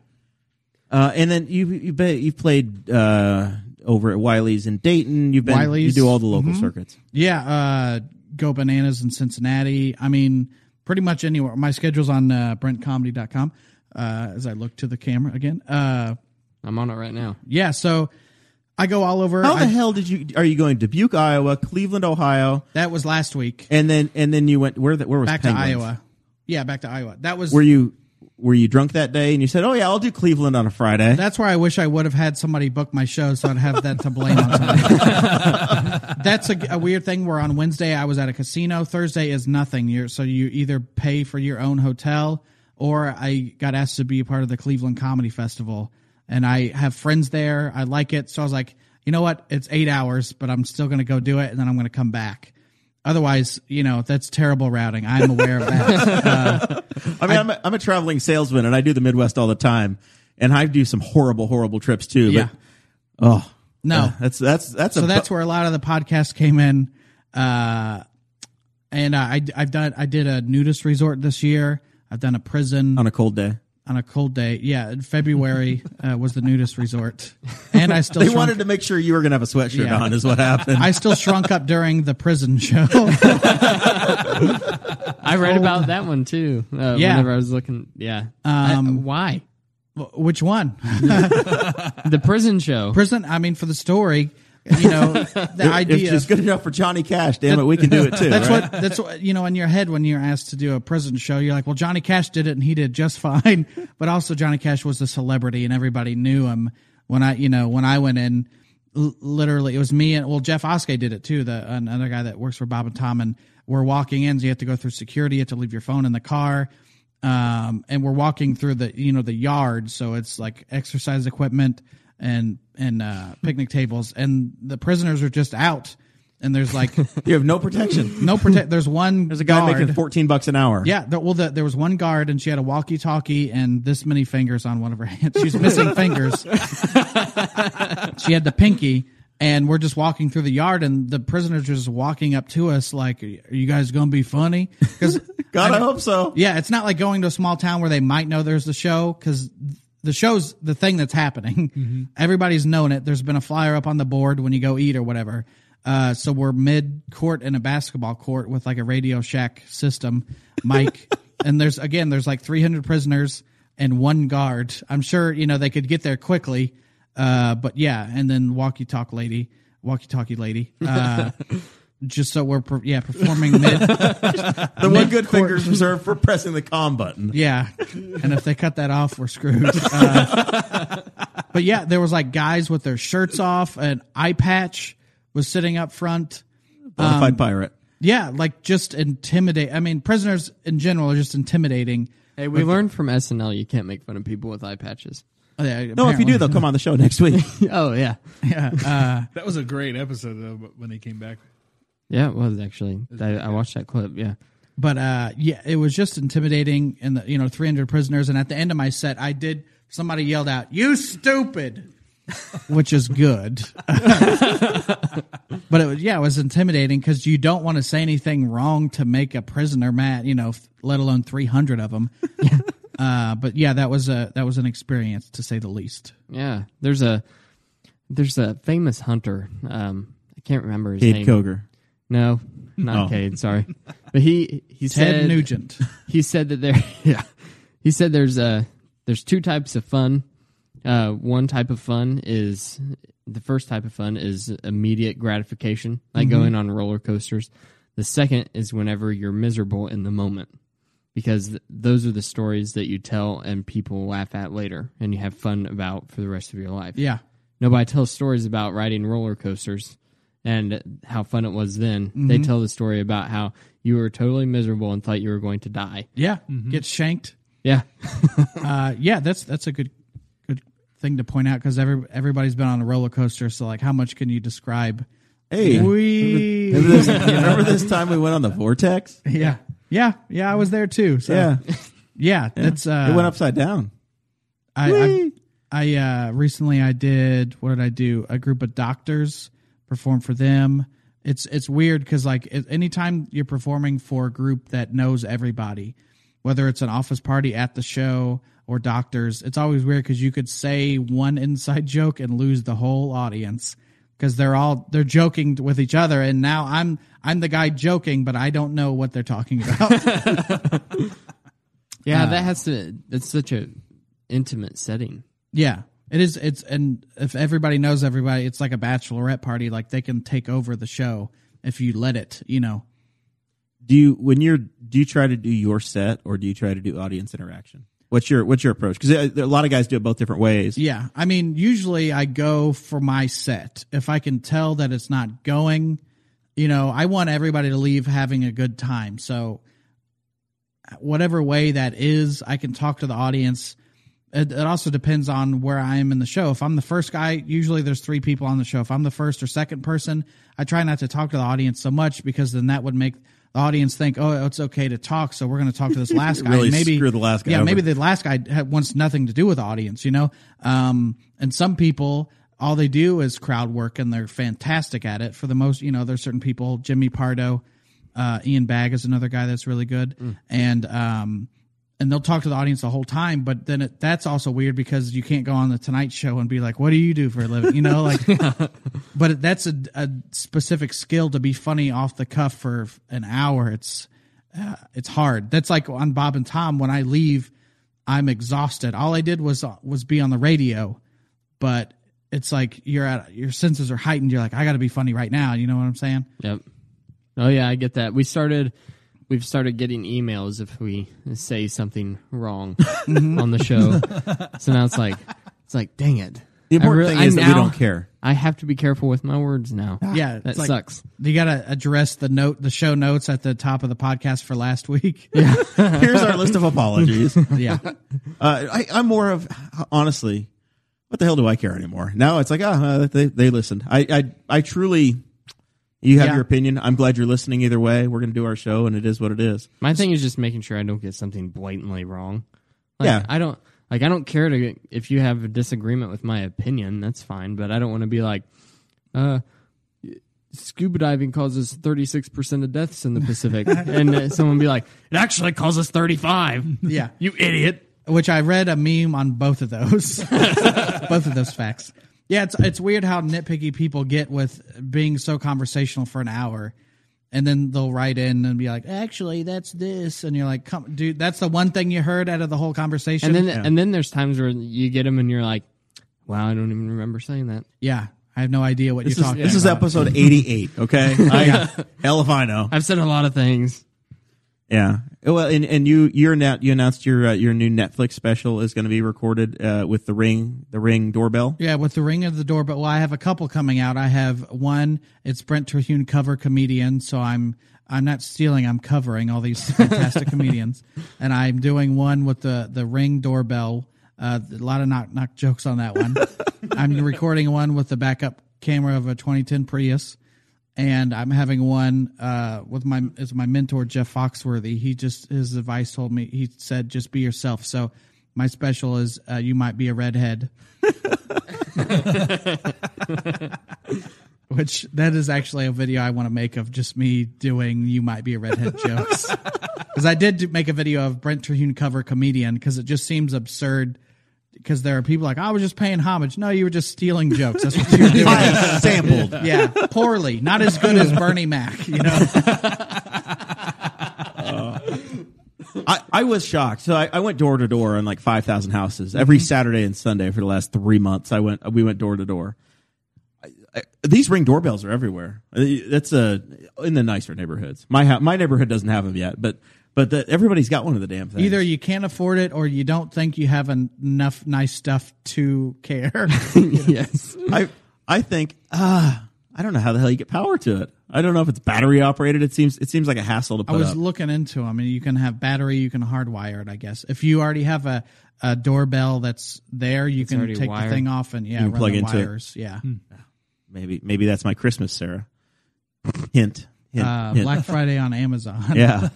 Speaker 1: Uh, and then you you be, you've played uh, over at Wiley's in Dayton. You've been
Speaker 3: Wiley's. mm-hmm.
Speaker 1: you do all the local circuits.
Speaker 3: Yeah, uh, go bananas in Cincinnati. I mean, pretty much anywhere. My schedule's on uh, brentcomedy.com uh, as I look to the camera again. Uh,
Speaker 2: "I'm on it right now."
Speaker 3: yeah, so I go all over.
Speaker 1: How the
Speaker 3: I-
Speaker 1: hell did you? Are you going to Dubuque, Iowa, Cleveland, Ohio,
Speaker 3: that was last week.
Speaker 1: and then and then you went where? The, where was
Speaker 3: Back
Speaker 1: Penguins?
Speaker 3: to Iowa. Yeah, back to Iowa. That was
Speaker 1: Were you were you drunk that day? And you said, "Oh yeah, I'll do Cleveland on a Friday."
Speaker 3: That's where I wish I would have had somebody book my show, so I'd have that to blame on somebody. That's a, a weird thing. Where on Wednesday I was at a casino. Thursday is nothing. You're, so you either pay for your own hotel, or I got asked to be a part of the Cleveland Comedy Festival, and I have friends there. I like it, so I was like, you know what? It's eight hours, but I'm still going to go do it, and then I'm going to come back. Otherwise, you know that's terrible routing. I'm aware of that.
Speaker 1: I mean, I, am a, I'm a traveling salesman, and I do the Midwest all the time, and I do some horrible, horrible trips too.
Speaker 3: Yeah.
Speaker 1: But, oh
Speaker 3: No,
Speaker 1: that's that's that's a
Speaker 3: so that's where a lot of the podcasts came in. Uh, and I, I've done, I did a nudist resort this year. I've done a prison
Speaker 1: on a cold day.
Speaker 3: on a cold day. Yeah, in February uh, was the nudist resort, and I still
Speaker 1: They
Speaker 3: shrunk,
Speaker 1: wanted to make sure you were going to have a sweatshirt
Speaker 3: Yeah.
Speaker 1: on, is what happened.
Speaker 3: I still shrunk up during the prison show.
Speaker 2: I read about that one too. Uh,
Speaker 3: Yeah.
Speaker 2: whenever I was looking, yeah. Um, why
Speaker 3: Which one?
Speaker 2: the prison show?
Speaker 3: Prison. I mean, for the story, you know, the
Speaker 1: If
Speaker 3: idea.
Speaker 1: it's good enough for Johnny Cash, damn it, we can do it too.
Speaker 3: That's
Speaker 1: right?
Speaker 3: what that's what you know in your head when you're asked to do a prison show. You're like, well, Johnny Cash did it and he did just fine, but also Johnny Cash was a celebrity and everybody knew him. When I you know when I went in, l- literally it was me and well Jeff Oskey did it too. The another guy that works for Bob and Tom and we're walking in. So you have to go through security. You have to leave your phone in the car. Um, and we're walking through the you know the yard, so it's like exercise equipment and and uh, picnic tables, and the prisoners are just out. And there's like
Speaker 1: You have no protection.
Speaker 3: no protect. There's one.
Speaker 1: There's a guy
Speaker 3: guard.
Speaker 1: making 14 bucks an hour.
Speaker 3: Yeah. The, well, the, there was one guard, and she had a walkie-talkie and this many fingers on one of her hands. She's missing fingers. she had the pinky, and we're just walking throrough the yard, and the prisoners are just walking up to us like, "Are you guys gonna be funny?" Because
Speaker 1: God, I hope so.
Speaker 3: yeah, it's not like going to a small town where they might know there's the show because the show's the thing that's happening. Everybody's known it. There's been a flyer up on the board when you go eat or whatever. Uh, so we're mid court in a basketball court with like a Radio Shack system, Mike. and there's again, there's like 300 prisoners and one guard. I'm sure you know they could get there quickly. Uh, but yeah, and then walkie talk lady, walkie talkie lady. Uh, just so we're per- yeah performing mid.
Speaker 1: The one good finger's reserved for pressing the calm button.
Speaker 3: Yeah, and if they cut that off, we're screwed. Uh, but yeah, there was like guys with their shirts off, an eye patch was sitting up front.
Speaker 1: Bonafide pirate.
Speaker 3: Yeah, like just intimidate. I mean, prisoners in general are just intimidating.
Speaker 2: Hey, we learned from SNL you can't make fun of people with eye patches.
Speaker 3: Uh,
Speaker 1: No, if you do, they'll come on the show next week.
Speaker 2: oh yeah,
Speaker 4: That was a great episode though, but when they came back.
Speaker 2: yeah, it was actually. I, I watched that clip. Yeah,
Speaker 3: but uh, yeah, it was just intimidating. And the, you know, three hundred prisoners. And at the end of my set, I did. Somebody yelled out, "You stupid," which is good. but it was yeah, it was intimidating because you don't want to say anything wrong to make a prisoner mad. You know, f- let alone three hundred of them. uh, but yeah, that was a that was an experience to say the least.
Speaker 2: yeah. There's a there's a famous hunter. Um, I can't remember his
Speaker 1: Cade
Speaker 2: name.
Speaker 1: Koger.
Speaker 2: No, not
Speaker 1: Oh.
Speaker 2: Cade. Sorry, but he he
Speaker 3: Ted
Speaker 2: said
Speaker 3: Nugent.
Speaker 2: he said that there yeah he said there's uh there's two types of fun uh one type of fun is the first type of fun is immediate gratification like going on roller coasters the second is whenever you're miserable in the moment because th- those are the stories that you tell and people laugh at later and you have fun about for the rest of your life
Speaker 3: Yeah.
Speaker 2: nobody tells stories about riding roller coasters and how fun it was then. They tell the story about how you were totally miserable and thought you were going to die.
Speaker 3: Yeah, get shanked.
Speaker 2: Yeah.
Speaker 3: Uh, yeah, that's that's a good good thing to point out because every, everybody's been on a roller coaster. So like, how much can you describe?
Speaker 1: Hey,
Speaker 3: We
Speaker 1: remember this, you remember this time we went on the vortex?
Speaker 3: yeah yeah yeah I was there too. So
Speaker 1: Yeah,
Speaker 3: yeah, that's uh,
Speaker 1: it went upside down.
Speaker 3: I, I, I uh, recently I did what did I do? A group of doctors perform for them. It's it's weird because like a- anytime you're performing for a group that knows everybody, whether it's an office party at the show or doctors, it's always weird because you could say one inside joke and lose the whole audience because they're all they're joking with each other, and now I'm I'm the guy joking, but I don't know what they're talking about.
Speaker 2: Yeah, that has to that's such a intimate setting.
Speaker 3: Yeah, it is. It's and if everybody knows everybody, it's like a bachelorette party. Like they can take over the show if you let it. You know.
Speaker 1: Do you when you're do you try to do your set or do you try to do audience interaction? What's your what's your approach? Because a lot of guys do it both different ways.
Speaker 3: Yeah, I mean, usually I go for my set if I can tell that it's not going. You know, I want everybody to leave having a good time. So, whatever way that is, I can talk to the audience. It, it also depends on where I am in the show. If I'm the first guy, usually there's three people on the show. If I'm the first or second person, I try not to talk to the audience so much because then that would make the audience think, "Oh, it's okay to talk." So we're going to talk to this last guy.
Speaker 1: Really
Speaker 3: maybe
Speaker 1: screw the last guy
Speaker 3: Yeah,
Speaker 1: over.
Speaker 3: maybe the last guy had, wants nothing to do with the audience. You know, um, and some people. All they do is crowd work, and they're fantastic at it. For the most, you know, there's certain people. Jimmy Pardo, uh, Ian Bagg is another guy that's really good, and um, and they'll talk to the audience the whole time. But then it, that's also weird because you can't go on the Tonight Show and be like, "What do you do for a living?" You know, like. but that's a, a specific skill to be funny off the cuff for an hour. It's uh, it's hard. That's like on Bob and Tom. When I leave, I'm exhausted. All I did was was be on the radio, but it's like you're at your senses are heightened. You're like, I got to be funny right now. You know what I'm saying?
Speaker 2: Yep. Oh yeah, I get that. We started we've started getting emails if we say something wrong on the show. so now it's like it's like dang it.
Speaker 1: The
Speaker 2: I
Speaker 1: important
Speaker 2: really-
Speaker 1: thing is
Speaker 2: I
Speaker 1: that we
Speaker 2: now-
Speaker 1: don't care.
Speaker 2: I have to be careful with my words now.
Speaker 3: Yeah, it's
Speaker 2: Ah, that
Speaker 3: like-
Speaker 2: sucks.
Speaker 3: You got to address the note, the show notes at the top of the podcast for last week. Yeah,
Speaker 1: Here's our list of apologies.
Speaker 3: yeah,
Speaker 1: Uh, I, I'm more of honestly, what the hell do I care anymore? Now it's like, ah, uh, they they listened. I I I truly, you have
Speaker 3: Yeah.
Speaker 1: your opinion. I'm glad you're listening either way. We're gonna do our show, and it is what it is.
Speaker 2: My thing is just making sure I don't get something blatantly wrong. Like,
Speaker 1: Yeah.
Speaker 2: I don't like I don't care to if you have a disagreement with my opinion, that's fine, but I don't want to be like uh scuba diving causes 36% of deaths in the Pacific and uh, someone be like it actually causes 35.
Speaker 3: yeah.
Speaker 2: You idiot.
Speaker 3: Which I read a meme on both of those, both of those facts. Yeah, it's it's weird how nitpicky people get with being so conversational for an hour, and then they'll write in and be like, "Actually, that's this," and you're like, "Come, dude, that's the one thing you heard out of the whole conversation."
Speaker 2: And then and then there's times where you get them and you're like, "Wow, I don't even remember saying that."
Speaker 3: yeah, I have no idea what
Speaker 1: This
Speaker 3: you're
Speaker 1: is
Speaker 3: talking.
Speaker 1: this is
Speaker 3: about.
Speaker 1: episode 88. Okay, I, hell if I know.
Speaker 2: I've said a lot of things.
Speaker 1: Yeah. Well, and and you you're now you announced your uh, your new Netflix special is going to be recorded uh, with the ring the ring doorbell.
Speaker 3: Yeah, with the ring of the door. But well, I have a couple coming out. I have one. It's Brent Terhune cover comedian. So I'm I'm not stealing. I'm covering all these fantastic comedians, and I'm doing one with the the ring doorbell. Uh, a lot of knock knock jokes on that one. I'm recording one with the backup camera of a 2010 Prius. And I'm having one uh, with my is my mentor Jeff Foxworthy. He just his advice told me he said just be yourself. So my special is uh, you might be a redhead. Which that is actually a video I want to make of just me doing "You Might Be a Redhead" jokes because I did do- make a video of Brent Terhune cover comedian because it just seems absurd because there are people like I was just paying homage. No, you were just stealing jokes. That's what you were doing.
Speaker 1: sampled.
Speaker 3: yeah, poorly, not as good as Bernie Mac. You know,
Speaker 1: I, I was shocked. So I, I went door to door on like five thousand houses every
Speaker 3: Mm-hmm.
Speaker 1: Saturday and Sunday for the last three months. I went we went door to door. I- I- These ring doorbells are everywhere. Uh, That's a in the nicer neighborhoods. My hou- my neighborhood doesn't have them yet, but But the, everybody's got one of the damn things.
Speaker 3: Either you can't afford it or you don't think you have en- enough nice stuff to care.
Speaker 2: yes.
Speaker 1: I I think ah, I don't know how the hell you get power to it. I don't know if it's battery operated. It seems it seems like a hassle to
Speaker 3: I
Speaker 1: put
Speaker 3: was
Speaker 1: up.
Speaker 3: looking into them, and you can have battery, you can hardwire it, I guess. If you already have a, a doorbell that's there, you can
Speaker 2: already
Speaker 3: take
Speaker 2: wired. Hmm.
Speaker 3: the thing off and yeah,
Speaker 1: can
Speaker 3: run
Speaker 1: plug
Speaker 3: the
Speaker 1: into it.
Speaker 3: wires. Yeah.
Speaker 1: maybe maybe that's my Christmas, Sarah. Hint. Hint.
Speaker 3: Uh,
Speaker 1: hint.
Speaker 3: Black Friday on Amazon.
Speaker 1: yeah.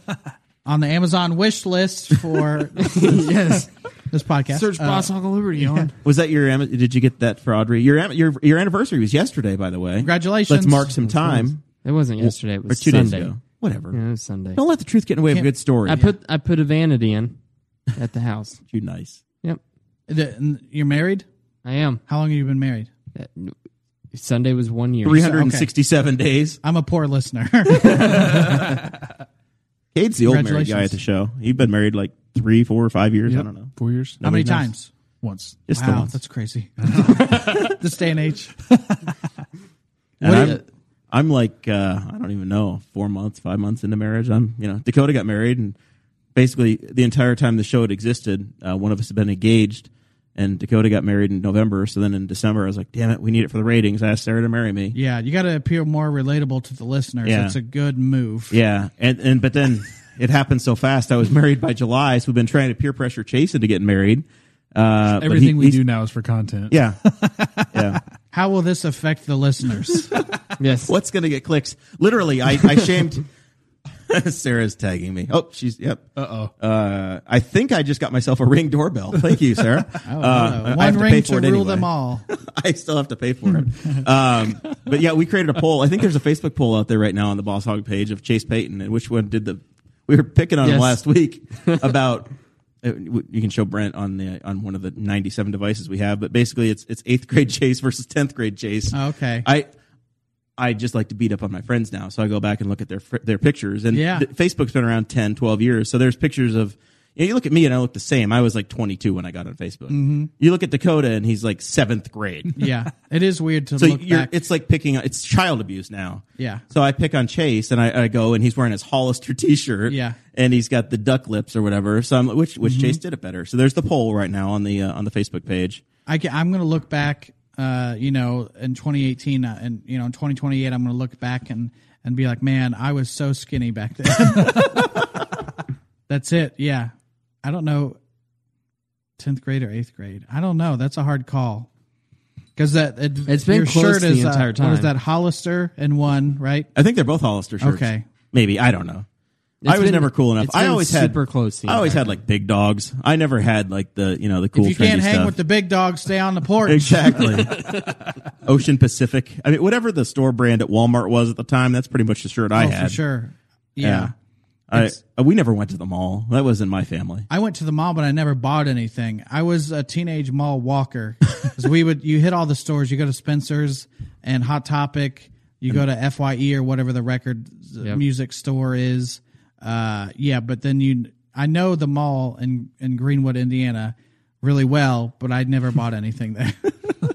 Speaker 3: on the Amazon wish list for
Speaker 4: yes.
Speaker 3: this podcast.
Speaker 4: Search
Speaker 3: Uh,
Speaker 4: Boss Uncle Liberty on.
Speaker 1: Was that your? am- Did you get that for Audrey? Your am- your your anniversary was yesterday, by the way.
Speaker 3: Congratulations.
Speaker 1: Let's mark some time.
Speaker 2: It wasn't yesterday. It
Speaker 1: or
Speaker 2: was
Speaker 1: two
Speaker 2: Sunday.
Speaker 1: days ago. Whatever.
Speaker 2: Yeah, it was Sunday.
Speaker 1: Don't let the truth get in the way of a
Speaker 3: Can't-
Speaker 1: good story.
Speaker 2: I put I put a vanity in at the house.
Speaker 1: you nice.
Speaker 2: Yep,
Speaker 3: The- n- you're married?
Speaker 2: I am.
Speaker 3: How long have you been married?
Speaker 2: That- Sunday was one year.
Speaker 1: Three hundred and sixty-seven days.
Speaker 3: I'm a poor listener.
Speaker 1: Cade's the old married guy
Speaker 3: Congratulations.
Speaker 1: at the show. You've been married like three, four, or five years. I don't know.
Speaker 4: Four years.
Speaker 3: How many
Speaker 1: knows.
Speaker 3: times?
Speaker 4: Once.
Speaker 1: Just the
Speaker 3: Wow,
Speaker 1: once.
Speaker 3: that's crazy. this day and age.
Speaker 1: And
Speaker 3: What
Speaker 1: I'm,
Speaker 3: is-
Speaker 1: I'm like, uh, I don't even know, four months, five months into marriage. I'm, you know, Dakota got married, and basically the entire time the show had existed, uh, one of us had been engaged, and Dakota got married in November. So then in December, I was like, damn it, we need it for the ratings. I asked Sarah to marry me.
Speaker 3: Yeah, you got to appear more relatable to the listeners.
Speaker 1: Yeah.
Speaker 3: It's a good move.
Speaker 1: Yeah, and and but then it happened so fast. I was married by July, so we've been trying to peer pressure Jason to get married. Uh, but
Speaker 4: Everything
Speaker 1: he-
Speaker 4: we
Speaker 1: he's-
Speaker 4: do now is for content.
Speaker 1: Yeah, yeah.
Speaker 3: How will this affect the listeners?
Speaker 2: Yes,
Speaker 1: What's going to get clicks? Literally, I, I shamed. Sarah's tagging me. Oh, she's yep.
Speaker 4: Uh oh.
Speaker 1: Uh, I think I just got myself a ring doorbell. Thank you, Sarah.
Speaker 3: Oh,
Speaker 1: Uh,
Speaker 3: no.
Speaker 1: I have
Speaker 3: One
Speaker 1: to pay
Speaker 3: ring
Speaker 1: for
Speaker 3: to
Speaker 1: it
Speaker 3: rule
Speaker 1: anyway.
Speaker 3: them all.
Speaker 1: I still have to pay for it. um, but yeah, we created a poll. I think there's a Facebook poll out there right now on the Boss Hog page of Chase Payton and which one did the. We were picking on him
Speaker 2: Yes.
Speaker 1: last week about. uh, You can show Brent on the on one of the 97 devices we have, but basically it's it's eighth grade Chase versus 10th grade Chase.
Speaker 3: Oh, okay.
Speaker 1: I. I just like to beat up on my friends now, so I go back and look at their fr- their pictures. And
Speaker 3: Yeah.
Speaker 1: th- Facebook's been around 10, 12 years, so there's pictures of you, know, you look at me and I look the same. I was like 22 when I got on Facebook.
Speaker 3: Mm-hmm.
Speaker 1: You look at Dakota and he's like seventh grade.
Speaker 3: Yeah, it is weird to
Speaker 1: So
Speaker 3: look
Speaker 1: you're,
Speaker 3: back.
Speaker 1: it's like picking. It's child abuse now.
Speaker 3: Yeah.
Speaker 1: So I pick on Chase, and I, I go, and he's wearing his Hollister T-shirt.
Speaker 3: Yeah. Mm-hmm.
Speaker 1: And he's got the duck lips or whatever. So I'm like, which which Chase did it better? So there's the poll right now on the uh, on the Facebook page.
Speaker 3: I ca I'm going to look back, uh, you know, in 2018 uh, and, you know, in 2028, I'm going to look back and, and be like, man, I was so skinny back then. That's it. Yeah. I don't know. 10th grade or 8th grade. I don't know. That's a hard call. Because that it,
Speaker 2: It's been
Speaker 3: your
Speaker 2: close
Speaker 3: shirt
Speaker 2: the
Speaker 3: is uh,
Speaker 2: entire
Speaker 3: What is
Speaker 2: time.
Speaker 3: that Hollister and one right?
Speaker 1: I think they're both Hollister shirts.
Speaker 3: Okay.
Speaker 1: Maybe I don't know. I was
Speaker 2: been-
Speaker 1: never cool enough.
Speaker 2: it's
Speaker 1: I
Speaker 2: been
Speaker 1: always had
Speaker 2: super close the
Speaker 1: I always
Speaker 2: entire
Speaker 1: had like big dogs. I never had like the you know the cool.
Speaker 3: if you
Speaker 1: trendy
Speaker 3: can't hang
Speaker 1: stuff.
Speaker 3: with the big dog, stay on the porch.
Speaker 1: Exactly. Ocean Pacific. I mean, whatever the store brand at Walmart was at the time, that's pretty much the shirt I
Speaker 3: oh,
Speaker 1: had.
Speaker 3: for sure. yeah.
Speaker 1: Yeah. I, uh, we never went to the mall. That was in my family.
Speaker 3: I went to the mall, but I never bought anything. I was a teenage mall walker. 'Cause we would you hit all the stores. You go to Spencer's and Hot Topic. You go to Fye or whatever the record uh,
Speaker 2: Yep.
Speaker 3: music store is. Uh, yeah, but then you, I know the mall in in Greenwood, Indiana, really well, but I never bought anything there.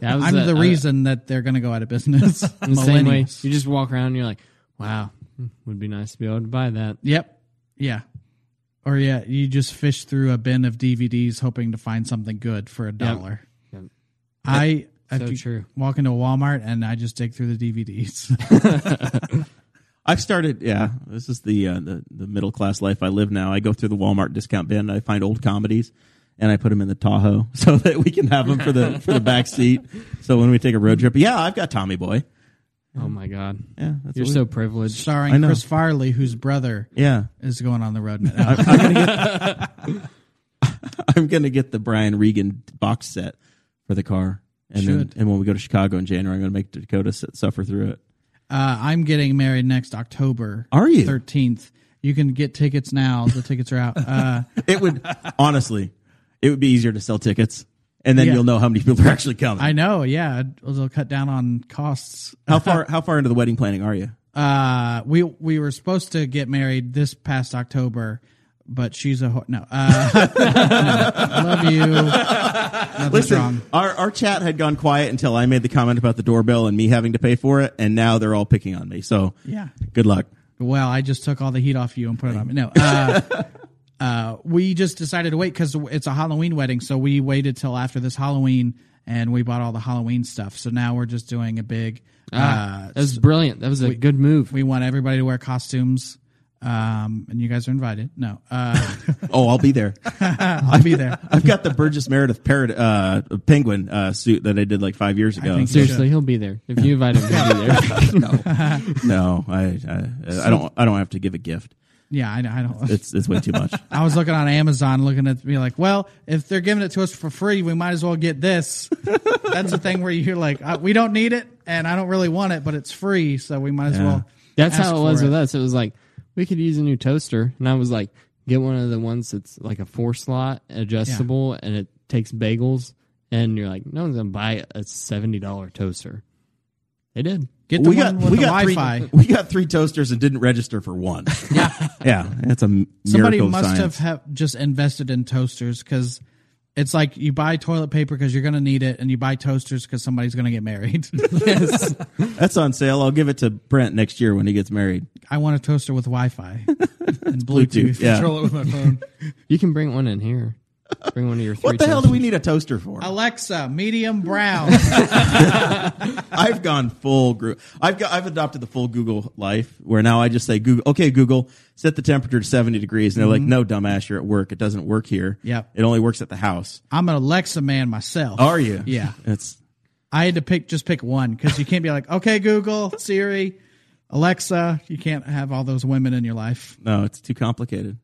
Speaker 2: That was
Speaker 3: I'm
Speaker 2: a-
Speaker 3: the
Speaker 2: a-
Speaker 3: reason that they're going to go out of business.
Speaker 2: in the same way.
Speaker 3: Millennials.
Speaker 2: You just walk around. and You're like, wow, would be nice to be able to buy that.
Speaker 3: Yep. Yeah. Or yeah, you just fish through a bin of DVDs hoping to find something good for a dollar.
Speaker 2: Yep.
Speaker 3: I have
Speaker 2: So
Speaker 3: to
Speaker 2: true.
Speaker 3: walk into a Walmart and I just dig through the DVDs.
Speaker 1: I've started. Yeah, this is the uh, the, the middle class life I live now. I go through the Walmart discount bin. I find old comedies, and I put them in the Tahoe so that we can have them for the for the back seat. So when we take a road trip, yeah, I've got Tommy Boy.
Speaker 2: Oh my god,
Speaker 1: Yeah, that's
Speaker 2: you're
Speaker 1: what we-
Speaker 2: so privileged.
Speaker 1: I
Speaker 3: Starring
Speaker 1: know.
Speaker 3: Chris Farley, whose brother
Speaker 1: yeah.
Speaker 3: is going on the road. Uh, now.
Speaker 1: I'm gonna get the Brian Regan box set for the car, and then,
Speaker 3: Should.
Speaker 1: and when we go to Chicago in January, I'm gonna make Dakota s- suffer through it.
Speaker 3: Uh, I'm getting married next October.
Speaker 1: Are you?
Speaker 3: 13th. You can get tickets now. The tickets are out. Uh,
Speaker 1: It would honestly, it would be easier to sell tickets, and then
Speaker 3: Yeah.
Speaker 1: you'll know how many people are actually coming.
Speaker 3: I know. Yeah. It'll cut down on costs.
Speaker 1: how far how far into the wedding planning are you?
Speaker 3: uh we we were supposed to get married this past october but she's a ho- no uh love you nothing's wrong
Speaker 1: Our our chat had gone quiet until I made the comment about the doorbell and me having to pay for it, and now they're all picking on me. So
Speaker 3: Yeah.
Speaker 1: good luck.
Speaker 3: Well, I just took all the heat off you and put it on me. No, uh, uh, we just decided to wait because it's a Halloween wedding, so we waited till after this Halloween and we bought all the Halloween stuff. So now we're just doing a big. Uh,
Speaker 2: That was brilliant. That was a good move.
Speaker 3: we want everybody to wear costumes, um, and you guys are invited. No, uh,
Speaker 1: Oh, I'll be there.
Speaker 3: I'll be there.
Speaker 1: I've got the Burgess Meredith parrot, uh, penguin uh, suit that I did like five years ago.
Speaker 3: think
Speaker 2: Seriously, he'll be there. If you invite him, he'll be there.
Speaker 1: no, I, I I don't I don't have to give a gift.
Speaker 3: Yeah, I, I don't.
Speaker 1: It's it's way too much.
Speaker 3: I was looking on Amazon, looking at be like, well, if they're giving it to us for free, we might as well get this. That's the thing where you're like, uh, we don't need it, and I don't really want it, but it's free, so we might as well.
Speaker 2: That's
Speaker 3: ask
Speaker 2: how it was
Speaker 3: for
Speaker 2: with us. It was like we could use a new toaster, and I was like, get one of the ones that's like a four slot adjustable, and it takes bagels. And you're like, no one's gonna buy a seventy dollar toaster. They did.
Speaker 3: Get the
Speaker 1: We
Speaker 3: one
Speaker 1: got
Speaker 3: with
Speaker 1: we
Speaker 3: the
Speaker 1: got
Speaker 3: Wi-Fi.
Speaker 1: three we got three toasters and didn't register for one. Yeah, yeah, that's a m-
Speaker 3: Somebody
Speaker 1: miracle of
Speaker 3: must have,
Speaker 1: science.
Speaker 3: have just invested in toasters because it's like you buy toilet paper because you're going to need it, and you buy toasters because somebody's going to get married.
Speaker 1: That's on sale. I'll give it to Brent next year when he gets married.
Speaker 3: I want a toaster with Wi-Fi and Bluetooth.
Speaker 1: Bluetooth. Yeah.
Speaker 4: Control it with my phone.
Speaker 2: You can bring one in here. Bring one of your three.
Speaker 1: What the hell do
Speaker 2: toasters.
Speaker 1: we need a toaster for?
Speaker 3: Alexa, medium brown.
Speaker 1: I've gone full Google. I've got, I've adopted the full Google life where now I just say Google, okay, Google, set the temperature to 70 degrees. And they're like, no, dumbass, you're at work. It doesn't work here.
Speaker 3: Yep.
Speaker 1: It only works at the house.
Speaker 3: I'm an Alexa man myself.
Speaker 1: Are you?
Speaker 3: Yeah.
Speaker 1: It's,
Speaker 3: I had to pick just pick one because you can't be like, okay, Google, Siri, Alexa. You can't have all those women in your life.
Speaker 1: no, it's too complicated.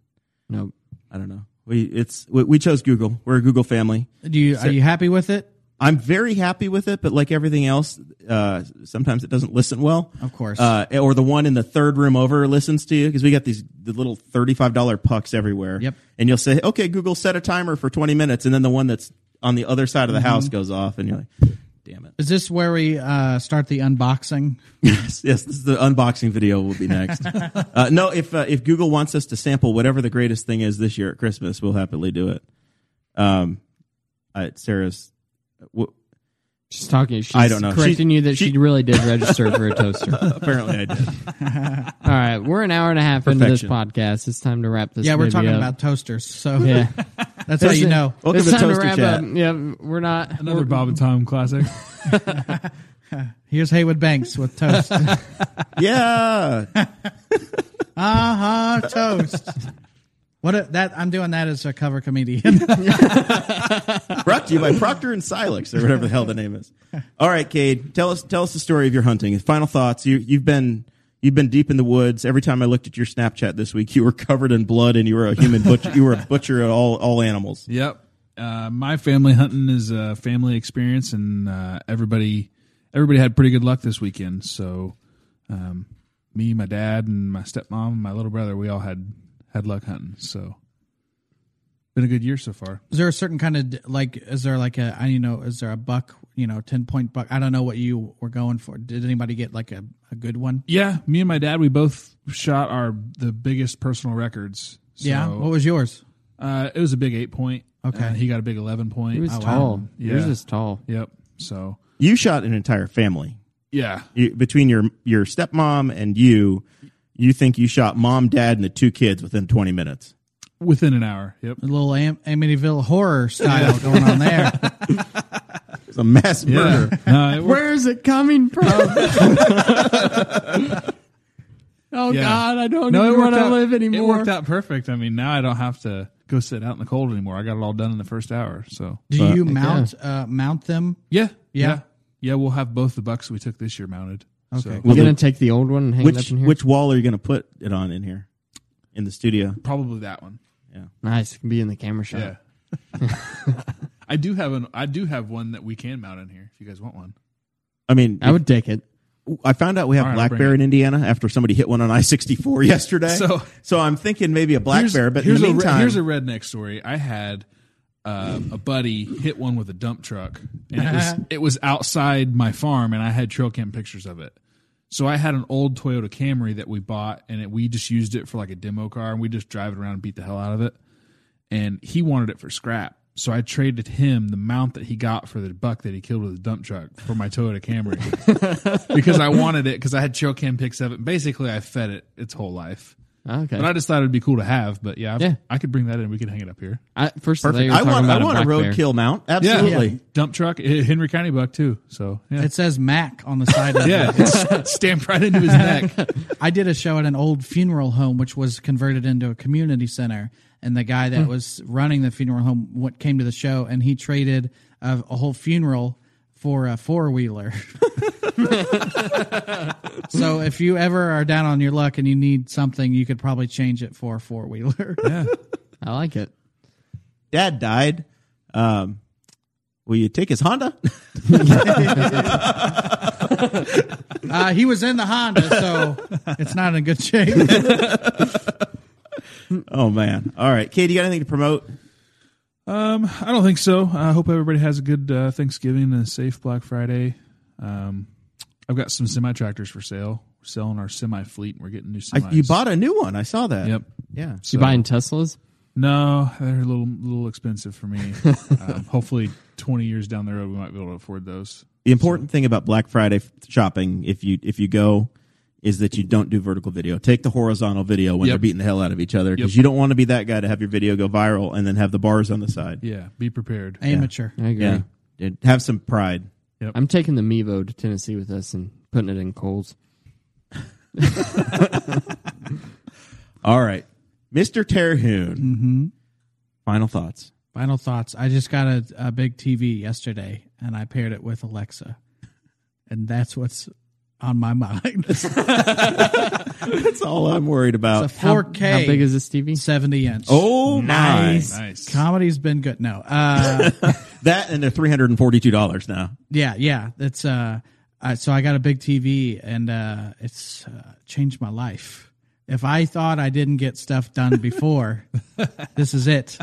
Speaker 2: No.
Speaker 1: I don't know. We, it's, we, we chose Google. We're a Google family.
Speaker 3: Do you are you happy with it?
Speaker 1: I'm very happy with it, but like everything else, uh, sometimes it doesn't listen well.
Speaker 3: Of course.
Speaker 1: Uh, or the one in the third room over listens to you because we got these the little thirty-five dollar pucks everywhere.
Speaker 3: Yep.
Speaker 1: And you'll say, "Okay, Google, set a timer for twenty minutes," and then the one that's on the other side of the
Speaker 3: Mm-hmm.
Speaker 1: house goes off, and you're like, "Damn it!"
Speaker 3: Is this where we uh, start the unboxing?
Speaker 1: yes, yes. This is the unboxing video will be next. uh, no, if uh, if Google wants us to sample whatever the greatest thing is this year at Christmas, we'll happily do it. Um, uh, Sarah's. W-
Speaker 2: She's talking. She's
Speaker 1: I don't know.
Speaker 2: Correcting
Speaker 1: She-
Speaker 2: you that she,
Speaker 1: she-
Speaker 2: really did register for a toaster. All
Speaker 1: apparently, I did.
Speaker 2: right, we're an hour and a half into this
Speaker 1: Perfection.
Speaker 2: podcast. It's time to wrap this.
Speaker 3: Yeah, we're
Speaker 2: baby
Speaker 3: talking
Speaker 2: up.
Speaker 3: about toasters, so
Speaker 2: Yeah,
Speaker 3: that's how you know.
Speaker 1: Welcome to
Speaker 2: it's time to
Speaker 1: Toaster
Speaker 2: wrap
Speaker 1: Chat.
Speaker 2: up. Yeah, we're not.
Speaker 4: Another Bob and Tom classic.
Speaker 3: Here's Haywood Banks with toast. uh
Speaker 1: Yeah.
Speaker 3: huh, Ah, toast. What a, that I'm doing that as a cover comedian.
Speaker 1: Brought to you by Procter and Silex or whatever the hell the name is. All right, Cade, tell us tell us the story of your hunting. Final thoughts. You you've been you've been deep in the woods. Every time I looked at your Snapchat this week, you were covered in blood and you were a human butcher. You were a butcher at all all animals.
Speaker 4: Yep. Uh, my family hunting is a family experience, and uh, everybody everybody had pretty good luck this weekend. So, um, me, my dad, and my stepmom, and my little brother, we all had had luck hunting. So, been a good year so far.
Speaker 3: Is there a certain kind of like? Is there like a I you know? Is there a buck? You know, ten point buck. I don't know what you were going for. Did anybody get like a, a good one?
Speaker 4: Yeah, me and my dad, we both shot our the biggest personal records. So,
Speaker 3: yeah. What was yours?
Speaker 4: uh, it was a big eight point.
Speaker 3: Okay.
Speaker 4: Uh, he got a big eleven point.
Speaker 2: He was
Speaker 4: Uh,
Speaker 2: tall.
Speaker 4: Yeah.
Speaker 2: Yours is tall.
Speaker 4: Yep. So,
Speaker 1: You shot an entire family.
Speaker 4: yeah,
Speaker 1: You, between your your stepmom and you, you think you shot mom, dad, and the two kids within 20 minutes.
Speaker 4: within an hour. Yep.
Speaker 3: A little Am- Amityville horror style going on there.
Speaker 1: It's a mass murder.
Speaker 4: No, it worked.
Speaker 2: Where is it coming from? oh God, I don't
Speaker 4: no, it
Speaker 2: even
Speaker 4: worked
Speaker 2: want to
Speaker 4: out-
Speaker 2: live
Speaker 4: It
Speaker 2: anymore.
Speaker 4: worked out perfect. I mean, now I don't have to go sit out in the cold anymore. I got it all done in the first hour. So
Speaker 3: Do you mount uh, mount them?
Speaker 4: yeah,
Speaker 3: Yeah.
Speaker 4: yeah, yeah. We'll have both the bucks we took this year mounted.
Speaker 3: Okay.
Speaker 4: So
Speaker 2: You're gonna take the old one and hang it up
Speaker 1: Which
Speaker 2: in here.
Speaker 1: which wall are you going to put it on in here? In the studio.
Speaker 4: probably that one.
Speaker 2: nice, can be in the camera shot.
Speaker 4: Yeah. I do have an. I do have one that we can mount in here if you guys want one.
Speaker 1: I mean,
Speaker 2: I would take it.
Speaker 1: I found out we have
Speaker 4: All right, I'll
Speaker 1: black
Speaker 4: bring
Speaker 1: bear
Speaker 4: it.
Speaker 1: in Indiana after somebody hit one on I sixty four yesterday.
Speaker 4: So-
Speaker 1: so I'm thinking maybe a black bear, but in
Speaker 4: here's
Speaker 1: the
Speaker 4: a re-
Speaker 1: meantime,
Speaker 4: here's a redneck story. I had uh, a buddy hit one with a dump truck, and it was it was outside my farm, and I had trail cam pictures of it. So I had an old Toyota Camry that we bought, and it, we just used it for like a demo car, and we just drive it around and beat the hell out of it. And he wanted it for scrap, So I traded him the mount that he got for the buck that he killed with a dump truck for my Toyota Camry because I wanted it because I had trail cam pick seven. Basically, I fed it its whole life.
Speaker 2: Okay.
Speaker 4: But I just thought it'd be cool to have. But yeah, I've-
Speaker 2: Yeah.
Speaker 4: I could bring that in. We could hang it up here.
Speaker 2: I, first of all, you were
Speaker 1: I
Speaker 2: talking
Speaker 1: want
Speaker 2: about
Speaker 1: I want a
Speaker 2: black bear.
Speaker 1: roadkill mount. Absolutely.
Speaker 4: Yeah. Dump truck, eh, Henry County buck too. So yeah,
Speaker 3: It says Mac on the side of
Speaker 4: yeah,
Speaker 3: it.
Speaker 4: it's stamped right into his neck.
Speaker 3: I did a show at an old funeral home, which was converted into a community center. And the guy that was running the funeral home what came to the show, and he traded a, a whole funeral for a four wheeler. so if you ever are down on your luck and you need something, you could probably change it for a four wheeler.
Speaker 2: I like it.
Speaker 1: Dad died. Um, will you take his Honda?
Speaker 3: Uh, he was in the Honda, so it's not in good shape.
Speaker 1: oh man. All right, Katie, you got anything to promote?
Speaker 4: Um, I don't think so. I hope everybody has a good uh, Thanksgiving and a safe Black Friday. Um, I've got some semi tractors for sale. We're selling our semi fleet. We're getting new semis.
Speaker 1: I, you bought a new one. I saw that.
Speaker 4: Yep.
Speaker 1: Yeah.
Speaker 2: You buying Teslas?
Speaker 4: No, they're a little little expensive for me. um, hopefully, twenty years down the road, we might be able to afford those.
Speaker 1: The important thing about Black Friday f- shopping, if you if you go, is that you don't do vertical video. Take the horizontal video when
Speaker 4: Yep.
Speaker 1: they're beating the hell out of each other because
Speaker 4: Yep.
Speaker 1: you don't want to be that guy to have your video go viral and then have the bars on the side.
Speaker 4: Yeah, be prepared.
Speaker 3: Amateur.
Speaker 2: I agree.
Speaker 1: Yeah. Dude, Have some pride.
Speaker 2: I'm taking the Mevo to Tennessee with us and putting it in Coles.
Speaker 1: All right, Mister Terhune. Final thoughts.
Speaker 3: Final thoughts. I just got a, a big TV yesterday and I paired it with Alexa. And that's what's on my mind. It's a
Speaker 1: That's all I'm worried about.
Speaker 3: 4K
Speaker 2: How big is this TV?
Speaker 3: 70 inch.
Speaker 1: oh my!
Speaker 4: Nice.
Speaker 3: Comedy's been good. No. Uh,
Speaker 1: That and they're three hundred and forty-two dollars now.
Speaker 3: yeah, yeah. That's uh, I, so I got a big TV and uh, it's uh, changed my life. If I thought I didn't get stuff done before, this is it.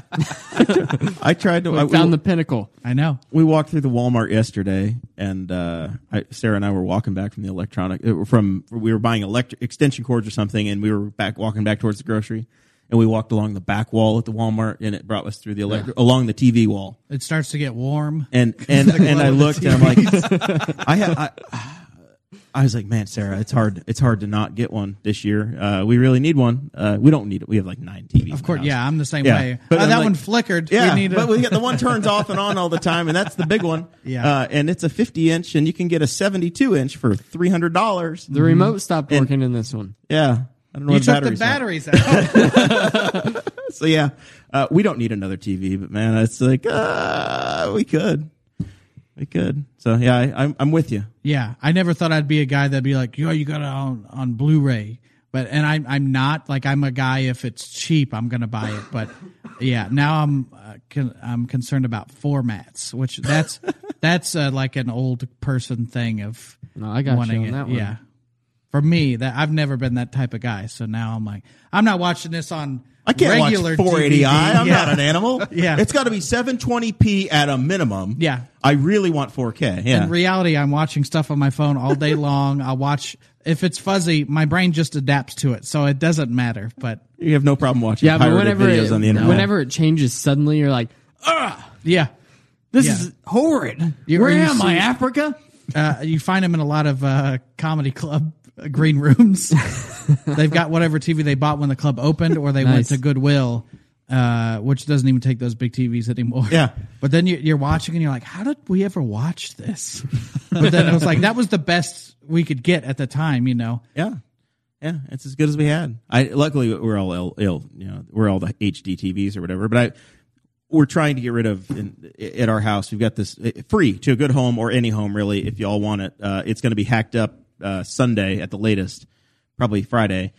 Speaker 1: I tried to. I,
Speaker 2: Found
Speaker 1: we,
Speaker 2: the pinnacle.
Speaker 3: I know.
Speaker 1: we walked through the Walmart yesterday, and uh, I, Sarah and I were walking back from the electronic. uh, From we were buying electric extension cords or something, and we were back walking back towards the grocery, and we walked along the back wall at the Walmart, and it brought us through the electric along the TV wall.
Speaker 3: It starts to get warm.
Speaker 1: and and and I looked and I'm like, I have. I, I was like, man, Sarah, it's hard. It's hard to not get one this year. Uh, we really need one. Uh, we don't need it. We have like nine TVs. in the
Speaker 3: Of course,
Speaker 1: house.
Speaker 3: yeah, I'm the same
Speaker 1: Yeah,
Speaker 3: way.
Speaker 1: but
Speaker 3: oh,
Speaker 1: I'm
Speaker 3: that
Speaker 1: like-
Speaker 3: one flickered.
Speaker 1: Yeah,
Speaker 3: we need
Speaker 1: but
Speaker 3: a,
Speaker 1: we got the one turns off and on all the time, and that's the big one.
Speaker 3: Yeah.
Speaker 1: uh, and it's a 50 inch, and you can get a 72 inch for 300 dollars.
Speaker 2: The remote stopped working in this one.
Speaker 1: Yeah, I don't know.
Speaker 3: you
Speaker 1: where
Speaker 3: took the
Speaker 1: battery's at.
Speaker 3: batteries out.
Speaker 1: So yeah, uh, we don't need another TV, but man, it's like uh, we could, we could. So yeah, I, I'm I'm with you.
Speaker 3: Yeah, I never thought I'd be a guy that'd be like, "Yo, you got it on on Blu-ray." But and I'm I'm not like I'm a guy. If it's cheap, I'm gonna buy it. But yeah, now I'm uh, con- I'm concerned about formats, which that's that's uh, like an old person thing of
Speaker 2: No, I got you
Speaker 3: wanting
Speaker 2: on
Speaker 3: it.
Speaker 2: that one.
Speaker 3: Yeah, for me that I've never been that type of guy. So now I'm like, I'm not watching this on
Speaker 1: I can't
Speaker 3: regular
Speaker 1: watch 480i.
Speaker 3: DVD.
Speaker 1: I'm
Speaker 3: yeah.
Speaker 1: not an animal.
Speaker 3: Yeah.
Speaker 1: It's got to be 720p at a minimum.
Speaker 3: Yeah.
Speaker 1: I really want 4K. Yeah.
Speaker 3: in reality, I'm watching stuff on my phone all day long. I watch if it's fuzzy, my brain just adapts to it, so it doesn't matter. But
Speaker 1: you have no problem watching
Speaker 2: Yeah, but
Speaker 1: pirated
Speaker 2: whenever
Speaker 1: videos
Speaker 2: it,
Speaker 1: on the internet.
Speaker 2: whenever it changes suddenly, you're like,
Speaker 3: yeah,
Speaker 2: "This
Speaker 3: Yeah.
Speaker 2: is horrid."
Speaker 3: You-
Speaker 2: Where
Speaker 3: you
Speaker 2: am I,
Speaker 3: see-
Speaker 2: Africa?
Speaker 3: uh, you find them in a lot of uh, comedy club uh, green rooms. They've got whatever TV they bought when the club opened, or they went
Speaker 2: Nice.
Speaker 3: to Goodwill. Uh, which doesn't even take those big TVs anymore.
Speaker 1: Yeah.
Speaker 3: But then you, you're watching and you're like, how did we ever watch this? But then it was like, that was the best we could get at the time, you know?
Speaker 1: yeah. Yeah. It's as good as we had. I Luckily, we're all ill, ill you know, we're all the HD TVs or whatever, but I. We're trying to get rid of in, at our house. We've got this uh, free to a good home or any home really, if y'all want it. Uh, it's going to be hacked up uh, Sunday at the latest, probably Friday.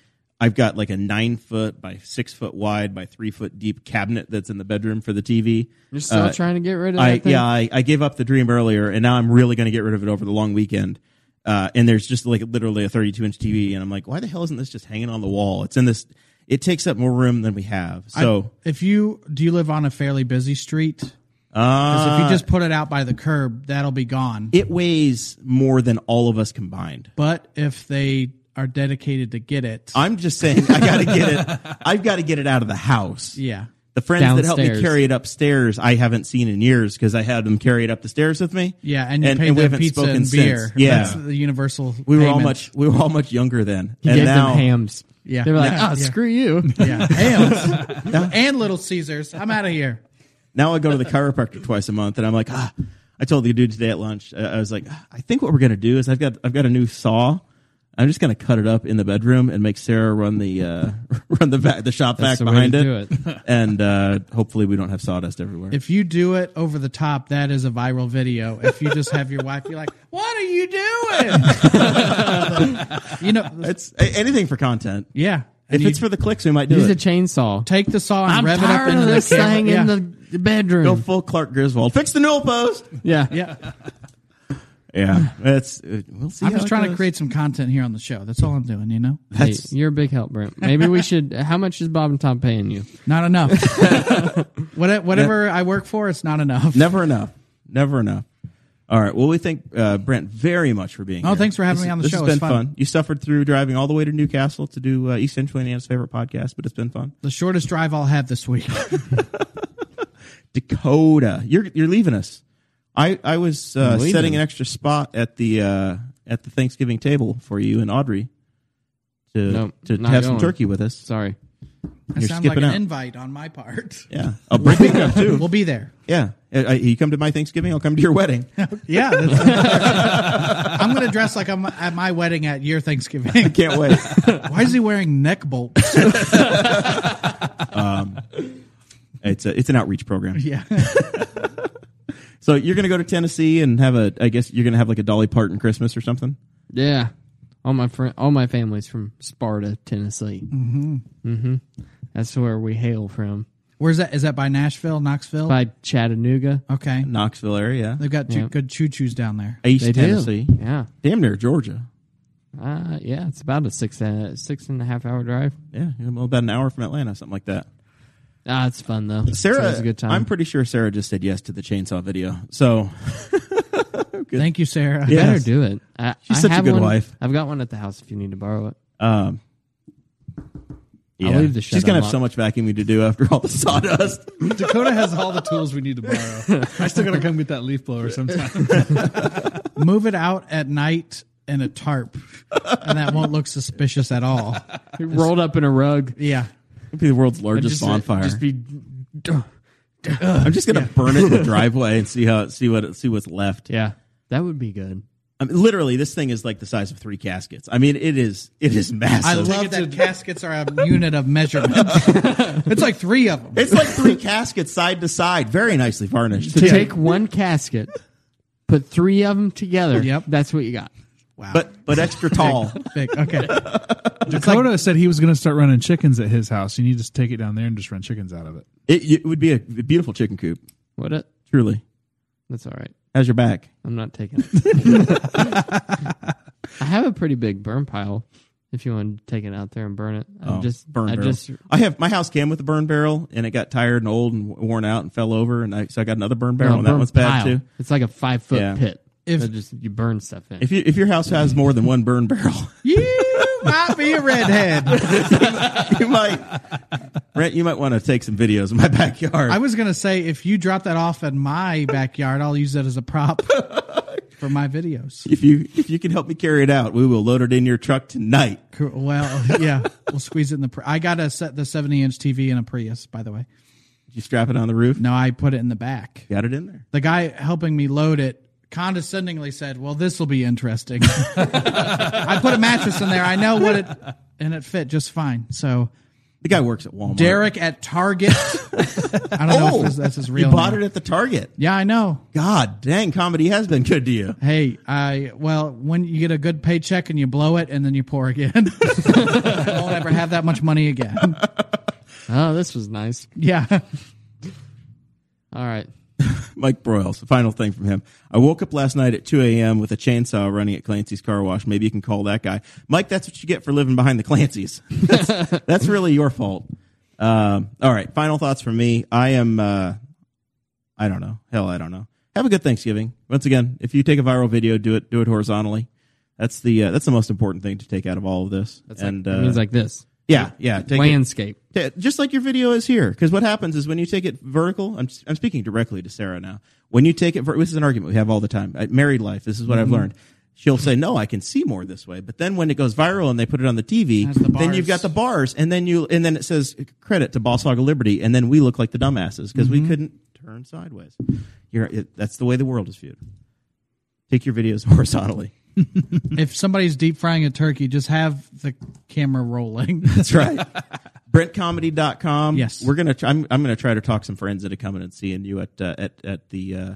Speaker 1: I've got like a nine foot by six foot wide by three foot deep cabinet that's in the bedroom for the TV.
Speaker 2: You're still
Speaker 1: Uh,
Speaker 2: trying to get rid of that
Speaker 1: I
Speaker 2: thing?
Speaker 1: yeah, I, I gave up the dream earlier, and now I'm really going to get rid of it over the long weekend. Uh, and there's just like literally a 32 inch TV, and I'm like, why the hell isn't this just hanging on the wall? It's in this. It takes up more room than we have. So
Speaker 3: If you, do you live on a fairly busy street? 'Cause
Speaker 1: uh,
Speaker 3: if you just put it out by the curb, that'll be gone.
Speaker 1: it weighs more than all of us combined.
Speaker 3: But if they are dedicated to get it,
Speaker 1: I'm just saying, I got to get it. I've got to get it out of the house.
Speaker 3: yeah,
Speaker 1: The friends that helped me
Speaker 2: Downstairs.
Speaker 1: carry it upstairs, I haven't seen in years because I had them carry it up the stairs with me.
Speaker 3: Yeah, and you paid
Speaker 1: we
Speaker 3: the
Speaker 1: haven't
Speaker 3: pizza
Speaker 1: spoken
Speaker 3: and beer.
Speaker 1: Since. Yeah,
Speaker 3: That's the universal.
Speaker 1: we were all
Speaker 3: payment.
Speaker 1: much we were all much younger then.
Speaker 2: He
Speaker 1: and
Speaker 2: gave
Speaker 1: now,
Speaker 2: them hams.
Speaker 3: Yeah.
Speaker 2: They were like,
Speaker 3: Yeah.
Speaker 2: ah,
Speaker 3: Yeah.
Speaker 2: screw you.
Speaker 3: Yeah, and, and Little Caesars. I'm out of here.
Speaker 1: now I go to the chiropractor twice a month, and I'm like, ah. I told the dude today at lunch, uh, I was like, "Ah, I think what we're gonna do is I've got I've got a new saw. I'm just gonna cut it up in the bedroom and make Sarah run the uh, run the back, the shop vac
Speaker 2: That's the way
Speaker 1: behind
Speaker 2: to
Speaker 1: it, and uh, hopefully we don't have sawdust everywhere.
Speaker 3: If you do it over the top, that is a viral video. If you just have your wife be like, "What are you doing?" you know,
Speaker 1: it's a- anything for content.
Speaker 3: yeah. And
Speaker 1: if
Speaker 3: you
Speaker 1: it's for the clicks, we might do
Speaker 2: Use
Speaker 1: it.
Speaker 2: a chainsaw.
Speaker 3: take the saw and
Speaker 2: I'm
Speaker 3: rev it up
Speaker 2: tired
Speaker 3: into
Speaker 2: of
Speaker 3: the
Speaker 2: this
Speaker 3: camera.
Speaker 2: thing
Speaker 3: yeah.
Speaker 2: in the, the bedroom.
Speaker 1: Go full Clark Griswold. Fix the newel post.
Speaker 2: yeah.
Speaker 3: yeah.
Speaker 1: Yeah, that's uh, we'll see.
Speaker 3: I'm
Speaker 1: how
Speaker 3: just
Speaker 1: it
Speaker 3: trying to
Speaker 1: goes.
Speaker 3: create some content here on the show. That's all I'm doing. You know,
Speaker 2: Hey,
Speaker 1: That's-
Speaker 2: you're a big help, Brent. Maybe we should. How much is Bob and Tom paying you?
Speaker 3: not enough. What- Whatever I work for, it's not enough.
Speaker 1: Never enough. Never enough. All right. Well, we thank uh, Brent very much for being
Speaker 3: Oh,
Speaker 1: here.
Speaker 3: thanks for having
Speaker 1: This-
Speaker 3: me on the
Speaker 1: this
Speaker 3: show.
Speaker 1: has been
Speaker 3: It's fun.
Speaker 1: You suffered through driving all the way to Newcastle to do uh, East Central Indiana's favorite podcast, but it's been fun.
Speaker 3: The shortest drive I'll have this week.
Speaker 1: Dakota, you're you're leaving us. I I was uh,
Speaker 2: leaving.
Speaker 1: setting an extra spot at the uh, at the Thanksgiving table for you and Audrey to
Speaker 2: Nope,
Speaker 1: to
Speaker 2: not
Speaker 1: have some
Speaker 2: going.
Speaker 1: turkey with us.
Speaker 2: Sorry.
Speaker 3: That
Speaker 1: You're
Speaker 3: sounds like
Speaker 1: skipping
Speaker 3: an
Speaker 1: out.
Speaker 3: invite on my part.
Speaker 1: Yeah, I'll bring it up too.
Speaker 3: We'll be there.
Speaker 1: Yeah, Uh, I, you come to my Thanksgiving, I'll come to your wedding.
Speaker 3: Yeah, that's I'm going to dress like I'm at my wedding at your Thanksgiving.
Speaker 1: Can't wait.
Speaker 3: Why is he wearing neck bolts?
Speaker 1: it's a, it's an outreach program.
Speaker 3: Yeah,
Speaker 1: So you're gonna go to Tennessee and have a I guess you're gonna have like a Dolly Parton Christmas or something.
Speaker 2: Yeah. All my friend, all my family's from Sparta, Tennessee. Mm-hmm. Mm-hmm. That's where we hail from.
Speaker 3: where's that? Is that by Nashville, Knoxville?
Speaker 2: By Chattanooga.
Speaker 3: okay,
Speaker 1: Knoxville area,
Speaker 3: they've got two
Speaker 2: Yeah.
Speaker 3: good choo choos down there.
Speaker 1: East
Speaker 2: They do.
Speaker 1: Tennessee,
Speaker 2: Yeah.
Speaker 1: damn near Georgia.
Speaker 2: Uh, yeah. It's about a six uh, six and a half hour drive.
Speaker 1: Yeah, you know, about an hour from Atlanta, something like that.
Speaker 2: Ah, it's fun though. It's
Speaker 1: Sarah,
Speaker 2: always a good time.
Speaker 1: I'm pretty sure Sarah just said yes to the chainsaw video. So
Speaker 3: Thank you, Sarah.
Speaker 1: Yeah.
Speaker 2: Better
Speaker 1: Yes.
Speaker 2: do it. I,
Speaker 1: She's
Speaker 2: I
Speaker 1: such a
Speaker 2: have
Speaker 1: good
Speaker 2: one-
Speaker 1: wife.
Speaker 2: I've got one at the house if you need to borrow it.
Speaker 1: um, yeah.
Speaker 2: leave the
Speaker 1: She's
Speaker 2: shed
Speaker 1: gonna have
Speaker 2: unlocked.
Speaker 1: so much vacuuming to do after all the sawdust.
Speaker 4: Dakota has all the tools we need to borrow. I still gotta come get that leaf blower sometime.
Speaker 3: Move it out at night in a tarp, and that won't look suspicious at all.
Speaker 2: Rolled up in a rug.
Speaker 3: Yeah,
Speaker 1: It'll be the world's largest bonfire.
Speaker 2: Just be.
Speaker 1: I'm just gonna burn it in the driveway and see how see what see what's left.
Speaker 2: Yeah. That would be good.
Speaker 1: I mean, literally, this thing is like the size of three caskets. I mean, it is it is massive.
Speaker 3: I love that caskets are a unit of measurement. it's like three of them.
Speaker 1: It's like three caskets side to side, very nicely varnished.
Speaker 2: To take one casket, put three of them together.
Speaker 3: Yep.
Speaker 2: That's what you got.
Speaker 3: Wow,
Speaker 1: but but extra tall.
Speaker 3: big. Okay,
Speaker 4: Dakota said he was gonna start running chickens at his house. You need to take it down there and just run chickens out of it.
Speaker 1: It, it would be a beautiful chicken coop.
Speaker 2: What? It?
Speaker 1: Truly,
Speaker 2: That's all right.
Speaker 1: how's your back?
Speaker 2: I'm not taking it. I have a pretty big burn pile. If you want to take it out there and burn it, I
Speaker 1: Oh,
Speaker 2: just
Speaker 1: burn
Speaker 2: I
Speaker 1: barrel.
Speaker 2: just
Speaker 1: I have my house came with a burn barrel, and it got tired and old and worn out and fell over, and I, so I got another burn barrel,
Speaker 2: no,
Speaker 1: and that
Speaker 2: burn
Speaker 1: one's bad
Speaker 2: pile.
Speaker 1: too.
Speaker 2: It's like a five foot
Speaker 1: Yeah.
Speaker 2: pit.
Speaker 3: If-
Speaker 2: If just you burn stuff in,
Speaker 1: If you if your house has more than one burn barrel,
Speaker 3: you might be a redhead.
Speaker 1: you might Brent, you might want to take some videos in my backyard.
Speaker 3: I was gonna say if you drop that off in my backyard, I'll use that as a prop for my videos.
Speaker 1: if you if you can help me carry it out, we will load it in your truck tonight.
Speaker 3: Cool. Well, yeah, we'll squeeze it in the. Pri- I gotta set the seventy-inch TV in a Prius. By the way,
Speaker 1: Did you strap it on the roof?
Speaker 3: no, I put it in the back.
Speaker 1: Got it in there.
Speaker 3: The guy helping me load it condescendingly said, "Well, this will be interesting." I put a mattress in there. I know what it, and it fit just fine. So
Speaker 1: The guy works at Walmart.
Speaker 3: Derek at Target. I don't know if this- that's his real.
Speaker 1: Oh, You bought
Speaker 3: name.
Speaker 1: it at the Target.
Speaker 3: yeah, I know.
Speaker 1: God dang, comedy has been good to you.
Speaker 3: Hey, I well, when you get a good paycheck and you blow it and then you pour again, you won't ever have that much money again.
Speaker 2: oh, this was nice.
Speaker 3: Yeah,
Speaker 2: All right,
Speaker 1: Mike Broyles, final thing from him. I woke up last night at 2 a.m. with a chainsaw running at Clancy's car wash. Maybe you can call that guy. Mike, that's what you get for living behind the Clancy's. That's, that's really your fault. Um, all right, final thoughts from me. I am, uh, I don't know. Hell, I don't know. Have a good Thanksgiving. Once again, if you take a viral video, do it, do it horizontally. That's the, uh, that's the most important thing to take out of all of this.
Speaker 2: that's
Speaker 1: and,
Speaker 2: like,
Speaker 1: uh,
Speaker 2: it means like this.
Speaker 1: Yeah, yeah. Take it-
Speaker 2: landscape.
Speaker 1: Yeah, just like your video is here. Because what happens is when you take it vertical, I'm, I'm speaking directly to Sarah now. When you take it, ver- this is an argument we have all the time. At married life, this is what I've
Speaker 3: Mm-hmm.
Speaker 1: learned. She'll say, "No, I can see more this way." But then when it goes viral and they put it on the TV,
Speaker 3: Has the
Speaker 1: then you've got
Speaker 3: bars.
Speaker 1: the bars, and then you, and then it says credit to Boss Hog of Liberty, and then we look like the dumbasses because
Speaker 3: Mm-hmm.
Speaker 1: we couldn't turn sideways. You're, it, that's the way the world is viewed. Take your videos horizontally.
Speaker 3: if somebody's deep frying a turkey, just have the camera rolling.
Speaker 1: That's right. BrentComedy.com.
Speaker 3: Yes.
Speaker 1: We're gonna try, I'm I'm gonna try to talk some friends into coming and seeing you at uh, at at the uh,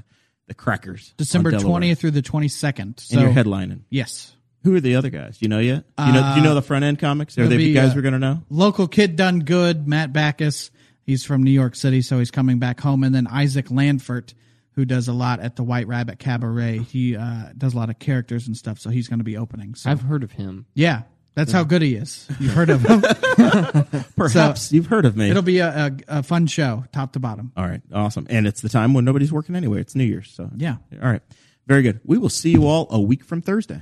Speaker 1: the crackers. on
Speaker 3: December
Speaker 1: Delaware.
Speaker 3: twentieth through the twenty second. So
Speaker 1: And you're headlining.
Speaker 3: yes,
Speaker 1: Who are the other guys? Do you know yet? Do you know do you know the front end comics? Are they
Speaker 3: be,
Speaker 1: the guys
Speaker 3: uh,
Speaker 1: we're gonna know?
Speaker 3: local kid done good. Matt Backus, he's from New York City, so he's coming back home. And then Isaac Landfort, who does a lot at the White Rabbit Cabaret. He uh, does a lot of characters and stuff, so he's going to be opening. So
Speaker 2: I've heard of him.
Speaker 3: yeah, that's how good he is. You've heard of him.
Speaker 1: Perhaps you've heard of me.
Speaker 3: It'll be a, a, a fun show, top to bottom.
Speaker 1: All right, awesome. And it's the time when nobody's working anyway. It's New Year's, so
Speaker 3: Yeah.
Speaker 1: All right, very good. We will see you all a week from Thursday.